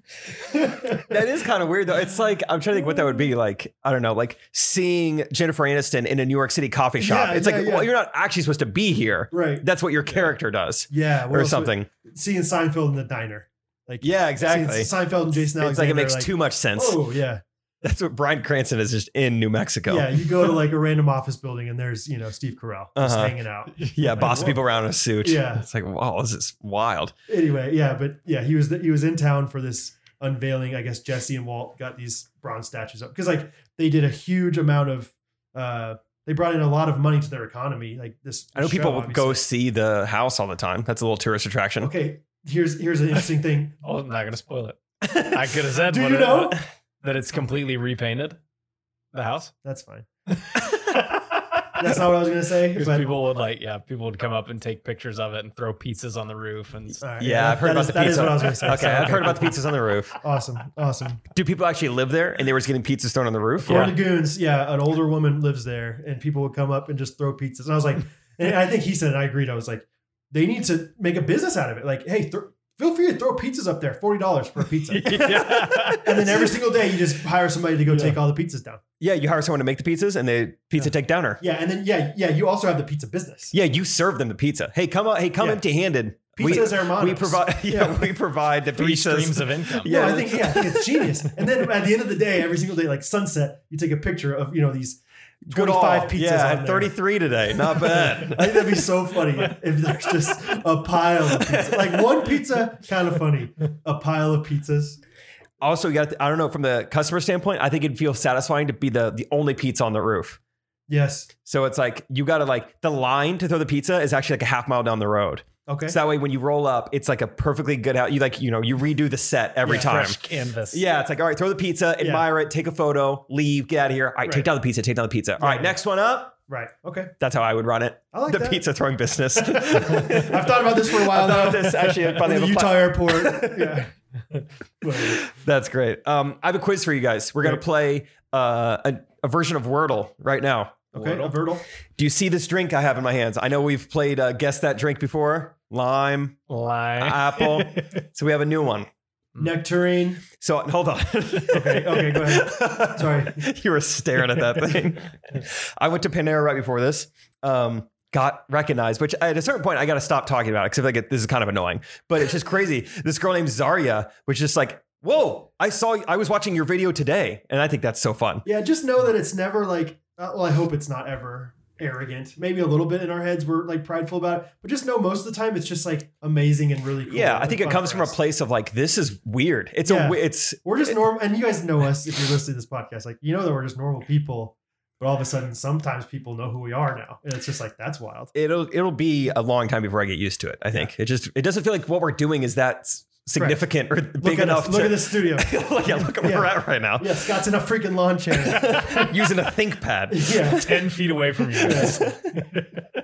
Speaker 2: that is kind of weird though. It's like I'm trying to think what that would be like. I don't know, like seeing Jennifer Aniston in a New York City coffee shop.
Speaker 1: Yeah,
Speaker 2: it's
Speaker 1: yeah,
Speaker 2: like,
Speaker 1: yeah.
Speaker 2: well, you're not actually supposed to be here.
Speaker 1: Right.
Speaker 2: That's what your character does,
Speaker 1: Yeah. what
Speaker 2: or
Speaker 1: else would-
Speaker 2: something.
Speaker 1: seeing Seinfeld in the diner. Like
Speaker 2: yeah,
Speaker 1: seeing
Speaker 2: exactly. It's
Speaker 1: Seinfeld and Jason Alexander.
Speaker 2: like it makes too much sense.
Speaker 1: Oh yeah,
Speaker 2: That's what Brian Cranston is just in New Mexico.
Speaker 1: yeah. You go to like a random office building and there's you know Steve Carell just
Speaker 2: Uh-huh.
Speaker 1: hanging out.
Speaker 2: <laughs> Yeah,
Speaker 1: Like,
Speaker 2: boss
Speaker 1: whoa.
Speaker 2: people around in a suit.
Speaker 1: Yeah.
Speaker 2: It's like, wow, this is wild.
Speaker 1: Anyway, yeah, but yeah, he was he was in town for this unveiling. I guess Jesse and Walt got these bronze statues up because like they did a huge amount of. uh they brought in a lot of money to their economy. Like this,
Speaker 2: I know
Speaker 1: show,
Speaker 2: people go
Speaker 1: obviously.
Speaker 2: see the house all the time. That's a little tourist attraction.
Speaker 1: Okay, here's here's an interesting
Speaker 2: <laughs>
Speaker 1: thing.
Speaker 3: Oh, I'm not gonna spoil it. I could have said
Speaker 1: Do
Speaker 3: what
Speaker 1: you
Speaker 3: it-
Speaker 1: know?
Speaker 3: that it's completely repainted. The house.
Speaker 1: That's fine. <laughs>
Speaker 3: <laughs>
Speaker 1: That's not what I was gonna
Speaker 2: <laughs>
Speaker 1: say.
Speaker 3: Because
Speaker 1: But
Speaker 3: people would like, yeah, people would come up and take pictures of it and throw pizzas on the roof and
Speaker 1: all right,
Speaker 2: Yeah, I've heard
Speaker 1: that
Speaker 2: about
Speaker 1: is-
Speaker 2: the
Speaker 1: that is
Speaker 2: pizza.
Speaker 1: what I was gonna say.
Speaker 2: Okay,
Speaker 1: So,
Speaker 2: I've heard about the pizzas on the roof.
Speaker 1: Awesome, awesome.
Speaker 2: Do people actually live there and they were just getting pizzas thrown on the roof?
Speaker 1: <laughs> According to Goons, yeah, an older woman lives there, and people would come up and just throw pizzas. And I was
Speaker 2: <laughs>
Speaker 1: like, and I think he said, and I agreed. I was like, they need to make a business out of it. Like, hey, th- feel free to throw pizzas up there, forty dollars per
Speaker 2: <laughs>
Speaker 1: pizza, and then every single day you just hire somebody to go take all the pizzas down.
Speaker 2: Yeah, you hire someone to make the pizzas and they pizza take downer.
Speaker 1: Yeah, and then yeah, yeah, you also have the pizza business.
Speaker 2: Yeah, you serve them the pizza. Hey, come on, hey, come
Speaker 1: Yeah.
Speaker 2: empty handed.
Speaker 1: Pizzas are
Speaker 2: we,
Speaker 1: monos.
Speaker 2: we provide <laughs> yeah,
Speaker 1: Yeah.
Speaker 2: we provide the
Speaker 3: three
Speaker 2: pizzas.
Speaker 3: streams of income.
Speaker 1: <laughs> Yeah,
Speaker 2: Yeah.
Speaker 1: I think yeah, I think it's
Speaker 2: <laughs>
Speaker 1: genius. And then at the end of the day, every single day, like sunset, you take a picture of you know these
Speaker 2: Good all.
Speaker 1: twenty-five pizzas.
Speaker 2: Yeah, I
Speaker 1: on
Speaker 2: had
Speaker 1: there.
Speaker 2: 33 today.
Speaker 1: <laughs>
Speaker 2: Not
Speaker 1: I
Speaker 2: bad.
Speaker 1: think that'd be so funny if there's just a pile of pizza. Like one pizza, kind of funny. A pile of pizzas.
Speaker 2: also, you got I don't know, from the customer standpoint, I think it'd feel satisfying to be the the only pizza on the roof.
Speaker 1: Yes.
Speaker 2: So it's like you got to like the line to throw the pizza is actually like a half mile down the road.
Speaker 1: Okay.
Speaker 2: So that way, when you roll up, it's like a perfectly good out. You like you know you redo the set every
Speaker 1: Yeah,
Speaker 2: time.
Speaker 3: Fresh canvas.
Speaker 2: Yeah, it's like all right, throw the pizza,
Speaker 1: Yeah.
Speaker 2: admire it, take a photo, leave, get out of here. All right,
Speaker 1: Right.
Speaker 2: take down the pizza, take down the pizza. All
Speaker 1: Yeah,
Speaker 2: right,
Speaker 1: yeah.
Speaker 2: next one up.
Speaker 1: Right. Okay.
Speaker 2: That's how I would run it.
Speaker 1: I like
Speaker 2: the
Speaker 1: that.
Speaker 2: pizza throwing business.
Speaker 1: <laughs> I've thought about this for
Speaker 2: <laughs>
Speaker 1: a while
Speaker 2: I thought
Speaker 1: now.
Speaker 2: this actually I'd probably
Speaker 1: In
Speaker 2: have
Speaker 1: the
Speaker 2: a
Speaker 1: Utah
Speaker 2: pla- <laughs>
Speaker 1: airport. Yeah. Whatever.
Speaker 2: That's great. Um, I have a quiz for you guys. We're gonna
Speaker 1: Great.
Speaker 2: play uh, a, a version of Wordle right now.
Speaker 1: Okay. A Vertle.
Speaker 2: Do you see this drink I have in my hands? I know we've played uh, guess that drink before.
Speaker 1: <laughs>
Speaker 2: Lime,
Speaker 3: Lie.
Speaker 2: apple. so we have a new one.
Speaker 1: Nectarine.
Speaker 2: So hold on.
Speaker 1: Okay, okay, go
Speaker 2: ahead.
Speaker 1: Sorry.
Speaker 2: <laughs> you were staring at
Speaker 1: <laughs>
Speaker 2: that thing. I went to Panera right before this. Um, got recognized, which at a certain point I got to stop talking about it because I feel like this is kind of annoying. But it's
Speaker 1: <laughs>
Speaker 2: just crazy. This girl named Zarya was just like, "Whoa! I saw. I was watching your video today, and I think that's so fun."
Speaker 1: Yeah. Just know that it's never like. Uh, well, I hope it's not ever arrogant. Maybe a little bit in our heads we're like prideful about it, but just know most of the time it's just like amazing and really cool.
Speaker 2: Yeah, I
Speaker 1: and
Speaker 2: think it
Speaker 1: fun
Speaker 2: comes
Speaker 1: for
Speaker 2: from a
Speaker 1: us.
Speaker 2: place of like, "This is weird." It's a
Speaker 1: Yeah.
Speaker 2: a. It's
Speaker 1: We're just normal, and you guys know us if you're listening to this podcast. Like, you know that we're just normal people But all of a sudden, sometimes people know who we are now, and it's just like that's wild.
Speaker 2: It'll it'll be a long time before I get used to it. I think it just it doesn't feel like what we're doing is that s- significant or big
Speaker 1: Look at
Speaker 2: enough.
Speaker 1: us, look
Speaker 2: to,
Speaker 1: at the
Speaker 2: <laughs>
Speaker 1: studio.
Speaker 2: look, yeah, look at where we're
Speaker 1: Yeah.
Speaker 2: at
Speaker 1: <laughs>
Speaker 2: right now.
Speaker 1: Yeah, Scott's in a freaking lawn chair.
Speaker 2: <laughs> Using a ThinkPad.
Speaker 1: yeah,
Speaker 3: <laughs> ten feet away from you. <laughs> guys.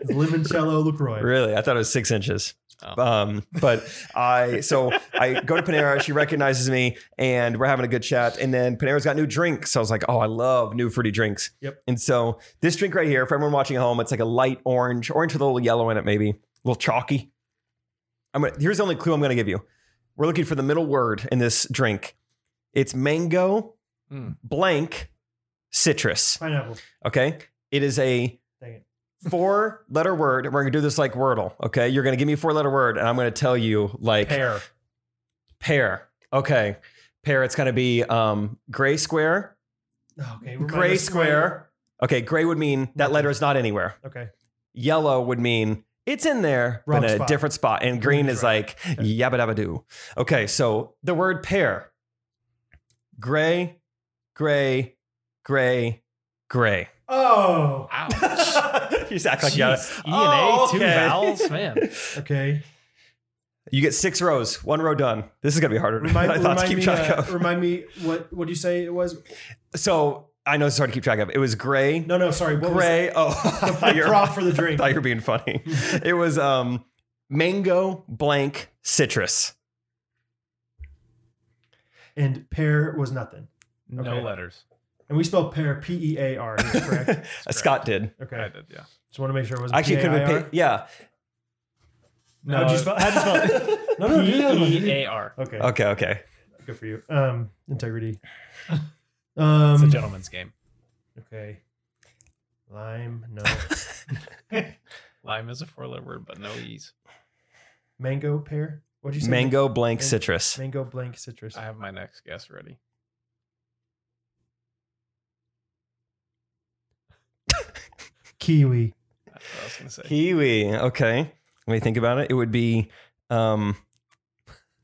Speaker 1: limoncello Lacroix.
Speaker 2: Really, I thought it was six inches.
Speaker 3: Oh.
Speaker 2: Um, but I so I go to Panera. She recognizes me, and we're having a good chat. And then Panera's got new drinks, so I was like, "Oh, I love new fruity drinks."
Speaker 1: Yep.
Speaker 2: And so this drink right here, for everyone watching at home, it's like a light orange, orange with a little yellow in it, maybe a little chalky. I'm gonna, here's the only clue I'm going to give you. We're looking for the middle word in this drink. It's mango,
Speaker 1: Hmm.
Speaker 3: Mm.
Speaker 2: blank, citrus.
Speaker 1: Pineapple.
Speaker 2: Okay. It is a
Speaker 1: Dang it.
Speaker 2: four letter word. We're going to do this like Wordle. Okay. You're going to give me a four letter word and I'm going to tell you like pair.
Speaker 3: Pear.
Speaker 2: Okay. Pair. It's going to be um, gray square,
Speaker 1: Okay, remind
Speaker 2: gray
Speaker 1: us-
Speaker 2: square. Okay. Gray would mean that letter is not anywhere.
Speaker 1: Okay,
Speaker 2: Yellow would mean it's in there,
Speaker 1: Wrong
Speaker 2: but in a
Speaker 1: spot.
Speaker 2: different spot. And green
Speaker 1: Green is
Speaker 2: is like yabba dabba doo. Okay. So the word pair gray, gray, gray, gray. <laughs>
Speaker 1: Oh, <laughs>
Speaker 3: Ouch.
Speaker 2: you just act like you got it.
Speaker 3: Jeez, E and A,
Speaker 2: Oh,
Speaker 3: two
Speaker 2: okay.
Speaker 3: vowels, man.
Speaker 1: <laughs> okay.
Speaker 2: You get six rows, one row done. This is gonna be harder
Speaker 1: Remind,
Speaker 2: than <laughs> I thought
Speaker 1: remind
Speaker 2: to keep
Speaker 1: me,
Speaker 2: track
Speaker 1: uh,
Speaker 2: of.
Speaker 1: remind me what what do you say it was?
Speaker 2: So I know it's hard to keep track of. It was gray,
Speaker 1: No, no, sorry. What
Speaker 2: gray. Oh, <laughs> I
Speaker 1: was the,
Speaker 2: thought
Speaker 1: the
Speaker 2: you were-
Speaker 1: prop for the drink?
Speaker 2: thought you were
Speaker 1: <laughs>
Speaker 2: being funny. it was um, mango, blank, citrus.
Speaker 1: And pear was nothing.
Speaker 3: No
Speaker 1: Okay.
Speaker 3: letters.
Speaker 1: And we spell pear P E A R. here, Correct.
Speaker 2: <laughs> Scott did.
Speaker 1: Okay.
Speaker 3: I did, yeah.
Speaker 1: Just want to make sure it wasn't.
Speaker 2: Actually, could have been.
Speaker 1: P-A-I-R. <laughs>
Speaker 2: Yeah.
Speaker 3: No.
Speaker 1: How'd you spell? How'd you spell it?
Speaker 2: <laughs>
Speaker 1: No, no, do the other one.
Speaker 3: P E A R.
Speaker 1: Okay.
Speaker 2: Okay. Okay.
Speaker 1: Good for you. Um,
Speaker 2: <laughs>
Speaker 1: integrity.
Speaker 3: It's a
Speaker 1: Um.
Speaker 3: gentleman's game.
Speaker 1: Okay. Lime.
Speaker 2: <laughs>
Speaker 1: No.
Speaker 3: Lime is a four-letter word, but no e's.
Speaker 1: Mango pear. What'd you say?
Speaker 2: Mango, blank,
Speaker 1: Man-
Speaker 2: citrus.
Speaker 1: Mango blank citrus.
Speaker 3: I have my next guess ready.
Speaker 1: Kiwi.
Speaker 3: That's what I was gonna say.
Speaker 2: Kiwi. Okay. Let me think about it. It would be um,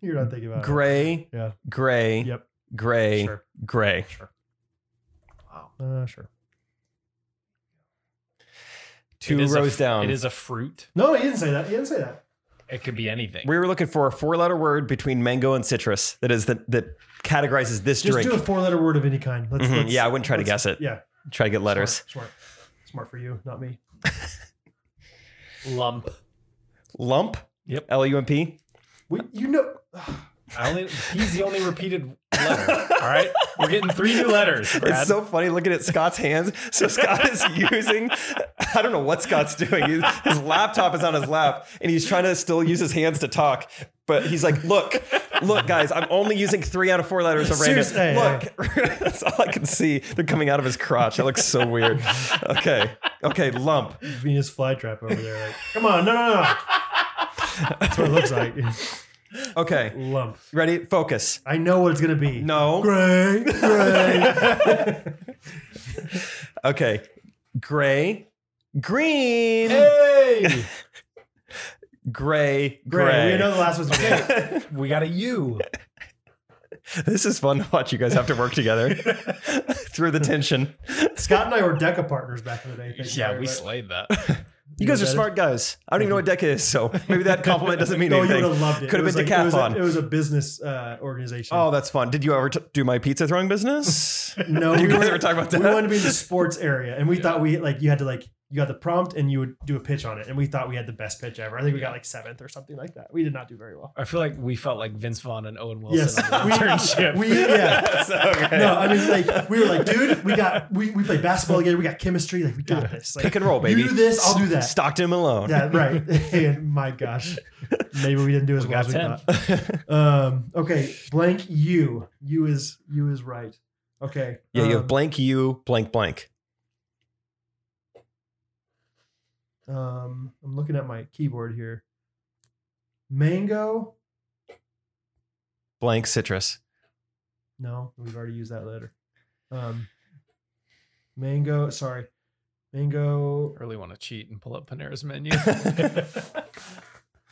Speaker 1: You're not thinking about
Speaker 2: gray,
Speaker 1: Uh, Yeah.
Speaker 2: gray,
Speaker 1: it. Yep.
Speaker 2: gray,
Speaker 1: Sure.
Speaker 2: gray.
Speaker 3: wow.
Speaker 1: Uh, sure.
Speaker 2: Two
Speaker 3: It is a
Speaker 2: rows
Speaker 3: f-
Speaker 2: down.
Speaker 3: It is a fruit.
Speaker 1: No, he didn't say that. He didn't say that.
Speaker 3: It could be anything.
Speaker 2: We were looking for a four-letter word between mango and citrus that is that that categorizes this
Speaker 1: Just
Speaker 2: drink.
Speaker 1: do a four-letter word of any kind. Let's,
Speaker 2: Mhm.
Speaker 1: let's
Speaker 2: yeah, I wouldn't try to
Speaker 1: let's-
Speaker 2: guess it.
Speaker 1: Yeah.
Speaker 2: Try to get letters.
Speaker 1: Smart, smart, Smart for you, not me.
Speaker 3: Lump.
Speaker 2: Lump.
Speaker 3: Yep.
Speaker 2: L U M P.
Speaker 1: We, you know,
Speaker 3: I only, he's the only repeated letter.
Speaker 2: <laughs>
Speaker 3: All right, we're getting three new letters. Brad.
Speaker 2: It's so funny looking at Scott's hands. So Scott
Speaker 1: <laughs>
Speaker 2: is using. I don't know what Scott's doing. His, his laptop is on his lap, and he's trying to still use his hands to talk. But he's like, "Look, look, guys, I'm only using three out of four letters of random.
Speaker 1: Seriously, hey,
Speaker 2: look, <laughs> that's all I can see. They're coming out of his crotch. That looks so weird. Okay, okay, lump.
Speaker 1: Venus flytrap over there. Like, come on, no, no, no. That's what it looks like. <laughs>
Speaker 2: Okay,
Speaker 1: Lump.
Speaker 2: ready? Focus.
Speaker 1: I know what it's gonna be.
Speaker 2: No.
Speaker 1: Gray.
Speaker 2: <laughs>
Speaker 1: Gray.
Speaker 2: Okay. Gray. Green.
Speaker 1: hey.
Speaker 2: Gray.
Speaker 1: Gray.
Speaker 2: Gray.
Speaker 1: We know the last one's okay.
Speaker 3: we got a U.
Speaker 2: <laughs> This is fun to watch. You guys have to
Speaker 1: <laughs>
Speaker 2: work together through the tension.
Speaker 1: Scott and I were DECA partners back in the day. thank you
Speaker 3: Yeah,
Speaker 1: very
Speaker 3: we
Speaker 1: much.
Speaker 3: slayed that.
Speaker 2: <laughs> You guys are
Speaker 1: Is that
Speaker 2: smart guys. I don't even know what DECA is, so maybe that compliment doesn't
Speaker 1: <laughs>
Speaker 2: mean
Speaker 1: No, you would
Speaker 2: anything.
Speaker 1: have loved it.
Speaker 2: Could have
Speaker 1: It was
Speaker 2: been
Speaker 1: like- it was a-
Speaker 2: Decathlon.
Speaker 1: It was a, business uh, organization.
Speaker 2: Oh, that's fun. Did you ever t- do my pizza
Speaker 1: <laughs>
Speaker 2: throwing business?
Speaker 1: no,
Speaker 2: <laughs> you
Speaker 1: we
Speaker 2: guys
Speaker 1: were-
Speaker 2: ever talk about
Speaker 1: we
Speaker 2: that?
Speaker 1: wanted to be in the sports area and we thought we like you had to like you got the prompt and you would do a pitch on it and we thought we had the best pitch ever i think we got like seventh or something like that we did not do very well
Speaker 3: I feel like we felt like Vince Vaughn and Owen Wilson
Speaker 1: yes <laughs> we,
Speaker 3: on
Speaker 2: <laughs>
Speaker 3: the internship.
Speaker 1: we yeah
Speaker 2: That's <laughs> okay.
Speaker 1: no i mean like we were like dude we got we, we played basketball together we got chemistry like we got this like
Speaker 2: Pick and roll, baby.
Speaker 1: you do this i'll do that
Speaker 2: Stockton Malone.
Speaker 1: yeah right <laughs> and my gosh maybe we didn't do as
Speaker 3: We
Speaker 1: well as
Speaker 3: got
Speaker 1: we thought um okay blank you you is you is right okay
Speaker 2: <laughs> Yeah, you
Speaker 1: um,
Speaker 2: have blank you, blank blank.
Speaker 1: Um, I'm looking at my keyboard here. Mango.
Speaker 2: Blank citrus.
Speaker 1: No, we've already used that letter. Um, mango. Sorry, mango.
Speaker 3: I really want to cheat and pull up
Speaker 2: <laughs>
Speaker 3: Panera's menu.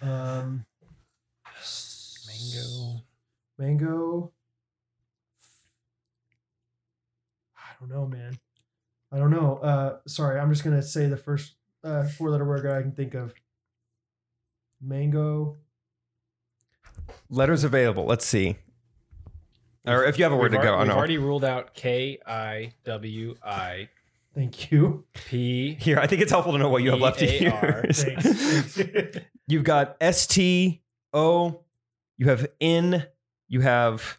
Speaker 1: Um,
Speaker 3: Mango.
Speaker 1: mango. I don't know, man. I don't know. Uh, sorry, I'm just gonna say the first uh, four letter word I can think of. Mango.
Speaker 2: Letters available. Let's see. Or if you have a word
Speaker 3: We've
Speaker 2: to go, I
Speaker 3: al- We've
Speaker 2: know.
Speaker 3: already ruled out K I W I
Speaker 1: Thank you.
Speaker 2: <laughs>
Speaker 3: P.
Speaker 2: Here, I think it's helpful to know what you have left in
Speaker 3: EAR.
Speaker 2: yours. <laughs>
Speaker 1: Thanks.
Speaker 2: You've got S T O. You have N. You have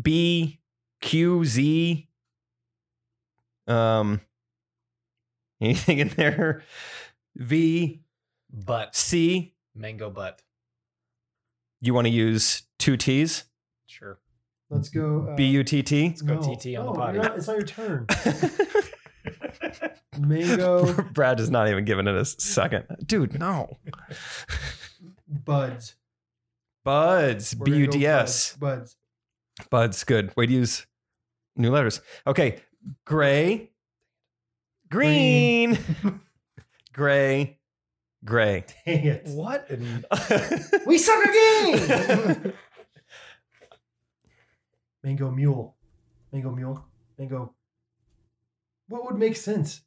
Speaker 2: B Q Z. Um, anything in there? V
Speaker 3: But
Speaker 2: C.
Speaker 3: mango butt.
Speaker 2: You want to use two T's?
Speaker 3: Sure.
Speaker 1: Let's go. Uh,
Speaker 2: B U T T.
Speaker 3: Let's go TT on the
Speaker 1: No, Oh,
Speaker 3: potty.
Speaker 1: you're not- it's not your turn. Mango
Speaker 2: <laughs> Brad is not even giving it a second. Dude, no.
Speaker 1: buds.
Speaker 2: Buds.
Speaker 1: We're
Speaker 2: B
Speaker 1: gonna
Speaker 2: U
Speaker 1: go
Speaker 2: D S.
Speaker 1: Buds.
Speaker 2: Buds, good. Way to use new letters. Okay, gray, green, <laughs> gray,
Speaker 1: <laughs>
Speaker 2: gray.
Speaker 1: buds. Dang it.
Speaker 3: What? in-
Speaker 1: We suck again. mango mule. Mango mule. Mango. What would make sense?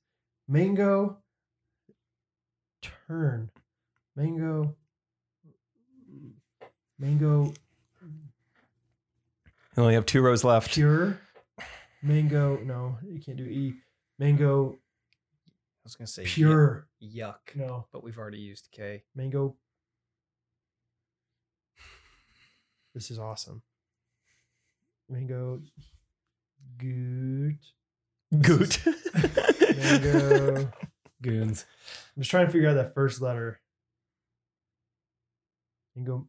Speaker 1: Mango turn. Mango. Mango
Speaker 2: you only have two rows left.
Speaker 1: pure. Mango. No, you can't do E. Mango
Speaker 3: I was gonna say
Speaker 1: pure.
Speaker 3: Yuck.
Speaker 1: No.
Speaker 3: But we've already used K.
Speaker 1: Mango. This is awesome. Mango. Good.
Speaker 2: Good. <laughs>
Speaker 1: Mango. I'm
Speaker 3: Goons.
Speaker 1: just trying to figure out that first letter. Mango.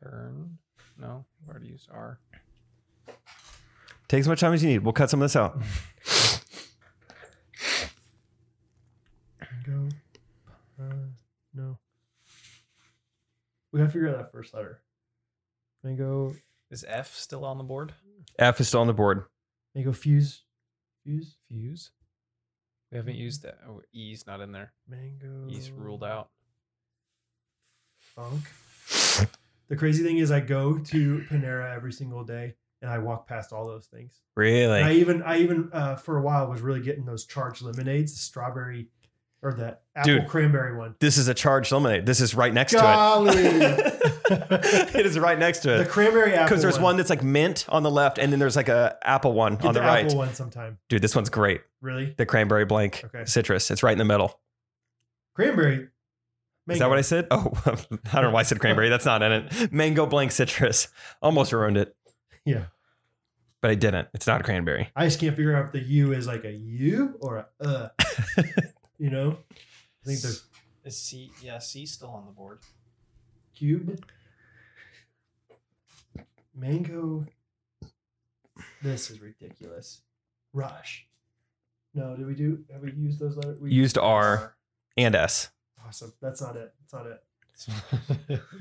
Speaker 3: Turn. No, we've already used R.
Speaker 2: Take as much time as you need. We'll cut some of this out.
Speaker 1: Mango. Uh, no. We gotta figure out that first letter. Mango.
Speaker 3: Is F still on the board?
Speaker 2: F is still on the board.
Speaker 1: Mango fuse. Fuse.
Speaker 3: Fuse. We haven't used that. Oh, E's not in there.
Speaker 1: Mango.
Speaker 3: E's ruled out.
Speaker 1: funk. The crazy thing is, I go to Panera every single day, and I walk past all those things.
Speaker 2: Really?
Speaker 1: And I even, I even uh, for a while was really getting those charged lemonades, the strawberry or the apple
Speaker 2: Dude.
Speaker 1: cranberry one.
Speaker 2: This is a charged lemonade. This is right next to <laughs> it. it is right next to
Speaker 1: the
Speaker 2: it.
Speaker 1: cranberry apple.
Speaker 2: Because there's one that's like mint on the left, and then there's like a apple one
Speaker 1: Get
Speaker 2: on the,
Speaker 1: the
Speaker 2: right.
Speaker 1: apple one sometime.
Speaker 2: Dude, this one's great.
Speaker 1: Really,
Speaker 2: The cranberry blank
Speaker 1: Okay.
Speaker 2: citrus. It's right in the middle.
Speaker 1: cranberry.
Speaker 2: Is that what I said? <laughs> Oh, I don't know why I said cranberry. That's not in it. Mango blank citrus. Almost ruined it.
Speaker 1: Yeah.
Speaker 2: But I didn't. It's not a cranberry.
Speaker 1: I just can't figure out if the U is like a U or a
Speaker 2: <laughs>
Speaker 1: uh. you know, I think the
Speaker 3: Is C? Yeah, C still on the board.
Speaker 1: cube mango this is ridiculous rush no did we do have we used those letters we
Speaker 2: Used R and S.
Speaker 1: awesome that's not it that's not it
Speaker 3: <laughs>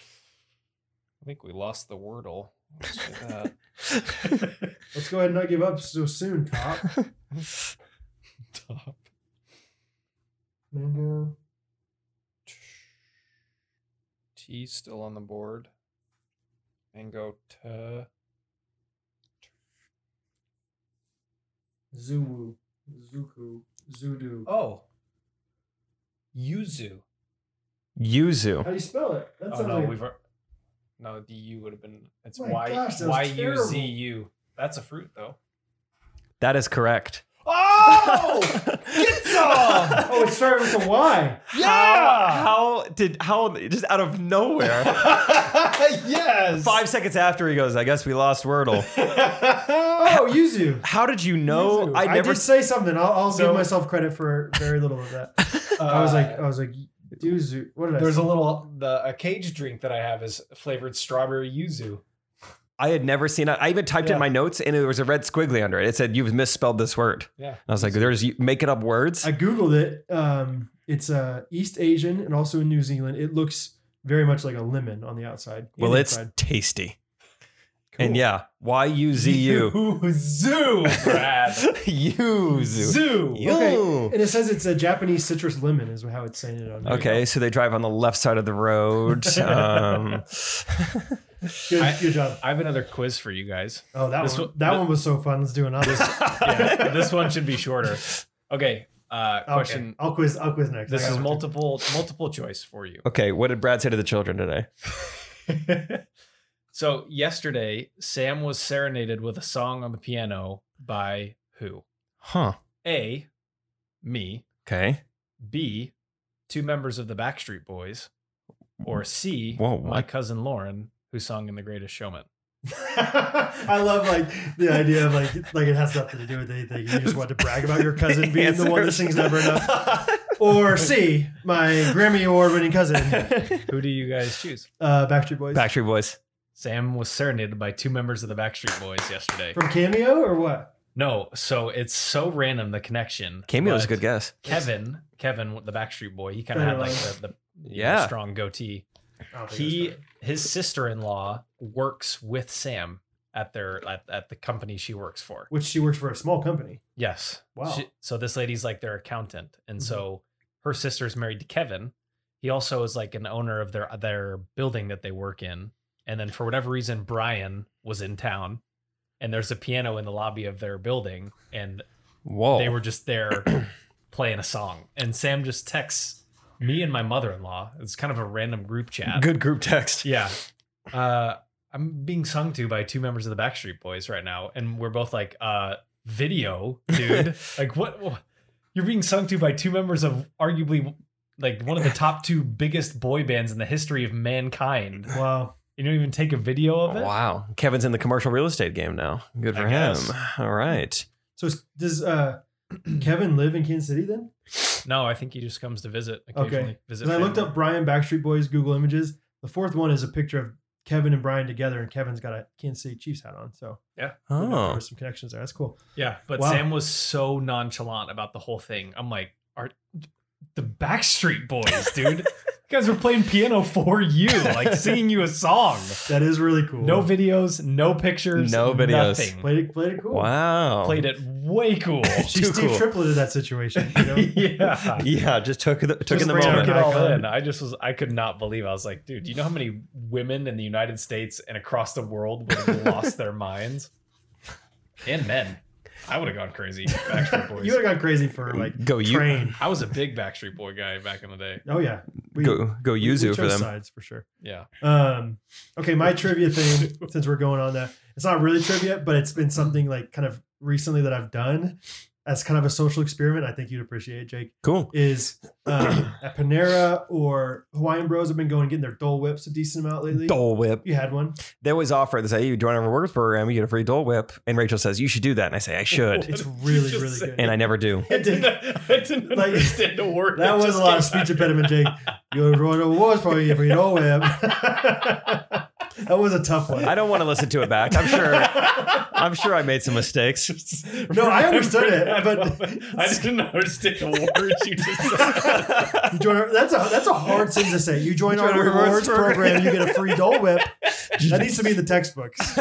Speaker 3: I think we lost the Wordle. Let's do that.
Speaker 1: let's go ahead and not give up so soon top
Speaker 3: <laughs> Top.
Speaker 1: mango
Speaker 3: T still on the board. And go to
Speaker 1: zuwu zuku zudu
Speaker 3: oh, Yuzu.
Speaker 1: how do
Speaker 2: Yuzu.
Speaker 1: you spell it that's
Speaker 3: oh no, we've ar- no the U would have been it's
Speaker 1: My
Speaker 3: Y
Speaker 1: gosh, that was
Speaker 3: Y U Z U. That's a fruit though.
Speaker 2: That is correct.
Speaker 1: <laughs>
Speaker 2: <laughs>
Speaker 3: Oh, get some!
Speaker 1: oh it started with a y
Speaker 3: <laughs> yeah,
Speaker 2: How, how did, how, just out of
Speaker 1: <laughs>
Speaker 2: nowhere,
Speaker 3: <laughs> yes. <laughs>
Speaker 2: five seconds after he goes, I guess we lost Wordle.
Speaker 1: oh yuzu
Speaker 2: How did you know?
Speaker 1: Yuzu.
Speaker 2: Oh, I never.
Speaker 1: did say something i'll, I'll
Speaker 3: So-
Speaker 1: give myself credit for very little of that
Speaker 2: <laughs>
Speaker 1: I was
Speaker 3: Uh,
Speaker 2: Uh,
Speaker 1: like, I was like, Yuzu. What did I?
Speaker 3: there's
Speaker 1: say?
Speaker 3: a little the a cage drink that I have is flavored strawberry yuzu.
Speaker 2: I had never seen it. I even typed
Speaker 1: Yeah.
Speaker 2: in my notes and there was a red squiggly under it. It said, You've misspelled this word. And
Speaker 3: Yeah,
Speaker 2: I was like, There's you making up words.
Speaker 1: I googled it. Um, it's uh, East Asian and also in New Zealand. It looks very much like a lemon on the outside.
Speaker 2: well,
Speaker 1: and
Speaker 2: it's
Speaker 1: inside.
Speaker 2: tasty. And yeah, Y U Z U.
Speaker 3: <laughs> zoo, Brad.
Speaker 2: <laughs> Yuzu.
Speaker 3: zoo.
Speaker 1: and it says it's a Japanese citrus lemon is how it's saying it on. here.
Speaker 2: Okay, so they drive on the left side of the road. Um,
Speaker 1: Good,
Speaker 3: I-
Speaker 1: good job.
Speaker 3: I have another quiz for you <laughs> guys.
Speaker 1: Oh, that
Speaker 3: This
Speaker 1: one.
Speaker 3: one-
Speaker 1: that
Speaker 3: thi-
Speaker 1: one was so fun. Let's do another. <laughs>
Speaker 3: Yeah, this one should be shorter. Okay. Uh,
Speaker 1: Okay,
Speaker 3: question.
Speaker 1: I'll quiz. I'll quiz next. I
Speaker 3: This
Speaker 1: got
Speaker 3: is
Speaker 1: one.
Speaker 3: multiple multiple choice for you.
Speaker 2: Okay, what did Brad say to the children today?
Speaker 3: <laughs> so yesterday, Sam was serenaded with a song on the piano by who?
Speaker 2: Huh.
Speaker 3: A, me.
Speaker 2: Okay.
Speaker 3: B, two members of the Backstreet Boys. Or C,
Speaker 2: Whoa,
Speaker 3: my
Speaker 2: what?
Speaker 3: cousin Lauren, who sung in The Greatest Showman.
Speaker 1: <laughs> I love like the idea of like like it has nothing to do with anything. You just want to brag about your
Speaker 3: <laughs>
Speaker 1: cousin being the one that sings never enough. Or C, my Grammy award winning cousin,
Speaker 3: Who do you guys choose?
Speaker 1: uh, Backstreet Boys
Speaker 2: <laughs> Backstreet Boys.
Speaker 3: Sam was serenaded by two members of the Backstreet Boys yesterday.
Speaker 1: from Cameo or what?
Speaker 3: No, so it's so random the connection.
Speaker 2: Cameo was
Speaker 3: but
Speaker 2: a good guess.
Speaker 3: Kevin, Kevin, the Backstreet Boy, he kind of had like the, the you know,
Speaker 2: Yeah.
Speaker 3: strong goatee.
Speaker 1: I don't think
Speaker 3: he
Speaker 1: that's right.
Speaker 3: his sister-in-law works with Sam at their at, at the company she works for.
Speaker 1: which she works for a small company.
Speaker 3: Yes.
Speaker 1: Wow. Mm-hmm.
Speaker 3: She- so this lady's like their accountant, and so her sister's married to Kevin. He also is like an owner of their their building that they work in. And then for whatever reason, Brian was in town, and there's a piano in the lobby of their building, and
Speaker 1: Oh.
Speaker 2: Whoa.
Speaker 3: they were just there playing a song. And Sam just texts me and my mother-in-law. It's kind of a random group chat.
Speaker 2: good group text.
Speaker 3: Yeah. Uh, I'm being sung to by two members of the Backstreet Boys right now, and we're both like, uh, video, dude.
Speaker 1: <laughs>
Speaker 3: like, what, what- You're being sung to by two members of arguably like one of the top two biggest boy bands in the history of mankind.
Speaker 1: Wow.
Speaker 3: You don't even take a video of it?
Speaker 2: Wow. Kevin's in the commercial real estate game now. Good
Speaker 3: I
Speaker 2: for him.
Speaker 3: guess.
Speaker 2: All right.
Speaker 1: So is- does
Speaker 3: <clears throat>
Speaker 1: uh, Kevin live in Kansas City then?
Speaker 3: No, I think he just comes to visit occasionally. Visit
Speaker 1: Because I looked
Speaker 3: family.
Speaker 1: up Brian Backstreet Boys Google Images. The fourth one is a picture of Kevin and Brian together, and Kevin's got a Kansas City Chiefs hat on. So there
Speaker 2: Oh.
Speaker 1: were some connections there. That's cool.
Speaker 3: Yeah, but
Speaker 1: Wow.
Speaker 3: Sam was so nonchalant about the whole thing. I'm like, are the Backstreet Boys, dude? you guys were playing piano for you, like singing you
Speaker 1: <laughs>
Speaker 3: a song.
Speaker 1: That is really cool.
Speaker 3: No videos, no pictures,
Speaker 2: No videos. Oh.
Speaker 3: nothing.
Speaker 1: played it played it cool.
Speaker 2: Wow.
Speaker 3: Played it
Speaker 1: <laughs>
Speaker 3: way cool.
Speaker 1: She
Speaker 2: <laughs> Too
Speaker 1: Steve
Speaker 2: cool.
Speaker 1: Triplett in that situation. You
Speaker 2: <laughs>
Speaker 1: know?
Speaker 3: <laughs> yeah.
Speaker 2: Yeah, just took the, took in the
Speaker 1: bring it
Speaker 2: moment.
Speaker 1: up.
Speaker 3: it all
Speaker 1: Icon.
Speaker 3: in. I just was, I could not believe. I was like, dude, do you know how many women in the United States and across the world would
Speaker 1: <laughs>
Speaker 3: have lost their minds? And men. I would have
Speaker 1: <laughs>
Speaker 3: gone crazy. Backstreet Boys.
Speaker 1: you would have gone crazy for like
Speaker 2: Go you-
Speaker 1: train.
Speaker 3: I was a big Backstreet Boy guy back in the day.
Speaker 1: Oh yeah, we,
Speaker 2: go go
Speaker 1: we- we
Speaker 2: Yuzu for
Speaker 1: chose
Speaker 2: them.
Speaker 1: sides for sure.
Speaker 3: Yeah.
Speaker 1: Um, okay, my trivia
Speaker 2: <laughs>
Speaker 1: thing since we're going on that, it's not really trivia, but it's been something like kind of recently that I've done as kind of a social experiment. I think you'd appreciate, it, Jake.
Speaker 2: Cool.
Speaker 1: Is um, at Panera or Hawaiian Bros have been going and getting their Dole Whips a decent amount lately.
Speaker 2: Dole Whip.
Speaker 1: You had one.
Speaker 2: They always offer. They say, "You join our workers program, you get a free Dole Whip." And Rachel says, "You should do that." And I say, "I should,"
Speaker 1: <laughs>
Speaker 3: <laughs>
Speaker 1: It's
Speaker 3: did you
Speaker 1: really
Speaker 3: just
Speaker 1: really
Speaker 3: say?
Speaker 1: good.
Speaker 2: and I never do.
Speaker 1: It did-
Speaker 3: I didn't
Speaker 1: Like,
Speaker 3: understand a word.
Speaker 1: That was
Speaker 3: just
Speaker 1: a lot of
Speaker 3: came out.
Speaker 1: speech impediment, Jake. You wrote awards for you if you know
Speaker 2: <laughs>
Speaker 1: him. that was a tough one.
Speaker 2: I don't want to listen to it back. I'm sure. I'm sure I made some mistakes.
Speaker 1: No, I understood it,
Speaker 3: I
Speaker 1: but- <laughs>
Speaker 3: I didn't understand a word you just <laughs> said.
Speaker 1: You join our- that's a that's a hard thing to say. You join,
Speaker 2: Join
Speaker 1: our,
Speaker 2: our
Speaker 1: rewards
Speaker 2: rewards
Speaker 1: program, you get a free Dole
Speaker 2: <laughs>
Speaker 1: Whip. That needs to be in the textbooks.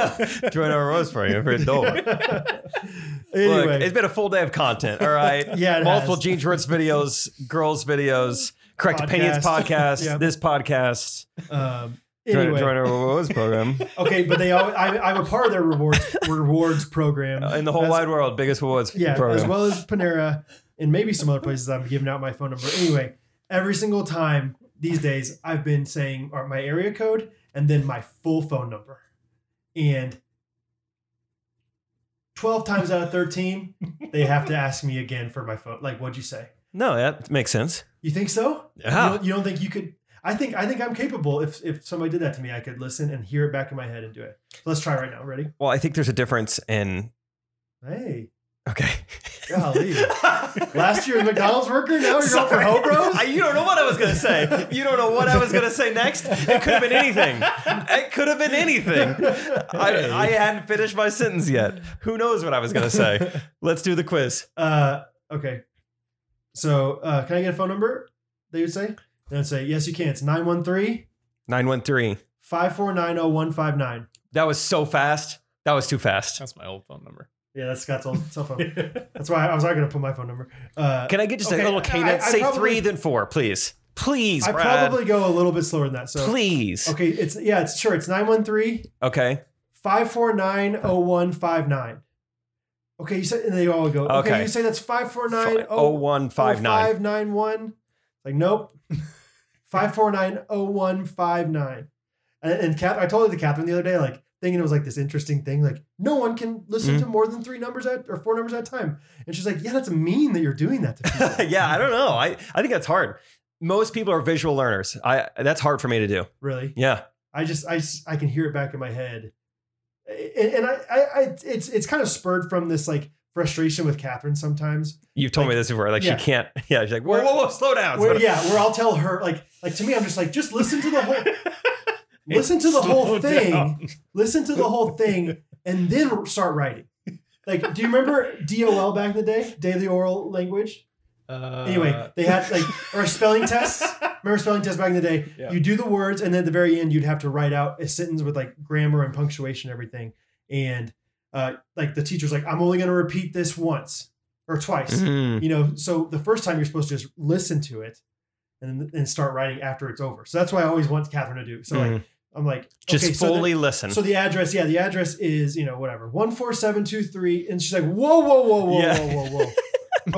Speaker 2: join our workers program for a Dole Whip. Look,
Speaker 1: Anyway,
Speaker 2: it's been a full day of content. All right.
Speaker 1: <laughs> Yeah, it
Speaker 2: Multiple
Speaker 1: has.
Speaker 2: Gene Schwartz videos, girls videos, correct opinions
Speaker 1: Podcast.
Speaker 2: podcast,
Speaker 1: Yeah.
Speaker 2: this podcast.
Speaker 1: um,
Speaker 2: Join,
Speaker 1: anyway,
Speaker 2: join our rewards
Speaker 1: <laughs>
Speaker 2: program
Speaker 1: okay, but they all I, I'm a part of their rewards rewards program
Speaker 2: in the whole
Speaker 1: That's-
Speaker 2: wide world. Biggest rewards
Speaker 1: Yeah,
Speaker 2: program.
Speaker 1: as well as Panera and maybe some other places. I'm giving out my phone number anyway. Every single time these days, I've been saying uh, my area code and then my full phone number, and twelve times out of thirteen, they have to ask me again for my phone. Like, what'd you say?
Speaker 2: No, that makes sense.
Speaker 1: You think so?
Speaker 2: Yeah.
Speaker 1: You don't, you don't think you could? I think I think I'm capable. If if somebody did that to me, I could listen and hear it back in my head and do it. Let's try right now. Ready?
Speaker 2: Well, I think there's a difference in.
Speaker 1: Hey, <laughs>
Speaker 2: Okay.
Speaker 1: golly!
Speaker 2: <laughs>
Speaker 1: Last year, McDonald's worker. Now you're going for
Speaker 2: Sorry.
Speaker 1: Ho Bros.
Speaker 2: <laughs> I- you don't know what I was going to say. You don't know what I was going to say next. It could have been anything. It could have
Speaker 1: <laughs>
Speaker 2: been anything. I, I hadn't finished my sentence yet. Who knows what I was going
Speaker 1: <laughs>
Speaker 2: to say? Let's do the quiz.
Speaker 1: Uh, okay. So, uh, can I get a phone number? They would say. They would say, yes, you can. It's 913
Speaker 2: 913.
Speaker 1: 549 0159.
Speaker 2: That was so fast. That was too fast.
Speaker 3: That's my old phone number.
Speaker 1: Yeah, that's Scott's old cell
Speaker 2: <laughs>
Speaker 1: phone. That's why I was not going to put my phone number. Uh,
Speaker 2: Can I get just
Speaker 1: Okay,
Speaker 2: a little
Speaker 1: I-
Speaker 2: cadence?
Speaker 1: I
Speaker 2: say
Speaker 1: probably-
Speaker 2: three, then four, please. Please,
Speaker 1: I
Speaker 2: Brad.
Speaker 1: probably go a little bit slower than that. So
Speaker 2: Please.
Speaker 1: okay, it's yeah, it's sure. It's 913
Speaker 2: Okay.
Speaker 1: 549 0159. Okay, you said and they all go. Okay,
Speaker 2: Okay.
Speaker 1: you say that's 549
Speaker 2: Oh one five nine.
Speaker 1: 0591. Like, nope.
Speaker 2: <laughs>
Speaker 1: 5490159. And, and Kath, I told it to Catherine the other day, like, thinking it was like this interesting thing. Like, no one can listen
Speaker 2: Mm-hmm.
Speaker 1: to more than three numbers at or four numbers at a time. And she's like, yeah, that's mean that you're doing that to people.
Speaker 2: <laughs> yeah, I don't know. I, I think that's hard. Most people are visual learners. I that's hard for me to do.
Speaker 1: really?
Speaker 2: Yeah.
Speaker 1: I just I s- I can hear it back in my head, and, and I, I I it's it's kind of spurred from this like frustration with Catherine sometimes.
Speaker 2: You've told me this before. Like
Speaker 1: yeah.
Speaker 2: she can't. <laughs> Yeah. She's like, whoa, whoa, whoa, slow down.
Speaker 1: Where,
Speaker 2: <laughs> Slow
Speaker 1: yeah, where I'll tell her like like to me I'm just like just listen to the whole
Speaker 3: <laughs>
Speaker 1: listen to the whole
Speaker 3: Slow
Speaker 1: thing,
Speaker 3: down.
Speaker 1: listen to the whole thing, and then start writing. Like, do you remember DOL back in the day, Daily Oral Language?
Speaker 3: Uh,
Speaker 1: Anyway, they had like or spelling tests. Remember spelling tests back in the day?
Speaker 3: Yeah.
Speaker 1: You do the words, and then at the very end, you'd have to write out a sentence with like grammar and punctuation, and everything. And uh, like the teacher's like, I'm only going to repeat this once or twice.
Speaker 2: Mhm.
Speaker 1: You know, so the first time you're supposed to just listen to it, and then and start writing after it's over. So that's why I always want Catherine to do. So like, I'm like,
Speaker 2: Mm-hmm. Mm. Just
Speaker 1: okay, so the-
Speaker 2: fully listen.
Speaker 1: so the address, yeah, the address is you know whatever one four seven two three, and she's like, whoa, whoa, whoa, whoa,
Speaker 2: Yeah.
Speaker 1: whoa, whoa, whoa.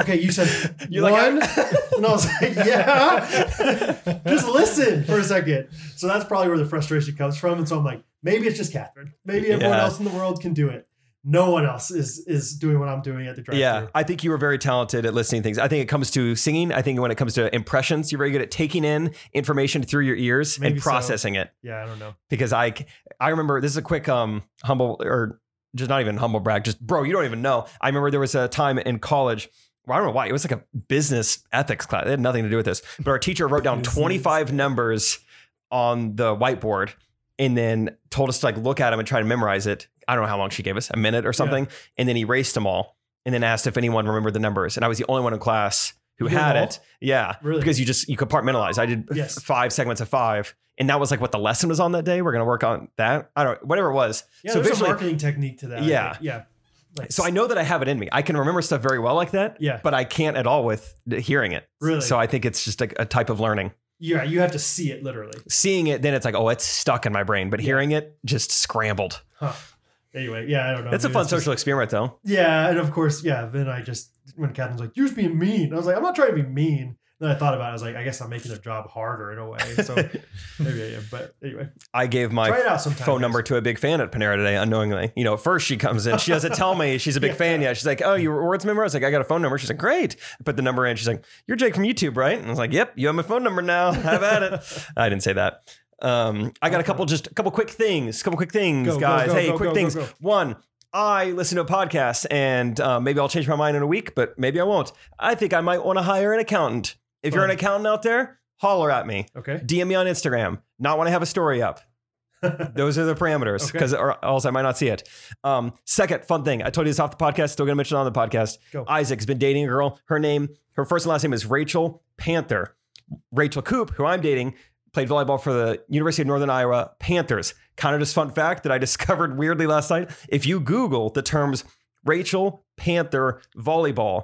Speaker 1: Okay, you said
Speaker 2: <laughs> You're like,
Speaker 1: one, <laughs> and I was like, yeah. <laughs> just listen for a second. So that's probably where the frustration comes from. And so I'm like, maybe it's just Catherine. Maybe everyone
Speaker 2: Yeah.
Speaker 1: else in the world can do it. No one else is is doing what I'm doing at the drive-thru.
Speaker 2: yeah, I think you were very talented at listening to things. I think it comes to singing. I think when it comes to impressions, you're very good at taking in information through your ears
Speaker 1: Maybe
Speaker 2: and
Speaker 1: so.
Speaker 2: processing it.
Speaker 1: yeah, I don't know.
Speaker 2: Because I, c- I remember this is a quick um humble or just not even humble brag. Just bro, you don't even know. I remember there was a time in college. Well, I don't know why it was like a business ethics class. It had nothing to do with this, but our teacher wrote down
Speaker 4: Business.
Speaker 2: 25 numbers on the whiteboard and then told us to like look at them and try to memorize it. I don't know how long she gave us, a minute or something, and then erased them all and then asked if anyone remembered the numbers. And I was the only one in class who
Speaker 1: You did
Speaker 2: had
Speaker 1: all?
Speaker 2: it. Yeah,
Speaker 1: Really?
Speaker 2: because you just you compartmentalize. I did
Speaker 1: Yes.
Speaker 2: f- five segments of five, and that was like what the lesson was on that day. We're gonna work on that. I don't whatever it was.
Speaker 1: Yeah,
Speaker 2: so
Speaker 1: there's
Speaker 2: visually,
Speaker 1: a marketing technique to that. I
Speaker 2: Yeah.
Speaker 1: think. yeah. Like,
Speaker 2: so I know that I have it in me. I can remember stuff very well like that.
Speaker 1: Yeah.
Speaker 2: but I can't at all with hearing it.
Speaker 1: Really?
Speaker 2: So I think it's just a, a type of learning.
Speaker 1: yeah, you have to see it literally.
Speaker 2: Seeing it, then it's like, oh, it's stuck in my brain. But hearing it, just scrambled.
Speaker 1: Huh. Anyway, yeah, I don't know.
Speaker 2: That's a
Speaker 1: Maybe
Speaker 2: fun
Speaker 1: it's Oh, just-
Speaker 2: social experiment, though.
Speaker 1: Yeah, and of course, yeah. Then I just when Catherine's like, "You're just being mean," I was like, "I'm not trying to be mean." Then I thought about it. I was like, "I guess I'm making their job harder in a way."
Speaker 2: <laughs>
Speaker 1: So maybe I am. But anyway,
Speaker 2: I gave my
Speaker 1: try it out sometime.
Speaker 2: phone
Speaker 1: guys.
Speaker 2: number to a big fan at Panera today unknowingly. You know, at first she comes in, she doesn't tell me she's
Speaker 1: <laughs>
Speaker 2: a big fan yet. She's like, "Oh, your words memorized." Like, I got a phone number. She's like, "Great." I put the number in. She's like, "You're Jake from YouTube, right?" And I was like, "Yep, you have my phone number now. <laughs> Have at it." I didn't say that. Um, I got a couple, just a couple quick things. Couple quick things,
Speaker 1: Go, go,
Speaker 2: guys.
Speaker 1: go,
Speaker 2: hey,
Speaker 1: go,
Speaker 2: quick
Speaker 1: go,
Speaker 2: things.
Speaker 1: go, go.
Speaker 2: One. I listen to a podcast and uh, maybe I'll change my mind in a week, but maybe I won't. I think I might want to hire an accountant. If you're an
Speaker 1: Fun.
Speaker 2: accountant out there, holler at me.
Speaker 1: Okay.
Speaker 2: DM me on Instagram. Not when I have a
Speaker 1: <laughs>
Speaker 2: story up. Those are the parameters
Speaker 1: Okay.
Speaker 2: because or else I might not see it. Um, second fun thing. I told you this off the podcast. Still going to mention it on the podcast.
Speaker 1: Go.
Speaker 2: Isaac's been dating a girl. Her name, her first and last name is Rachel Panther. Rachel Coop, who I'm dating, played volleyball for the University of Northern Iowa Panthers. Kind of just fun fact that I <laughs> discovered weirdly last night. If you Google the terms Rachel Panther volleyball,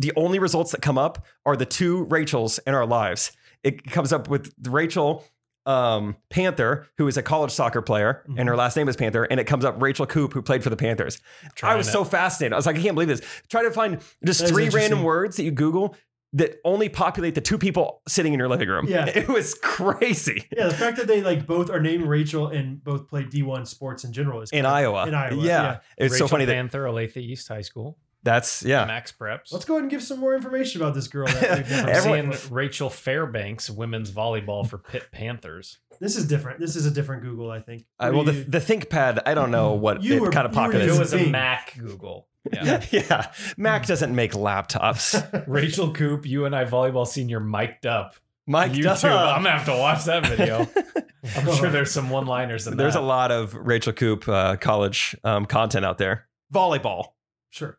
Speaker 2: the only results that come up are the two Rachels in our lives. It comes up with Rachel um, Panther, who is a college soccer player, and her last name is Panther, and it comes up Rachel Coop, who played for the Panthers. I was
Speaker 3: it.
Speaker 2: so fascinated. I was like, I can't believe this. Try to find just
Speaker 1: That is
Speaker 2: three random
Speaker 1: interesting.
Speaker 2: words that you Google that only populate the two people sitting in your living room.
Speaker 1: Yeah.
Speaker 2: <laughs> It was crazy.
Speaker 1: Yeah, the fact that they like both are named Rachel and both play D1 sports in general is
Speaker 2: In
Speaker 1: kind of-
Speaker 2: Iowa.
Speaker 1: In Iowa,
Speaker 2: Yeah.
Speaker 1: yeah.
Speaker 2: It's
Speaker 3: Rachel
Speaker 2: so funny that
Speaker 3: Panther, Olathe East High School.
Speaker 2: that's, yeah.
Speaker 3: Max Preps.
Speaker 1: Let's go ahead and give some more information about this girl. That
Speaker 2: <laughs>
Speaker 1: we've never
Speaker 3: I'm
Speaker 1: seen.
Speaker 2: Everyone-
Speaker 3: seeing Rachel Fairbanks women's volleyball for Pitt
Speaker 1: <laughs>
Speaker 3: Panthers.
Speaker 1: This is different. This is a different Google, I think.
Speaker 2: Uh, well, the,
Speaker 1: We-
Speaker 2: the ThinkPad, I don't know what
Speaker 1: You
Speaker 2: it
Speaker 1: were-
Speaker 2: kind of
Speaker 1: you were
Speaker 2: pocket
Speaker 1: It
Speaker 3: It
Speaker 1: is
Speaker 2: is.
Speaker 3: was a
Speaker 1: big.
Speaker 3: Mac Google. Yeah.
Speaker 2: <laughs>
Speaker 1: <laughs>
Speaker 2: Yeah. Mac doesn't make laptops.
Speaker 3: Rachel Coop, you and I volleyball senior mic'd up.
Speaker 2: Mike
Speaker 3: YouTube. I'm gonna have to watch that video.
Speaker 2: <laughs>
Speaker 3: I'm sure there's some one-liners in
Speaker 2: There's a
Speaker 3: that.
Speaker 2: lot of Rachel Coop uh, college um, content out there. Volleyball.
Speaker 1: sure.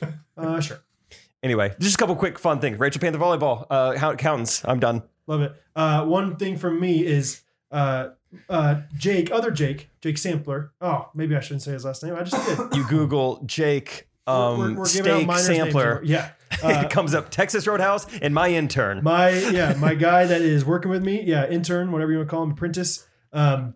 Speaker 1: <laughs> Uh, sure.
Speaker 2: Anyway, just a couple quick fun things. Rachel Panther volleyball. Uh, how- accountants. I'm done.
Speaker 1: Love it. Uh, one thing from me is uh, uh, Jake, other Jake, Jake Sampler. Oh, maybe I <laughs> shouldn't say his last name. I just did.
Speaker 2: You Google Jake um,
Speaker 1: We're- we're- we're giving out
Speaker 2: steak
Speaker 1: minors' names.
Speaker 2: sampler.
Speaker 1: Yeah. Uh,
Speaker 2: <laughs> it comes up Texas Roadhouse and my intern.
Speaker 1: my yeah my guy that is working with me yeah intern whatever you want to call him apprentice um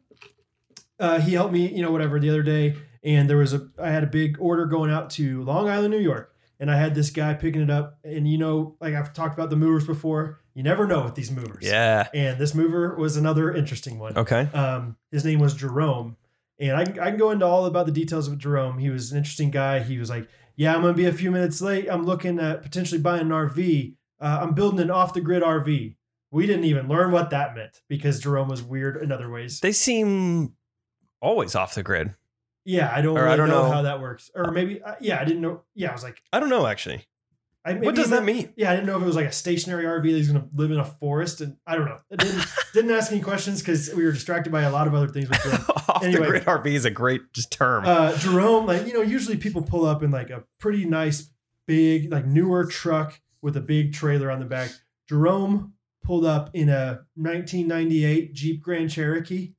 Speaker 1: uh he helped me you know whatever the other day and there was a i had a big order going out to long island new york and i had this guy picking it up and you know like i've talked about the movers before you never know with these movers
Speaker 2: yeah.
Speaker 1: and this mover was another interesting one
Speaker 2: Okay.
Speaker 1: um, his name was Jerome, and I can, I can go into all about the details of Jerome. He was an interesting guy. He was like, "Yeah, I'm gonna be a few minutes late. I'm looking at potentially buying an RV. Uh, I'm building an off the grid RV." We didn't even learn what that meant because Jerome was weird in other ways.
Speaker 2: They seem always off the grid.
Speaker 1: Yeah, I don't.
Speaker 2: Or I
Speaker 1: Really
Speaker 2: don't
Speaker 1: know,
Speaker 2: know.
Speaker 1: how that works, or maybe uh, yeah, I didn't know. Yeah, I was like,
Speaker 2: I don't know actually.
Speaker 1: I, maybe
Speaker 2: What does
Speaker 1: not-
Speaker 2: that mean?
Speaker 1: Yeah, I didn't know if it was like a stationary RV that he's gonna live in a forest, and I don't know. I
Speaker 2: <laughs>
Speaker 1: didn't didn't ask any questions because we were distracted by a lot of other things with Jerome.
Speaker 2: <laughs> off
Speaker 1: Anyway.
Speaker 2: the grid RV is a great just term.
Speaker 1: uh, Jerome, like you know, usually people pull up in like a pretty nice, big, like newer truck with a big trailer on the back. Jerome pulled up in a 1998 Jeep Grand Cherokee,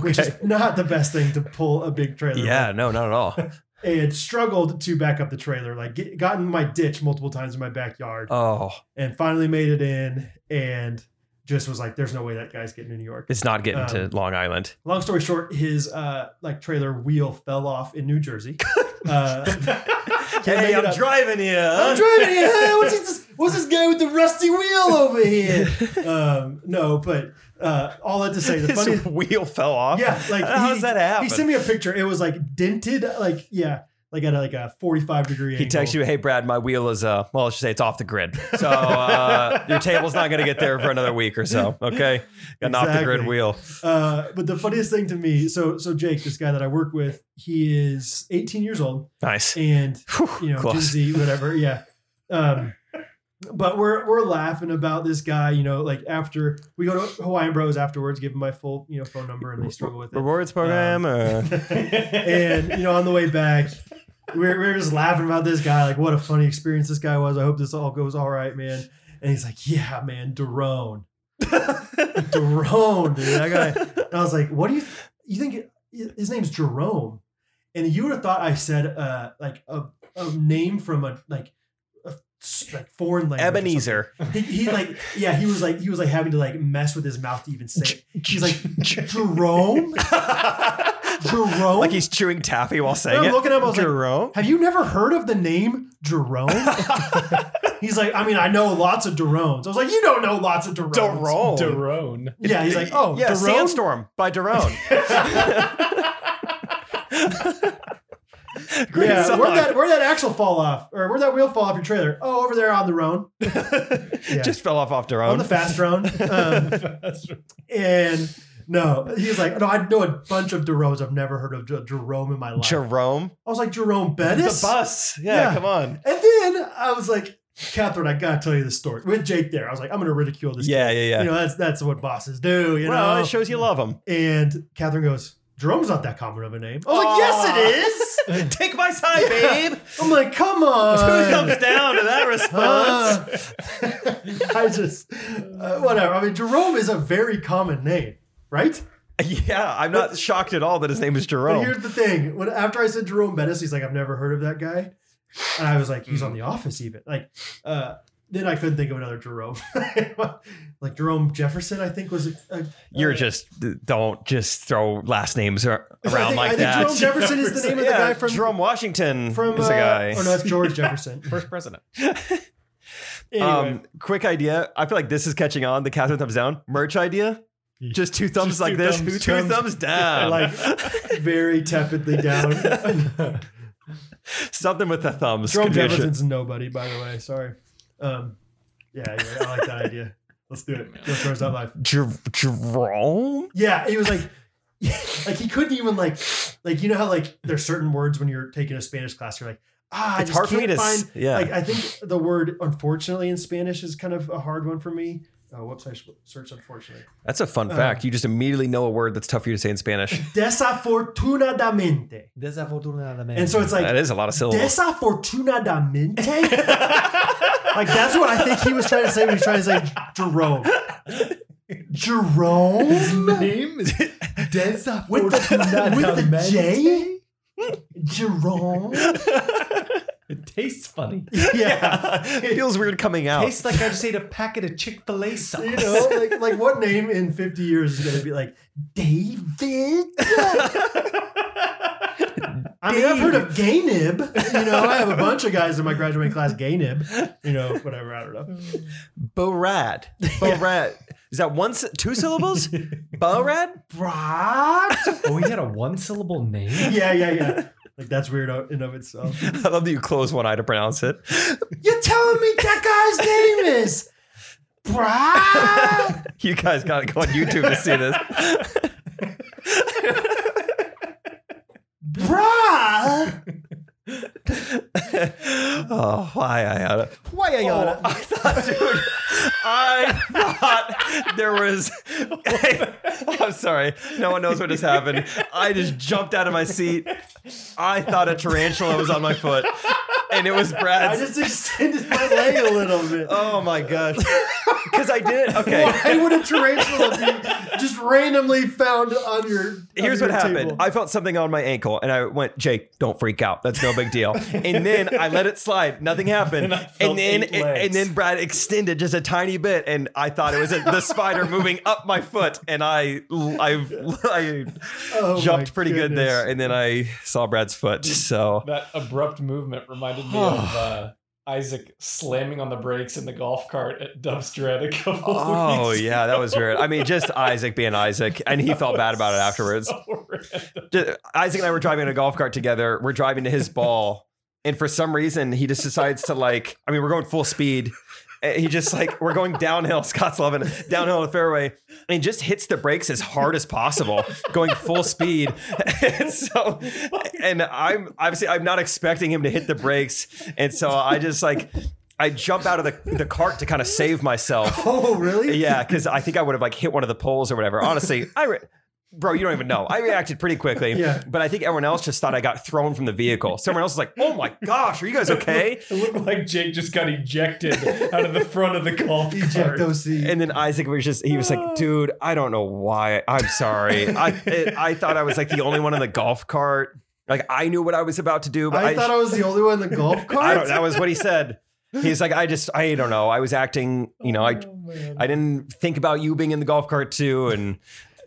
Speaker 1: which is
Speaker 2: okay.
Speaker 1: <laughs> not the best thing to pull a big trailer. with.
Speaker 2: <laughs> Yeah. No. Not
Speaker 1: <laughs>
Speaker 2: at all.
Speaker 1: and struggled to back up the trailer. Like get, got in my ditch multiple times in my backyard,
Speaker 2: Oh,
Speaker 1: and finally made it in, and just was like, "There's no way that guy's getting to New York."
Speaker 2: it's not getting to
Speaker 1: Um,
Speaker 2: Long Island.
Speaker 1: long story short, his uh, like trailer wheel fell off in New Jersey. Uh, <laughs> can't make
Speaker 2: Hey,
Speaker 1: it
Speaker 2: I'm
Speaker 1: up.
Speaker 2: driving you.
Speaker 1: I'm
Speaker 2: <laughs>
Speaker 1: driving here. Hey, what's this? What's this guy with the rusty wheel over here? <laughs> Um, no, but uh, all that to say, <laughs> the
Speaker 2: His
Speaker 1: funny,
Speaker 2: wheel fell off.
Speaker 1: yeah, like
Speaker 2: How
Speaker 1: he-
Speaker 2: does that happen?
Speaker 1: He sent me a picture. It was like dented, like yeah, like at a, like a 45 degree.
Speaker 2: He texts you, "Hey Brad, my wheel is uh well, I should say it's off the grid. So uh, your table's not going to get there for another week or so. Okay, got an off the grid
Speaker 1: Exactly.
Speaker 2: wheel.
Speaker 1: Uh, but the funniest thing to me, so so Jake, this guy that I work with, he is 18 years old,
Speaker 2: Nice.
Speaker 1: and
Speaker 2: <laughs> Whew,
Speaker 1: you know, Gen
Speaker 2: close.
Speaker 1: Z, whatever. Yeah. Um, but we're we're laughing about this guy. You know, like after we go to Hawaiian Bros afterwards, give him my full you know phone number, and they struggle with it.
Speaker 2: Rewards
Speaker 1: <laughs>
Speaker 2: program. uh,
Speaker 1: and you know, on the way back, we're, we're just laughing about this guy. Like, what a funny experience this guy was. I hope this all goes all right, man. And he's like, yeah, man,
Speaker 2: <laughs>
Speaker 1: Daron, Daron, dude. That guy. And I was like, what do you you think? his name's Jerome, and you would have thought I said uh like a, a name from a like a s- like foreign language. or something.
Speaker 2: Ebenezer.
Speaker 1: He, he like yeah he was like he was like having to like mess with his mouth to even say. it. He's like
Speaker 2: <laughs>
Speaker 1: Jerome. Jerome.
Speaker 2: like he's chewing taffy while saying
Speaker 1: And I'm
Speaker 2: it.
Speaker 1: looking at him. I was like,
Speaker 2: Jerome.
Speaker 1: have you never heard of the name
Speaker 2: <laughs>
Speaker 1: Jerome? he's like, I mean, I know lots of Darones. I was like, you don't know lots of Darones.
Speaker 2: Jerome.
Speaker 3: Derone. <laughs>
Speaker 1: Yeah, he's like, oh,
Speaker 2: yeah,
Speaker 1: Daron?
Speaker 2: Sandstorm by Daron. Great
Speaker 1: <laughs> Yeah,
Speaker 2: song.
Speaker 1: where'd that where'd that axle fall off, or where'd that wheel fall off your trailer? Oh, over there on the roan,
Speaker 2: <laughs>
Speaker 1: Yeah.
Speaker 2: Just fell off off Daron.
Speaker 1: on the
Speaker 2: <laughs>
Speaker 1: fast roan. Um, and no, he's like, no, I know a bunch of Darones. I've never heard of Jer- Jerome in my life.
Speaker 2: Jerome.
Speaker 1: I was like, Jerome Bettis.
Speaker 2: The bus.
Speaker 1: Yeah.
Speaker 2: yeah. come on.
Speaker 1: And then I was like, Catherine, I gotta tell you this story with Jake. There, I was like, I'm gonna ridicule this.
Speaker 2: Yeah,
Speaker 1: kid.
Speaker 2: yeah, yeah.
Speaker 1: You know, that's that's what bosses do. You
Speaker 2: well,
Speaker 1: know,
Speaker 2: it shows you
Speaker 1: <laughs>
Speaker 2: love him.
Speaker 1: And Catherine goes, Jerome's not that common of a name. I was like, yes, it is.
Speaker 2: Take my side, <laughs> babe.
Speaker 1: I'm like, come
Speaker 2: <laughs> Two thumbs
Speaker 1: on.
Speaker 2: down to that response.
Speaker 1: <laughs> Uh, <laughs> I just, uh, whatever. I mean, Jerome is a very common name, right?
Speaker 2: <laughs> yeah, I'm not shocked at all that his name is
Speaker 1: But
Speaker 2: Jerome.
Speaker 1: here's the thing. When after I said Jerome Bettis, he's like, I've never heard of that guy. And I was like, he's on
Speaker 2: Hmm.
Speaker 1: the office even. Like, uh, then I couldn't think of another Jerome. <laughs> like Jerome Jefferson, I think was a, a
Speaker 2: You're just don't just throw last names ar-
Speaker 1: I
Speaker 2: around
Speaker 1: think- I
Speaker 2: like
Speaker 1: think
Speaker 2: that.
Speaker 1: Jerome Jefferson is the name of the
Speaker 2: <laughs> Yeah,
Speaker 1: guy from
Speaker 2: Jerome Washington
Speaker 1: from
Speaker 2: is a
Speaker 1: uh,
Speaker 2: guy.
Speaker 1: Oh no, it's
Speaker 2: <laughs>
Speaker 1: George Jefferson.
Speaker 3: First president.
Speaker 1: Anyway,
Speaker 2: Um, quick idea. I feel like this is catching on. The Catherine thumbs down merch idea. Just two thumbs
Speaker 3: Just
Speaker 2: like
Speaker 3: two
Speaker 2: this.
Speaker 3: thumbs.
Speaker 2: <laughs> two thumbs,
Speaker 1: <laughs>
Speaker 2: down.
Speaker 1: like very tepidly down.
Speaker 2: <laughs> something with the thumbs.
Speaker 1: Jerome
Speaker 2: could be a shit.
Speaker 1: Jefferson's nobody, by the way. Sorry. Um, yeah, anyway, I like that idea. Let's do it. Let's throw us that life.
Speaker 2: Jer- Jerome.
Speaker 1: Yeah, he was like, <laughs> like he couldn't even like, like you know how like there's certain words when you're taking a Spanish class, you're like, ah, I
Speaker 2: It's
Speaker 1: just
Speaker 2: hard for
Speaker 1: can't
Speaker 2: me to s-
Speaker 1: find.
Speaker 2: yeah.
Speaker 1: Like I think the word unfortunately in Spanish is kind of a hard one for me. Oh, whoops, I s- searched unfortunately.
Speaker 2: That's a
Speaker 1: uh,
Speaker 2: fun fact. You just immediately know a word that's tough for you to say in
Speaker 1: <laughs>
Speaker 2: Spanish.
Speaker 1: Desafortunadamente. And so it's like
Speaker 2: that is a lot of syllables.
Speaker 1: <laughs> Desafortunadamente? <laughs> like that's what I think he was trying to say when he was trying to say Jerome. Jerome
Speaker 2: <laughs>
Speaker 4: name is Densa
Speaker 3: <laughs>
Speaker 1: with the, with the J? Jerome.
Speaker 3: It tastes funny.
Speaker 2: yeah. it feels weird coming out.
Speaker 3: Tastes like I just ate a packet of Chick Fil A sauce.
Speaker 1: You know, like like what name in 50 years is gonna be like David? I mean, I've heard of Gaynib. You know, I have a bunch of guys in my graduating class, Gaynib. You know, whatever. I don't know.
Speaker 2: Borad. <laughs> Borad. Is that one, s-
Speaker 1: <laughs>
Speaker 2: two syllables? Borad?
Speaker 1: Brad?
Speaker 3: oh, he had a one syllable name.
Speaker 1: Yeah, yeah, yeah. <laughs> Like that's weird in of itself.
Speaker 2: I love that you close one eye to pronounce it. <laughs>
Speaker 1: You're telling me that guy's name is Brad?
Speaker 2: You guys got to go on YouTube to see this. <laughs>
Speaker 1: Brad?
Speaker 2: oh, why I had it.
Speaker 1: Why are you
Speaker 2: Oh, I thought, dude, I thought there was. I'm sorry. No one knows what just happened. I just jumped out of my seat. I thought a tarantula was on my foot, and it was
Speaker 1: I
Speaker 2: Brad's.
Speaker 1: just extended my leg a little
Speaker 2: <laughs>
Speaker 1: bit.
Speaker 2: oh my gosh. Because I did. Okay.
Speaker 1: Why would a tarantula be just randomly found on your? on
Speaker 2: Here's
Speaker 1: your
Speaker 2: what happened.
Speaker 1: table?
Speaker 2: I felt something on my ankle and I went, Jake, don't freak out. That's no big deal. and then I let it slide. Nothing happened.
Speaker 3: <laughs> And I
Speaker 2: And,
Speaker 3: felt
Speaker 2: then
Speaker 3: eight
Speaker 2: and,
Speaker 3: legs.
Speaker 2: then Brad extended just a tiny bit and I thought it was a, the spider moving up my foot and I I, I
Speaker 1: Oh my
Speaker 2: jumped pretty good
Speaker 1: goodness.
Speaker 2: there and then I saw Brad's foot.
Speaker 3: <laughs>
Speaker 2: So
Speaker 3: That abrupt movement reminded me <sighs> of uh, Isaac slamming on the brakes in the golf cart at Dumpster at a couple
Speaker 2: Oh
Speaker 3: weeks
Speaker 2: yeah, that was weird. I mean,
Speaker 3: <laughs>
Speaker 2: just Isaac being Isaac and he felt bad about it afterwards.
Speaker 3: So random.
Speaker 2: Just- Isaac and I were driving in a golf cart together. We're driving to his ball, and for some reason, he just decides to like. I mean, we're going full speed. and He just like we're going downhill, <laughs> Scott's loving it, downhill the fairway, and he just hits the brakes as hard as possible, going full speed. <laughs> And so, and I'm obviously I'm not expecting him to hit the brakes, and so I just like I jump out of the the cart to kind of save myself,
Speaker 1: Oh really?
Speaker 2: yeah, because I think I would have like hit one of the poles or whatever. Honestly, I. Re- Bro, you don't even know. I reacted pretty quickly,
Speaker 1: Yeah.
Speaker 2: but I think everyone else just thought I got thrown from the vehicle. Someone else was like, "Oh my gosh, are you guys okay?"
Speaker 3: <laughs> It looked like Jake just got ejected out of the front of the golf
Speaker 1: Eject
Speaker 3: cart.
Speaker 1: those seeds.
Speaker 2: And then Isaac was just—he was like, "Dude, I don't know why. I'm sorry. I it, I thought I was like the only one in the golf cart. Like I knew what I was about to do, but
Speaker 1: I,
Speaker 2: I,
Speaker 1: thought I was the only one in the golf
Speaker 2: I <laughs>
Speaker 1: cart.
Speaker 2: don't. That was what he said. He's like, I just, I don't know. I was acting, you know,
Speaker 3: Oh.
Speaker 2: I, I didn't think about you being in the golf cart too, and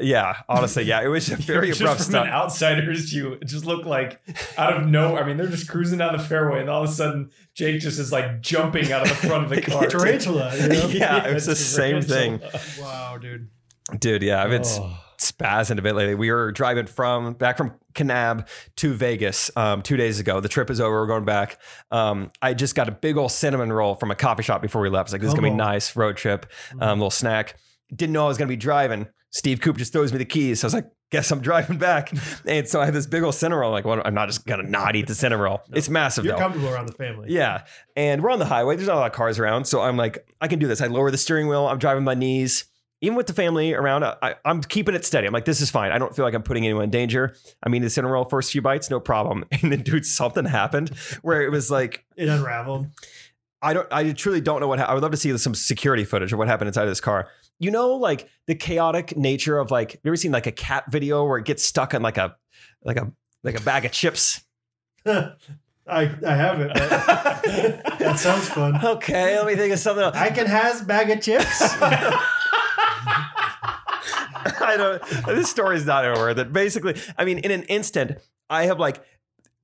Speaker 2: yeah, honestly, yeah, it was a very
Speaker 3: just
Speaker 2: abrupt
Speaker 3: from
Speaker 2: stuff.
Speaker 3: an outsider's view, it just looked like out of nowhere. I mean, they're just cruising down the fairway, and all of a sudden, Jake just is like jumping out of the front
Speaker 2: <laughs>
Speaker 3: of the car.
Speaker 1: Tarantula. You know?
Speaker 2: yeah, it was the
Speaker 3: it's
Speaker 2: same thing,
Speaker 1: wow, dude.
Speaker 2: dude. Yeah, I've been s-
Speaker 3: Oh.
Speaker 2: spazzing a bit lately. We were driving from back from Kanab to Vegas um, two days ago. The trip is over. We're going back. Um, I just got a big old cinnamon roll from a coffee shop before we left. I was like, this is gonna be
Speaker 1: Come on. Mm.
Speaker 2: nice road trip, um, little snack. Didn't know I was gonna be driving. Steve Coop just throws me the keys. So I was like, guess I'm
Speaker 1: <laughs>
Speaker 2: driving back. And so I have this big old cinnamon roll. I'm like, well, I'm not just gonna not eat the cinnamon roll. It's massive
Speaker 1: You're
Speaker 2: though.
Speaker 1: comfortable around the family.
Speaker 2: Yeah. And we're on the highway. There's not a lot of cars around. So I'm like, I can do this. I lower the steering wheel. I'm driving my knees. Even with the family around, uh, I, I, I'm keeping it steady. I'm like, this is fine. I don't feel like I'm putting anyone in danger. I mean, the cinnamon roll first few bites, no problem. <laughs> And then, dude, something happened where it was like,
Speaker 1: It unraveled.
Speaker 2: I don't, I truly don't know what. Ha- I would love to see some security footage of what happened inside of this car. You know, like the chaotic nature of like. Have you ever seen like a cat video where it gets stuck on like a, like a, like a bag of chips?
Speaker 1: I I have it. But
Speaker 2: <laughs>
Speaker 1: that sounds fun.
Speaker 2: Okay, let me think of something else.
Speaker 1: I can has bag of chips.
Speaker 2: I don't. This story's not over. That basically, I mean, in an instant, I have like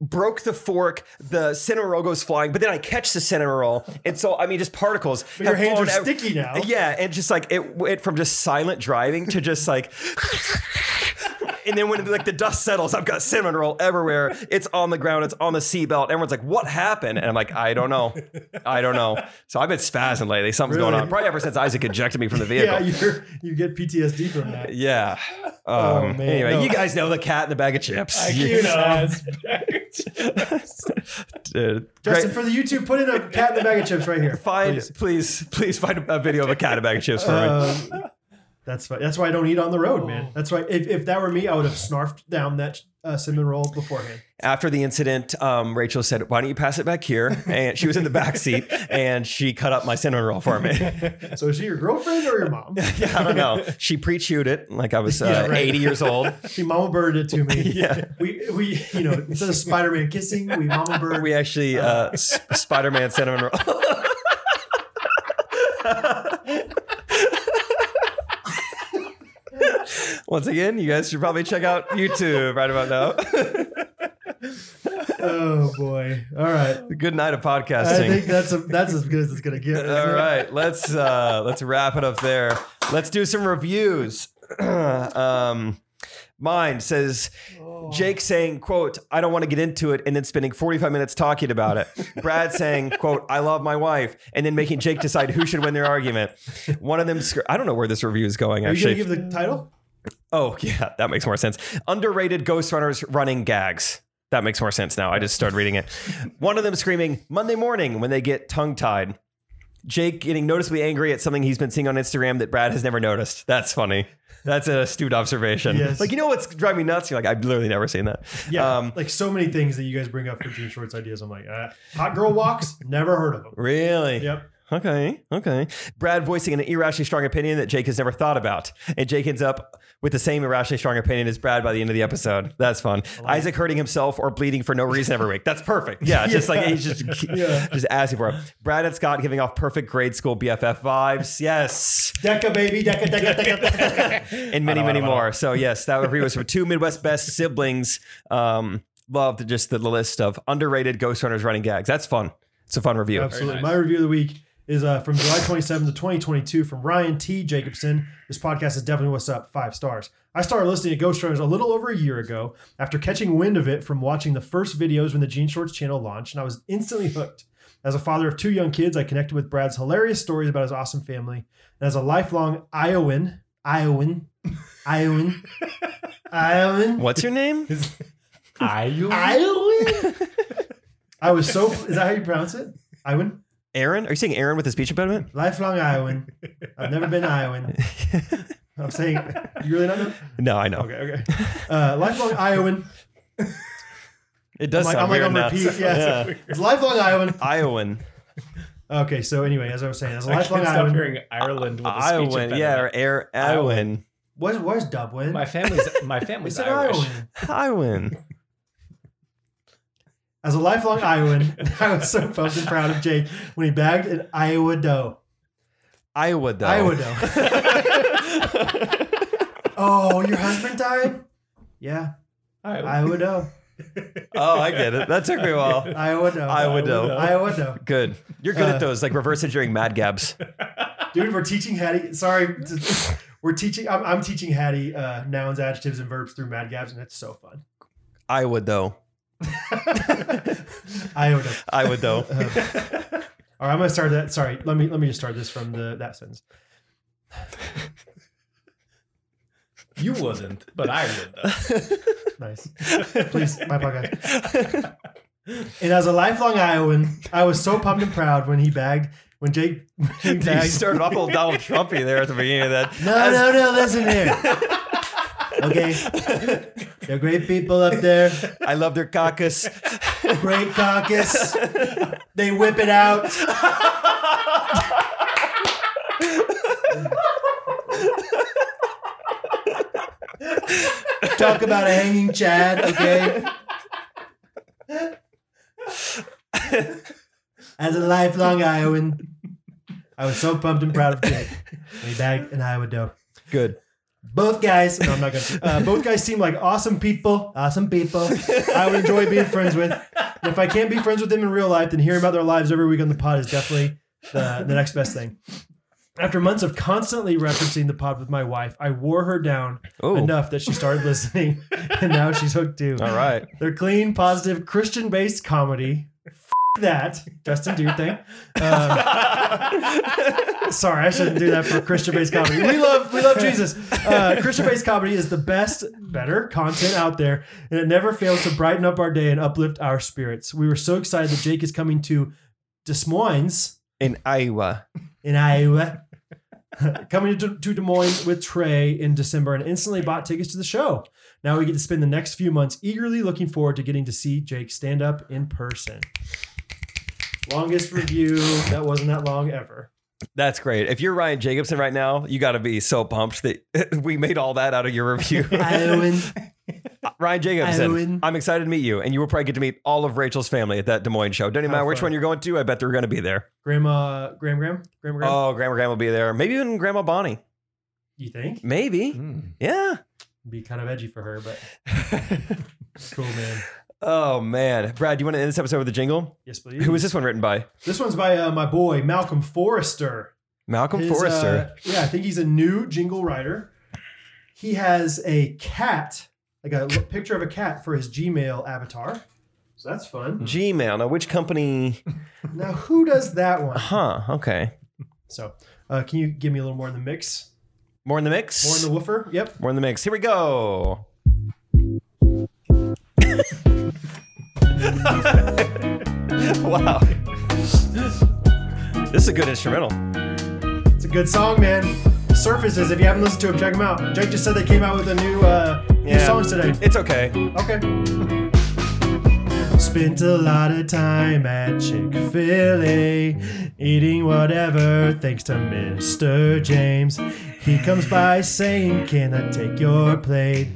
Speaker 2: broke the fork. The cinnamon roll goes flying, but then I catch the cinnamon roll, and so I mean, just particles.
Speaker 1: But <laughs> your
Speaker 2: have
Speaker 1: hands are
Speaker 2: fallen ev-
Speaker 1: sticky now.
Speaker 2: Yeah, and just like it went from just silent driving to just like. <laughs> And then when like the dust settles, I've got cinnamon roll everywhere. It's on the ground. It's on the seatbelt. Everyone's like, "What happened?" And I'm like, "I don't know, I don't know." So I've been spazzing lately. Something's going
Speaker 1: Really?
Speaker 2: on. Probably ever since Isaac ejected me from the
Speaker 1: Yeah,
Speaker 2: vehicle.
Speaker 1: you you get PTSD from that.
Speaker 2: Yeah. Um,
Speaker 1: Oh, man.
Speaker 2: Anyway,
Speaker 1: No.
Speaker 2: you guys know the cat in the bag of chips.
Speaker 3: I
Speaker 2: You-
Speaker 3: cute ass back.
Speaker 2: <laughs> Dude,
Speaker 1: Justin,
Speaker 2: great.
Speaker 1: for the YouTube, put in a cat in the bag of chips right here.
Speaker 2: Find
Speaker 1: please.
Speaker 2: please. please find a video of a cat in a bag of chips for me.
Speaker 1: Um, That's why. That's why I don't eat on the road,
Speaker 2: Oh.
Speaker 1: man. That's why. If, if that were me, I would have snarfed down that uh, cinnamon roll beforehand.
Speaker 2: <laughs> After the incident, um, Rachel said, "Why don't you pass it back here?" And she was in the back seat, and she cut up my cinnamon roll for me. <laughs>
Speaker 1: So is she your girlfriend or your mom?
Speaker 2: yeah, I don't know. She pre-chewed it like I was uh,
Speaker 1: Yeah, right.
Speaker 2: 80 years old.
Speaker 1: She mama birded it to me.
Speaker 2: Yeah.
Speaker 1: We we you know instead of Spider Man kissing, we mama bird.
Speaker 2: We actually uh, S- Spider-Man cinnamon roll. <laughs> Once again, you guys should probably check out YouTube right about now. <laughs>
Speaker 1: oh boy. All right.
Speaker 2: Good night of podcasting.
Speaker 1: I think that's a, that's as good as it's gonna get. isn't <laughs>
Speaker 2: All
Speaker 1: it?
Speaker 2: right, let's uh, let's wrap it up there. Let's do some reviews. <clears throat> um, mine says Jake saying, "quote I don't want to get into it," and then spending forty five minutes talking about it. Brad saying, "quote I love my wife," and then making Jake decide who should win their argument. One of them, scr- I don't know where this review is going.
Speaker 1: Are you gonna
Speaker 2: Actually,
Speaker 1: give the title?
Speaker 2: oh <laughs> yeah, that makes more sense. Underrated Ghost Runners running gags. That makes more sense now. I just started
Speaker 1: <laughs>
Speaker 2: reading it. One of them screaming Monday morning when they get tongue tied. Jake getting noticeably angry at something he's been seeing on Instagram that Brad has never noticed. That's funny. That's an astute observation.
Speaker 1: Yes.
Speaker 2: Like, you know what's driving me nuts? You're like, I've literally never seen that.
Speaker 1: Yeah.
Speaker 2: Um,
Speaker 1: like so many things that you guys bring up for Gene Short's ideas. I'm like, uh, hot girl walks. Never heard of
Speaker 2: <laughs>
Speaker 1: them.
Speaker 2: really?
Speaker 1: Yep.
Speaker 2: Okay, okay. Brad voicing an irrationally strong opinion that Jake has never thought about. And Jake ends up with the same irrationally strong opinion as Brad by the end of the episode. That's fun. Isaac hurting himself or bleeding for no reason every week. That's <laughs> perfect. Yeah, just like he's <laughs> just,
Speaker 1: Yeah.
Speaker 2: just asking for it. Brad and Scott giving off perfect grade school BFF vibes. Yes.
Speaker 1: Deca baby, Deca, Deca, Deca, Deca.
Speaker 2: And many, many more. So, yes, that review was from two Midwest best siblings. Um, loved just the list of underrated Ghost Runners running gags. That's fun. It's a fun review.
Speaker 1: Absolutely.
Speaker 3: nice.
Speaker 1: My review of the week is uh, from July 27th to 2022 from Ryan T. Jacobson. This podcast is definitely what's up. Five stars. I started listening to Ghost Runners a little over a year ago after catching wind of it from watching the first videos when the Gene Shorts channel launched, and I was instantly hooked. As a father of two young kids, I connected with Brad's hilarious stories about his awesome family. And as a lifelong Iowan, Iowan, Iowan, Iowan,
Speaker 2: What's your name? <laughs>
Speaker 3: I you
Speaker 1: Iowan. I was so. Is that how you pronounce it? Iowan?
Speaker 2: Aaron? Are you saying Aaron with a speech impediment?
Speaker 1: Lifelong Iowan. I've never been to Iowan. I'm saying, you really not know?
Speaker 2: No, I know.
Speaker 1: Okay, okay. Uh, lifelong Iowan.
Speaker 2: It
Speaker 1: I'm
Speaker 2: does
Speaker 1: like, I'm
Speaker 2: sound
Speaker 1: like
Speaker 2: weird
Speaker 1: on
Speaker 2: now.
Speaker 1: repeat. Yeah.
Speaker 2: Yeah.
Speaker 1: It's lifelong Iowan.
Speaker 2: Iowan.
Speaker 1: Okay, so anyway, as I was saying, it's a
Speaker 3: I
Speaker 1: lifelong
Speaker 3: can't stop
Speaker 1: Iowan.
Speaker 3: hearing Ireland with a speech
Speaker 2: Iowan.
Speaker 3: impediment.
Speaker 2: Yeah, or Air Iowan.
Speaker 1: Where's, where's Dublin?
Speaker 3: My family's my
Speaker 1: it's
Speaker 3: family's
Speaker 1: an
Speaker 3: Irish.
Speaker 1: Iowan.
Speaker 2: Iowan.
Speaker 1: As a lifelong Iowan, <laughs> I was so pumped and proud of Jake when he bagged an Iowa dough.
Speaker 2: Iowa though.
Speaker 1: Iowa dough. oh, your husband died? Yeah,
Speaker 3: <laughs> I,
Speaker 1: Iowa dough.
Speaker 2: <laughs> Oh, I get it. That took me a while.
Speaker 1: <laughs> Iowa dough.
Speaker 2: Iowa dough.
Speaker 1: Iowa dough.
Speaker 2: Good. You're good
Speaker 1: Uh,
Speaker 2: at those, like reverse engineering mad gabs.
Speaker 1: dude we're teaching hattie sorry to- <laughs> we're teaching i'm, I'm teaching hattie uh, nouns adjectives and verbs through mad gabs and it's so fun
Speaker 2: Iowa though.
Speaker 1: i don't know <laughs>
Speaker 2: Iowa though.
Speaker 1: Uh,
Speaker 2: <laughs>
Speaker 1: all right i'm gonna start that sorry let me let me just start this from the that sentence
Speaker 3: you wouldn't, but I would. Though.
Speaker 1: nice <laughs> please my podcast and as a lifelong iowan i was so pumped and proud when he bagged when jake when
Speaker 2: you
Speaker 1: bagged,
Speaker 2: started off old Donald Trumpy there at the beginning of that.
Speaker 1: <laughs> no no no listen here okay you're great people up there
Speaker 2: I love their caucus.
Speaker 1: great caucus. They whip it out. Talk about a hanging Chad, okay? As a lifelong Iowan, I was so pumped and proud of Jake. We bagged an Iowa dough.
Speaker 2: Good.
Speaker 1: Both guys, no, I'm not gonna. Uh, both guys seem like awesome people. Awesome people. I would enjoy being friends with. And if I can't be friends with them in real life, then hearing about their lives every week on the pod is definitely the, the next best thing. After months of constantly referencing the pod with my wife, I wore her down
Speaker 2: Oh.
Speaker 1: enough that she started listening, <laughs> and now she's hooked too.
Speaker 2: All right.
Speaker 1: They're clean, positive, Christian-based comedy. F- that Justin Dude thing. Um,
Speaker 2: <laughs>
Speaker 1: sorry, I shouldn't do that for Christian-based comedy. We love we
Speaker 2: <laughs>
Speaker 1: love Jesus. Uh, Christian-based comedy is the best, better content out there, and it never fails to brighten up our day and uplift our spirits. We were so excited that Jake is coming to Des Moines
Speaker 2: In Iowa.
Speaker 1: in Iowa <laughs> coming to, to Des Moines with Trey in December and instantly bought tickets to the show. Now we get to spend the next few months eagerly looking forward to getting to see Jake stand up in person. Longest review that wasn't that long ever.
Speaker 2: That's great. If you're Ryan Jacobson right now, you got to be so pumped that <laughs> we made all that out of your
Speaker 1: <laughs>
Speaker 2: review.
Speaker 1: Owen,
Speaker 2: Ryan Jacobson,
Speaker 1: Owen.
Speaker 2: I'm excited to meet you, and you will probably get to meet all of Rachel's family at that Des Moines show. Don't even
Speaker 1: How
Speaker 2: matter which
Speaker 1: fun.
Speaker 2: one you're going to. I bet they're going to be there.
Speaker 1: Grandma, Graham, Graham, Graham, Graham.
Speaker 2: Oh, Grandma Graham will be there. Maybe even Grandma Bonnie.
Speaker 1: you think? Mm-hmm.
Speaker 2: Maybe. Yeah.
Speaker 1: be kind of edgy for her,
Speaker 2: <laughs>
Speaker 1: but cool, man.
Speaker 2: oh man, Brad, do you want to end this episode with a jingle?
Speaker 1: Yes, please.
Speaker 2: Who is this one written by?
Speaker 1: This one's by uh, my boy Malcolm Forrester.
Speaker 2: Malcolm
Speaker 1: His,
Speaker 2: Forrester.
Speaker 1: uh, yeah, I think he's a new jingle writer. He has a cat, like a l- picture of a cat for his Gmail avatar. So that's
Speaker 2: <laughs>
Speaker 1: fun.
Speaker 2: Gmail. Now, which company?
Speaker 1: Now, who does that one?
Speaker 2: Huh. Okay.
Speaker 1: So, uh, can you give me a little more in the mix?
Speaker 2: More in the mix.
Speaker 1: More in the woofer? Yep.
Speaker 2: More in the mix. Here we go. <laughs> wow. This is a good instrumental.
Speaker 1: It's a good song, man. Surfaces, if you haven't listened to him, check him out. Jake just said they came out with a new, uh, new
Speaker 2: Yeah.
Speaker 1: songs today.
Speaker 2: It's okay.
Speaker 1: Okay. Spent a lot of time at Chick fil A, eating whatever thanks to Mr. James. He comes by saying, Can I take your plate?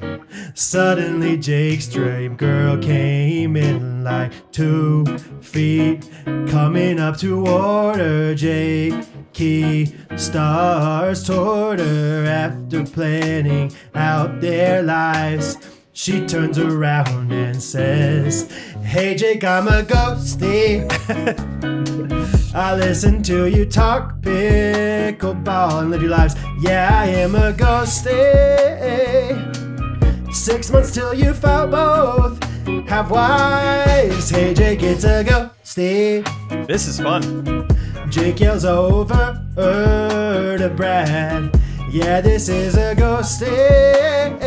Speaker 1: Suddenly, Jake's dream girl came in like two feet, coming up to order. Jake Key stars toward her after planning out their lives. She turns around and says, Hey Jake, I'm a ghosty. <laughs> I listen to you talk pickleball and live your lives. Yeah, I am a ghosty. Six months till you fought both. Have wives. Hey Jake, it's a ghosty.
Speaker 2: This is fun.
Speaker 1: Jake yells over er, to Brad. Yeah, this is a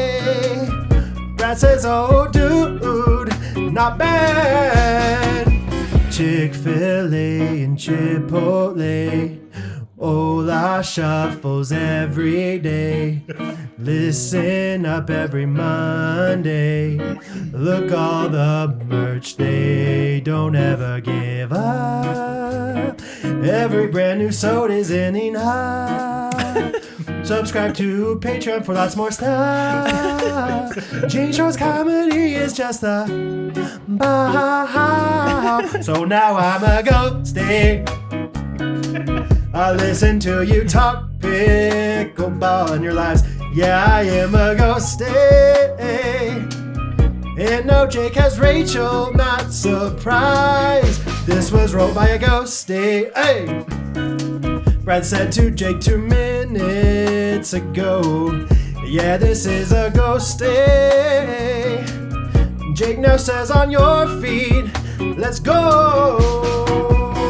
Speaker 1: ghosty. Brad says, Oh, dude, not bad. Chick fil A and Chipotle. Ola shuffles every day. Listen up every Monday. Look all the merch they don't ever give up. Every brand new soda's ending high. Subscribe to Patreon for lots more stuff. Jane Shaw's comedy is just the bow. <laughs> So now I'm a ghosty. I listen to you talk pickleball in your lives. Yeah, I am a ghosty. And no, Jake has Rachel, not surprised. This was rolled by a ghosty. Hey! Brad said to Jake two minutes ago. Yeah, this is a ghosty. Jake now says on your feet, let's go.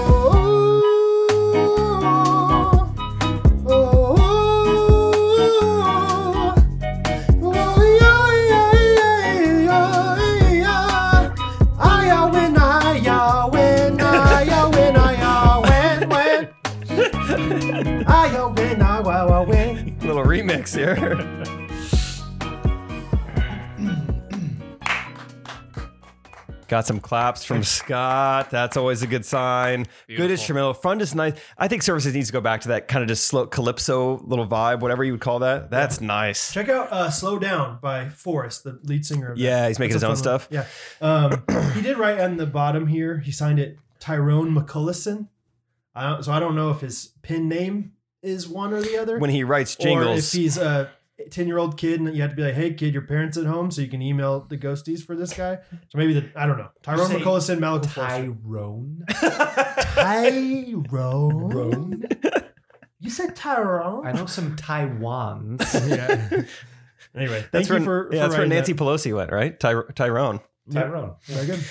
Speaker 1: I-ya win, I-ya win, I-ya win, I-ya win, win. I win, I wow, I win.
Speaker 2: Little remix here. Got some claps from Scott. That's always a good sign. Good
Speaker 3: Beautiful.
Speaker 2: instrumental. Fun is nice. I think services needs to go back to that kind of just slow calypso little vibe, whatever you would call that. That's nice.
Speaker 1: Check out uh, "Slow Down" by Forrest, the lead singer. Of that.
Speaker 2: Yeah, he's making
Speaker 1: That's a
Speaker 2: his own
Speaker 1: fun one. Yeah, um, he did write on the bottom here. He signed it Tyrone McCullison. I don't, so I don't know if his pen name is one or the other.
Speaker 2: when he writes
Speaker 1: or if
Speaker 2: jingles.
Speaker 1: he's a ten-year-old kid, and you have to be like, "Hey, kid, your parents at home," so you can email the ghosties for this guy. So maybe the I don't know. Tyrone
Speaker 4: say
Speaker 1: McCullison, Malcolm Forrester.
Speaker 4: Tyrone.
Speaker 1: Tyrone.
Speaker 4: Tyrone.
Speaker 1: <laughs> You said Tyrone.
Speaker 4: I know some Taiwans.
Speaker 1: yeah. <laughs> Anyway, thank
Speaker 2: that's
Speaker 1: you
Speaker 2: where,
Speaker 1: for,
Speaker 2: yeah,
Speaker 1: for
Speaker 2: that's where
Speaker 1: writing
Speaker 2: Nancy Pelosi went, right? Ty- Tyrone.
Speaker 1: Tyrone.
Speaker 4: Tyrone.
Speaker 1: That. Very good.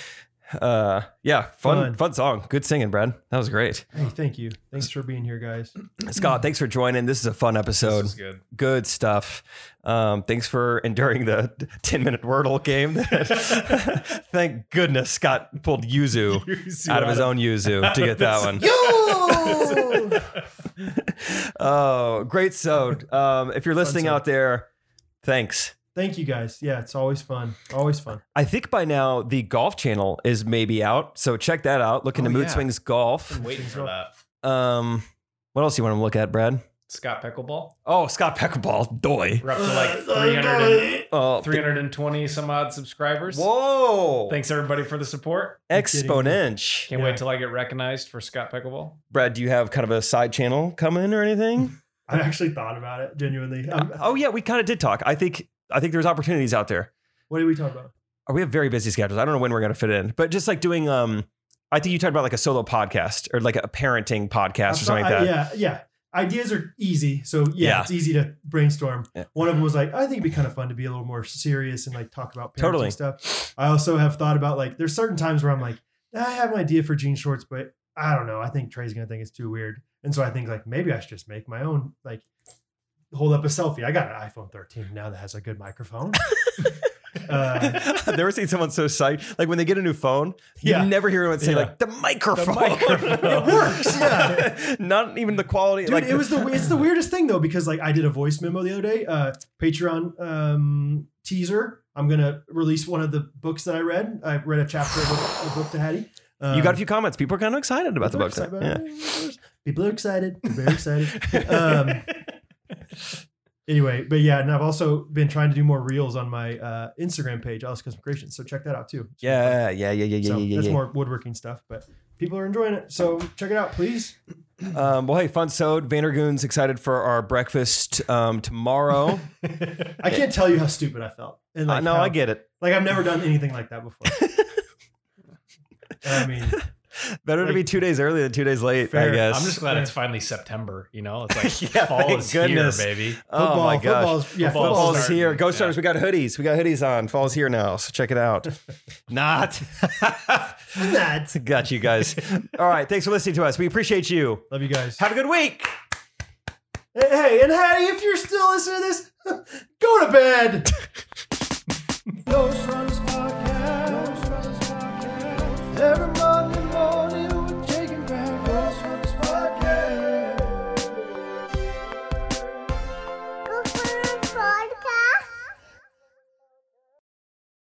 Speaker 2: Uh, yeah, fun,
Speaker 1: Fun.
Speaker 2: fun, song. Good singing, Brad. That was great.
Speaker 1: Hey, thank you. Thanks for being here, guys.
Speaker 2: Scott, thanks for joining. This is a fun episode.
Speaker 3: This is good. <laughs>
Speaker 2: good stuff. Um, thanks for enduring the <laughs> 10 minute Wordle game. <laughs> Thank goodness Scott pulled Yuzu out of his own Yuzu to get that one. oh, great. So, um, if you're listening
Speaker 1: song.
Speaker 2: out there, thanks.
Speaker 1: Thank you guys. Yeah, it's always fun. Always fun.
Speaker 2: I think by now the golf channel is maybe out. So, check that out. Look into
Speaker 3: Oh,
Speaker 2: Mood
Speaker 3: yeah.
Speaker 2: Swings Golf.
Speaker 3: I'm waiting for that.
Speaker 2: Um, what else do you want to look at, Brad?
Speaker 3: Scott Pickleball.
Speaker 2: Oh, Scott Peckleball. Doi.
Speaker 3: We're up to like 300 and,
Speaker 2: Oh,
Speaker 3: 320 some odd subscribers.
Speaker 2: Whoa.
Speaker 3: Thanks everybody for the support.
Speaker 2: Exponent.
Speaker 3: Can't
Speaker 1: Yeah.
Speaker 3: wait till I get recognized for Scott Pickleball.
Speaker 2: Brad, do you have kind of a side channel coming or <laughs> anything?
Speaker 1: I actually thought about it genuinely. Um,
Speaker 2: oh yeah, we kind of did talk. I think I think there's opportunities out there.
Speaker 1: what did we talk about?
Speaker 2: Oh, We have very busy schedules. I don't know when we're gonna fit in, but just like doing um, I think you talked about like a solo podcast or like a parenting podcast or something like
Speaker 1: I-
Speaker 2: that.
Speaker 1: Yeah, yeah. Ideas are easy, so yeah,
Speaker 2: Yeah.
Speaker 1: it's easy to brainstorm.
Speaker 2: Yeah.
Speaker 1: One of them was like, I think it'd be kind of fun to be a little more serious and like talk about parenting
Speaker 2: Totally.
Speaker 1: stuff. I also have thought about like, there's certain times where I'm like, I have an idea for jean shorts, but I don't know. I think Trey's gonna think it's too weird, and so I think like maybe I should just make my own like. Hold up a selfie. I got an iPhone 13 now that has a good
Speaker 2: <laughs>
Speaker 1: microphone. uh,
Speaker 2: I've never seen someone so psyched. Like when they get a new phone,
Speaker 1: Yeah.
Speaker 2: you never hear anyone say
Speaker 1: Yeah.
Speaker 2: like the microphone.
Speaker 1: microphone.
Speaker 2: it <laughs> works.
Speaker 1: Yeah.
Speaker 2: Not even the quality.
Speaker 1: Dude,
Speaker 2: like
Speaker 1: it was the it's the weirdest thing though because like I did a voice memo the other day, uh, Patreon um, teaser. I'm gonna release one of the books that I read. I read a chapter of a, a book to Hattie. Um,
Speaker 2: you got a few comments. People are kind of excited about the book.
Speaker 1: people are
Speaker 2: Yeah.
Speaker 1: excited. People are excited. They're very excited.
Speaker 2: <laughs>
Speaker 1: Um, anyway, but yeah, and I've also been trying to do more reels on my uh, Instagram page, Alice Custom Creations. So check that out too. It's really fun.
Speaker 2: Yeah, yeah, yeah, yeah, yeah,
Speaker 1: so
Speaker 2: yeah, yeah.
Speaker 1: that's
Speaker 2: yeah.
Speaker 1: more woodworking stuff, but people are enjoying it. So check it out,
Speaker 2: <laughs>
Speaker 1: please.
Speaker 2: Um, well, hey, fun sode. Vandergoon's excited for our breakfast um,
Speaker 1: <laughs>
Speaker 2: tomorrow.
Speaker 1: I can't tell you how stupid I felt. And
Speaker 2: Uh, no,
Speaker 1: how-
Speaker 2: I get it.
Speaker 1: Like I've never done anything like that before. I mean,
Speaker 2: Better to
Speaker 1: Like-
Speaker 2: be two days early than two days late,
Speaker 1: Fair.
Speaker 2: I guess.
Speaker 3: I'm just glad it's finally September. You know, it's like
Speaker 2: <laughs> Yeah,
Speaker 3: fall
Speaker 2: thank
Speaker 3: is
Speaker 2: goodness.
Speaker 3: here, baby.
Speaker 2: oh my gosh.
Speaker 1: football's, yeah,
Speaker 3: Football's
Speaker 2: Fall's,
Speaker 1: football's,
Speaker 3: starting.
Speaker 2: here. Ghost
Speaker 3: Yeah.
Speaker 2: Hunters, we got hoodies. We got hoodies on. Fall's here now. So check
Speaker 1: <laughs>
Speaker 2: it out. Not. <laughs>
Speaker 1: Nuts.
Speaker 2: got you guys. All right. Thanks for listening to us. We appreciate you.
Speaker 1: Love you guys.
Speaker 2: Have a good week.
Speaker 1: Hey, hey, and Hattie, if you're still listening to this, <laughs> go to bed. Ghost Runners Podcast. Every